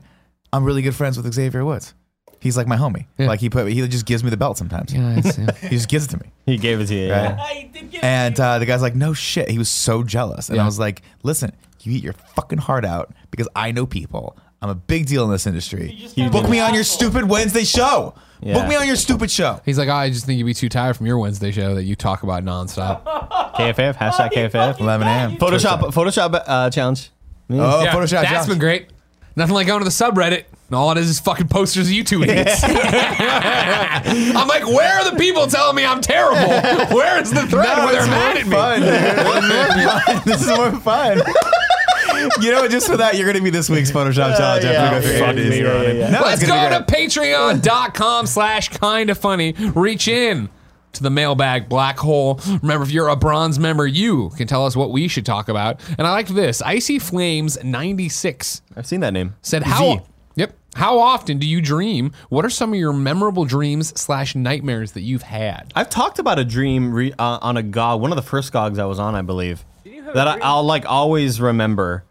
I'm really good friends with Xavier Woods. He's like my homie. Yeah. Like he put, he just gives me the belt sometimes. Yeah, it's- yeah. He just gives it to me. He gave it to you. Right. Yeah. I did get And uh, the guy's like, no shit. He was so jealous. And Yeah. I was like, listen, you eat your fucking heart out because I know people. I'm a big deal in this industry. just You Book do. me on your stupid Wednesday show. Yeah. Book me on your stupid show. He's like, "Oh, I just think you'd be too tired from your Wednesday show that you talk about nonstop. KFF, hashtag KFF. 11 a.m. Photoshop, Photoshop uh, challenge. Oh, Yeah, Photoshop. That's Josh. been great. Nothing like going to the subreddit. And all it is is fucking posters of you two idiots. I'm like, where are the people telling me I'm terrible? Where is the thread where they're mad at me? Fun, dude. this is more fun. you know, just for that, you're going to be this week's Photoshop challenge after we go through eight Fuck me, days. yeah, yeah, yeah. No, it's Let's go gonna be to great. patreon.com slash kind of funny. Reach in to the mailbag black hole. Remember, if you're a bronze member, you can tell us what we should talk about. And I like this Icy Flames 96 I've seen that name. said, How. Yep. How often do you dream? What are some of your memorable dreams slash nightmares that you've had? I've talked about a dream re- uh, on a GOG, one of the first GOGs I was on, I believe, you have a that I, dream? I'll like always remember.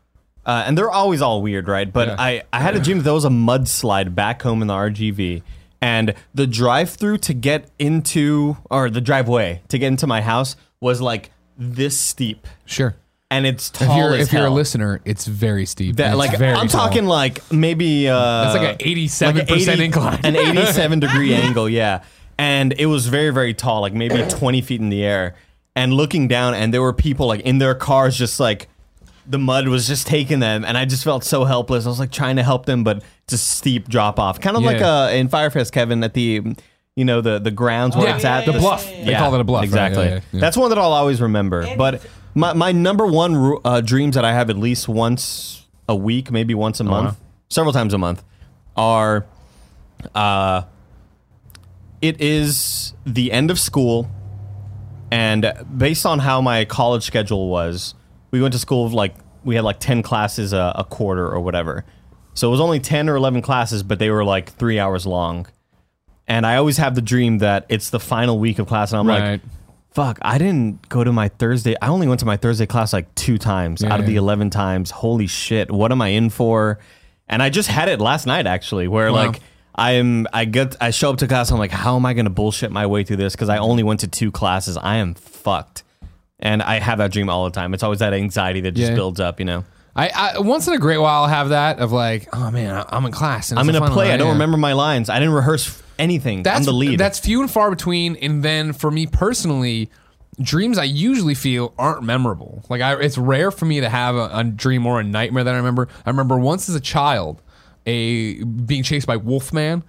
Uh, and they're always all weird, right? But Yeah. I, I had a dream that there was a mudslide back home in the RGV. And the drive through to get into, or the driveway to get into my house was like this steep. Sure. And it's tall If you're as if you're a hell. listener, it's very steep. That, It's like very I'm tall. talking like maybe uh, It's like an 87% incline. an 87 degree angle, yeah. And it was very very tall, like maybe 20 feet in the air. And looking down, and there were people like in their cars, just like the mud was just taking them, and I just felt so helpless. I was like trying to help them, but it's a steep drop off, kind of like Yeah. uh, in Firefest, Kevin at the. You know the the grounds where Yeah, it's at the bluff. They call it a bluff, right? Exactly. Yeah, yeah, yeah. That's one that I'll always remember. But my, my number one ru- uh, dreams that I have at least once a week, maybe once a Oh, month, several times a month, are uh, it is the end of school. And based on how my college schedule was, we went to school of like, we had like 10 classes a, a quarter or whatever. So it was only 10 or 11 classes, but they were like three hours long. And I always have the dream that it's the final week of class. And I'm like, Right. fuck, I didn't go to my Thursday. I only went to my Thursday class like two times out of Yeah. the 11 times. Holy shit, what am I in for? And I just had it last night actually, where Wow. like I'm, I get, I show up to class. I'm like, how am I going to bullshit my way through this? Cause I only went to two classes. I am fucked. And I have that dream all the time. It's always that anxiety that just Yeah. builds up, you know? I, I once in a great while I'll have that of like, oh man, I- I'm in class. And I'm it's in the a final play. I night, don't yeah. remember my lines. I didn't rehearse anything. That's I'm the lead. That's few and far between. And then for me personally, dreams I usually feel aren't memorable. Like I, it's rare for me to have a, a dream or a nightmare that I remember. I remember once as a child, a being chased by Wolfman.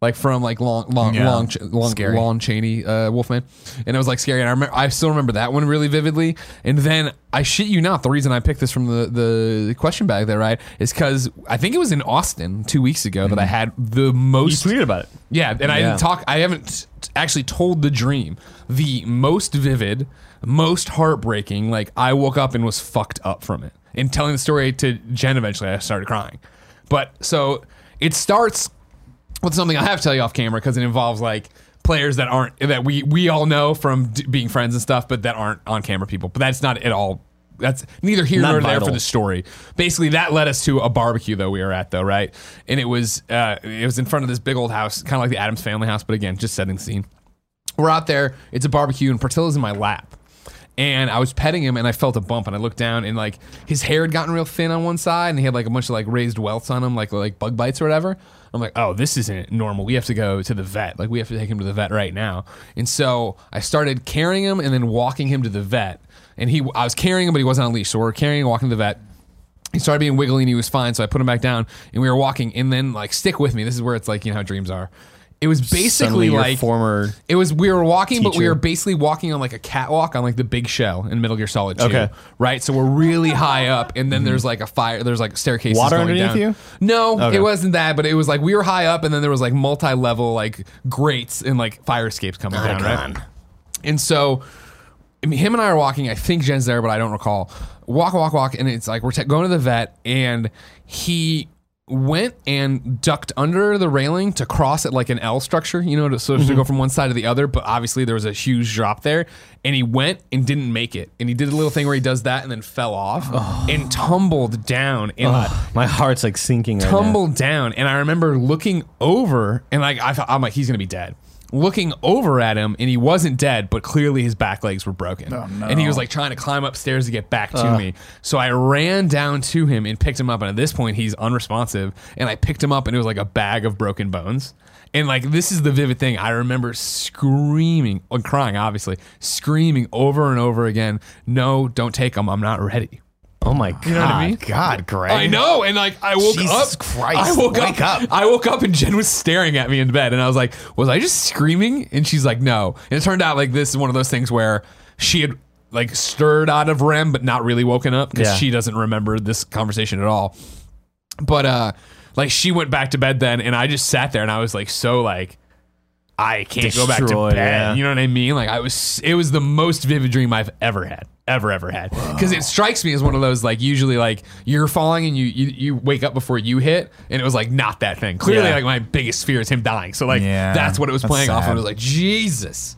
Like from like long long Yeah. long Ch- long Scary. Lon Chaney uh, Wolfman, and it was like scary. And I remember I still remember that one really vividly. And then I shit you not, the reason I picked this from the the question bag there right is because I think it was in Austin two weeks ago that I had the Mm-hmm. you most tweeted about it. yeah, and I Yeah. didn't talk. I haven't t- actually told the dream. The most vivid, most heartbreaking. Like I woke up and was fucked up from it. And telling the story to Jen, eventually I started crying. But so it starts with something I have to tell you off camera because it involves like players that aren't that we we all know from d- being friends and stuff, but that aren't on camera people. But that's not at all. That's neither here Not nor there vital. for the story. Basically, that led us to a barbecue though we were at though, right? And it was uh, it was in front of this big old house, kind of like the Adams family house, but again, just setting the scene. We're out there. It's a barbecue, and Portilla's in my lap. And I was petting him, and I felt a bump, and I looked down, and like his hair had gotten real thin on one side, and he had like a bunch of like raised welts on him, like like bug bites or whatever. I'm like, oh, this isn't normal. We have to go to the vet. Like we have to take him to the vet right now. And so I started carrying him and then walking him to the vet. And he, I was carrying him, but he wasn't on a leash, so we're carrying, and walking to the vet he started being wiggly and he was fine. So I put him back down and we were walking. And then, like, stick with me. This is where it's like, you know how dreams are. It was Suddenly basically your like former. it was we were walking, but we Teacher. were basically walking on like a catwalk on like the big shell in Metal Gear Solid 2. Okay. Right? So we're really high up and then there's like a fire there's like staircases. Water going underneath down. you? No, Okay. it wasn't that, but it was like we were high up and then there was like multi level like grates and like fire escapes coming down, right? And so I mean, him and I are walking. I think Jen's there, but I don't recall. Walk, walk, walk, and it's like we're t- going to the vet, and he went and ducked under the railing to cross at like an L structure, you know, to, so to go from one side to the other. But obviously, there was a huge drop there, and he went and didn't make it. And he did a little thing where he does that and then fell off and tumbled down. And like, My heart's like sinking. Right now. tumbled down and i remember looking over and like i thought i'm like he's gonna be dead looking over at him and he wasn't dead but clearly his back legs were broken and he was like trying to climb upstairs to get back to me so i ran down to him and picked him up and at this point he's unresponsive and i picked him up and it was like a bag of broken bones and like this is the vivid thing i remember screaming and crying obviously screaming over and over again no don't take him i'm not ready Oh my god. know what I mean? Ah, God, Greg. I know, and like I woke Jesus up. Christ, I woke wake up, up. I woke up, and Jen was staring at me in bed, and I was like, "Was I just screaming?" And she's like, "No." And it turned out like this is one of those things where she had like stirred out of REM, but not really woken up because Yeah. she doesn't remember this conversation at all. But uh, like she went back to bed then, and I just sat there, and I was like, so like. I can't go back to Destroyed, bed. yeah. You know what I mean? Like I was, it was the most vivid dream I've ever had, ever, ever had. Because it strikes me as one of those like usually like you're falling and you you, you wake up before you hit, and it was like not that thing. Clearly, Yeah. like my biggest fear is him dying. So like Yeah, that's what it was that's playing off, sad. and it was like Jesus.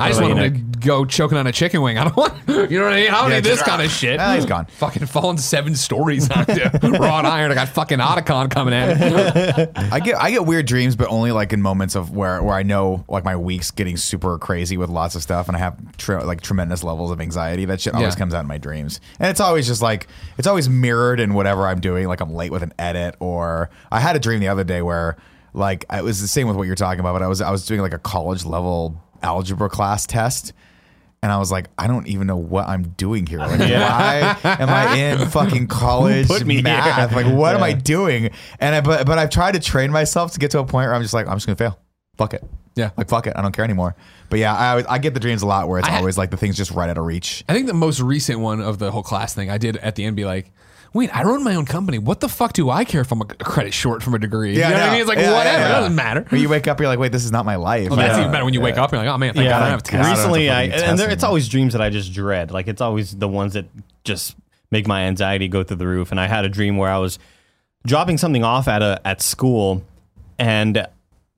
I just about want you, him to go choking on a chicken wing. I don't want, you know what I mean? I don't Yeah, need just- this kind of shit. Ah, he's gone. Fucking falling seven stories onto wrought iron. I got fucking Otacon coming at me. I get I get weird dreams, but only like in moments of where where I know like my week's getting super crazy with lots of stuff, and I have tre- like tremendous levels of anxiety. That shit always Yeah. comes out in my dreams, and it's always just like it's always mirrored in whatever I'm doing. Like I'm late with an edit, or I had a dream the other day where like it was the same with what you're talking about, but I was I was doing like a college level algebra class test. And I was like, I don't even know what I'm doing here. Like, why am I in fucking college put me here? math? Like, what am I doing? And I, but but I've tried to train myself to get to a point where I'm just like, I'm just gonna fail. Fuck it. Yeah. Like fuck it. I don't care anymore. But yeah, I always, I get the dreams a lot where it's I ha- always like the things just right out of reach. I think the most recent one of the whole class thing I did at the end be like, wait, I run my own company. What the fuck do I care if I'm a credit short from a degree? you know what I mean? It's like, Yeah, whatever. yeah, It yeah. doesn't matter. When you wake up, you're like, wait, this is not my life. Well, that's Yeah. even better when you wake up and you're like, oh man, thank God I don't have to God, I don't have to recently, I, fucking get and there, tested. it's always dreams that I just dread. Like it's always the ones that just make my anxiety go through the roof. And I had a dream where I was dropping something off at a at school, and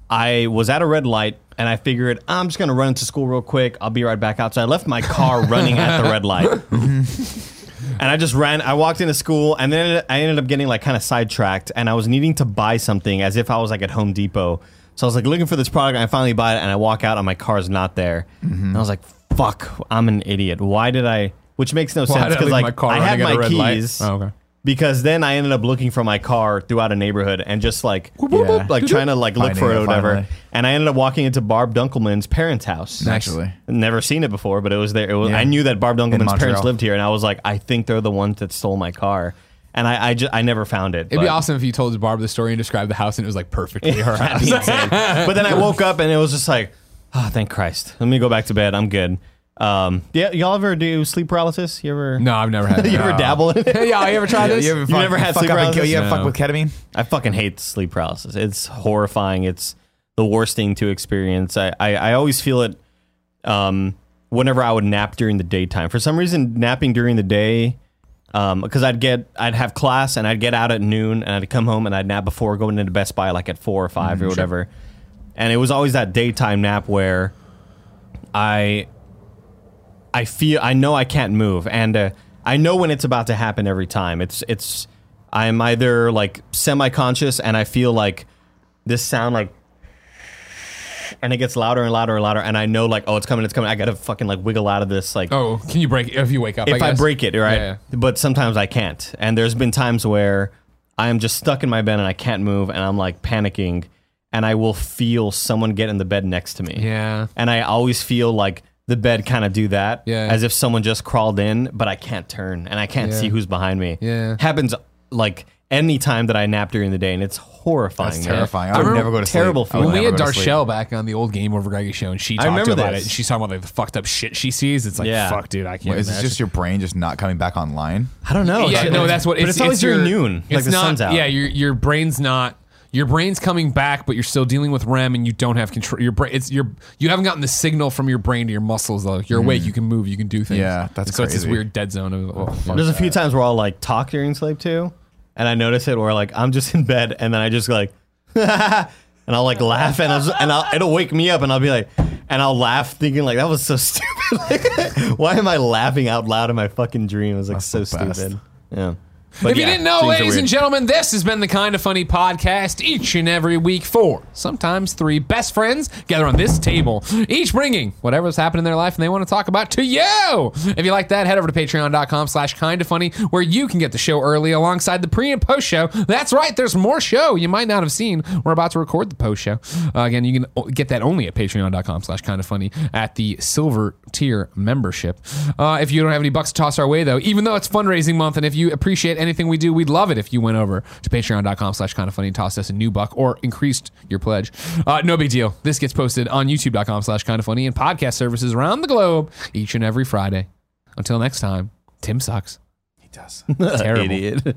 I was at a red light, and I figured I'm just gonna run into school real quick. I'll be right back out. So I left my car running at the red light. And I just ran. I walked into school, and then I ended up getting like kind of sidetracked, and I was needing to buy something as if I was like at Home Depot. So I was like looking for this product, and I finally buy it, and I walk out, and my car's not there. Mm-hmm. And I was like, "Fuck, I'm an idiot. Why did I?" Which makes no sense did I because leave like my car I running at had a my red light? keys. Oh, okay. Because then I ended up looking for my car throughout a neighborhood and just like boop, boop, like trying to like look Finding for it it or whatever. finally. And I ended up walking into Barb Dunkelman's parents' house. Naturally. Never seen it before, but it was there. It was, Yeah. I knew that Barb Dunkelman's parents Montreal. lived here, and I was like, I think they're the ones that stole my car, and I I, ju- I never found it. It'd be but- awesome if you told Barb the story and described the house and it was like perfectly her That'd be house. insane. but then I woke up and it was just like, oh, thank Christ. Let me go back to bed. I'm good. Um, yeah, y'all ever do sleep paralysis? You ever? no, I've never had you that. ever dabble in it? Hey, y'all, you ever tried this? You, ever You fuck- never had fuck sleep up and kill- paralysis? You ever fuck No. with ketamine? I fucking hate sleep paralysis. It's horrifying. It's the worst thing to experience. I, I, I always feel it um, whenever I would nap during the daytime. For some reason, napping during the day, because Um, I'd get I'd have class and I'd get out at noon and I'd come home and I'd nap before going into Best Buy like at four or 5 or whatever. And it was always that daytime nap where I I feel I know I can't move, and uh, I know when it's about to happen every time. It's it's I'm either like semi-conscious and I feel like this sound like. And it gets louder and louder and louder, and I know like, oh, it's coming, it's coming. I gotta fucking like wiggle out of this like Oh, can you break it if you wake up? if I, guess? break it, right? Yeah, yeah. But sometimes I can't. And there's been times where I am just stuck in my bed and I can't move and I'm like panicking and I will feel someone get in the bed next to me. Yeah. And I always feel like the bed kind of do that Yeah. as if someone just crawled in, but I can't turn and I can't Yeah. see who's behind me. Yeah. Happens like any time that I nap during the day and it's horrifying. That's man. terrifying. I I would remember- never go to sleep. terrible I would When we never had go to sleep. Darshell back on the old Game Over Greggy show, and she talked remember about this. it, and she's talking about like the fucked up shit she sees. It's like, Yeah. fuck, dude, I can't. Wait, is this imagine. Oh, just your brain just not coming back online? I don't know. yeah, It's- no, that's what. But it's, always your- during noon. Like it's the not, sun's out. Yeah, your your brain's not. Your brain's coming back, but you're still dealing with REM, and you don't have control. Your brain, it's your you haven't gotten the signal from your brain to your muscles. Though you're Mm. awake, you can move, you can do things. Yeah, that's so it's this crazy. weird dead zone of. Oh, fuck. There's a few times where I'll like talk during sleep too, and I notice it where like I'm just in bed and then I just go, like, and I'll like laugh and I'll just, and I'll, it'll wake me up and I'll be like, and I'll laugh thinking like that was so stupid. Like, why am I laughing out loud in my fucking dream? It was like so the best. stupid. Yeah. But If you yeah, didn't know, dreams are ladies and weird. gentlemen, this has been the kind of funny podcast each and every week. Four, sometimes three best friends gather on this table, each bringing whatever's happened in their life and they want to talk about to you. If you like that, head over to patreon.com slash kind of funny, where you can get the show early alongside the pre and post show. That's right, there's more show you might not have seen. We're about to record the post show. Uh, again, you can o- get that only at patreon.com slash kind of funny at the silver tier membership. Uh, if you don't have any bucks to toss our way, though, even though it's fundraising month, and if you appreciate anything we do, we'd love it if you went over to patreon.com slash kind of funny and tossed us a new buck or increased your pledge. Uh, no big deal. This gets posted on youtube.com slash kind of funny and podcast services around the globe each and every Friday. Until next time, Tim sucks. He does. Terrible. idiot.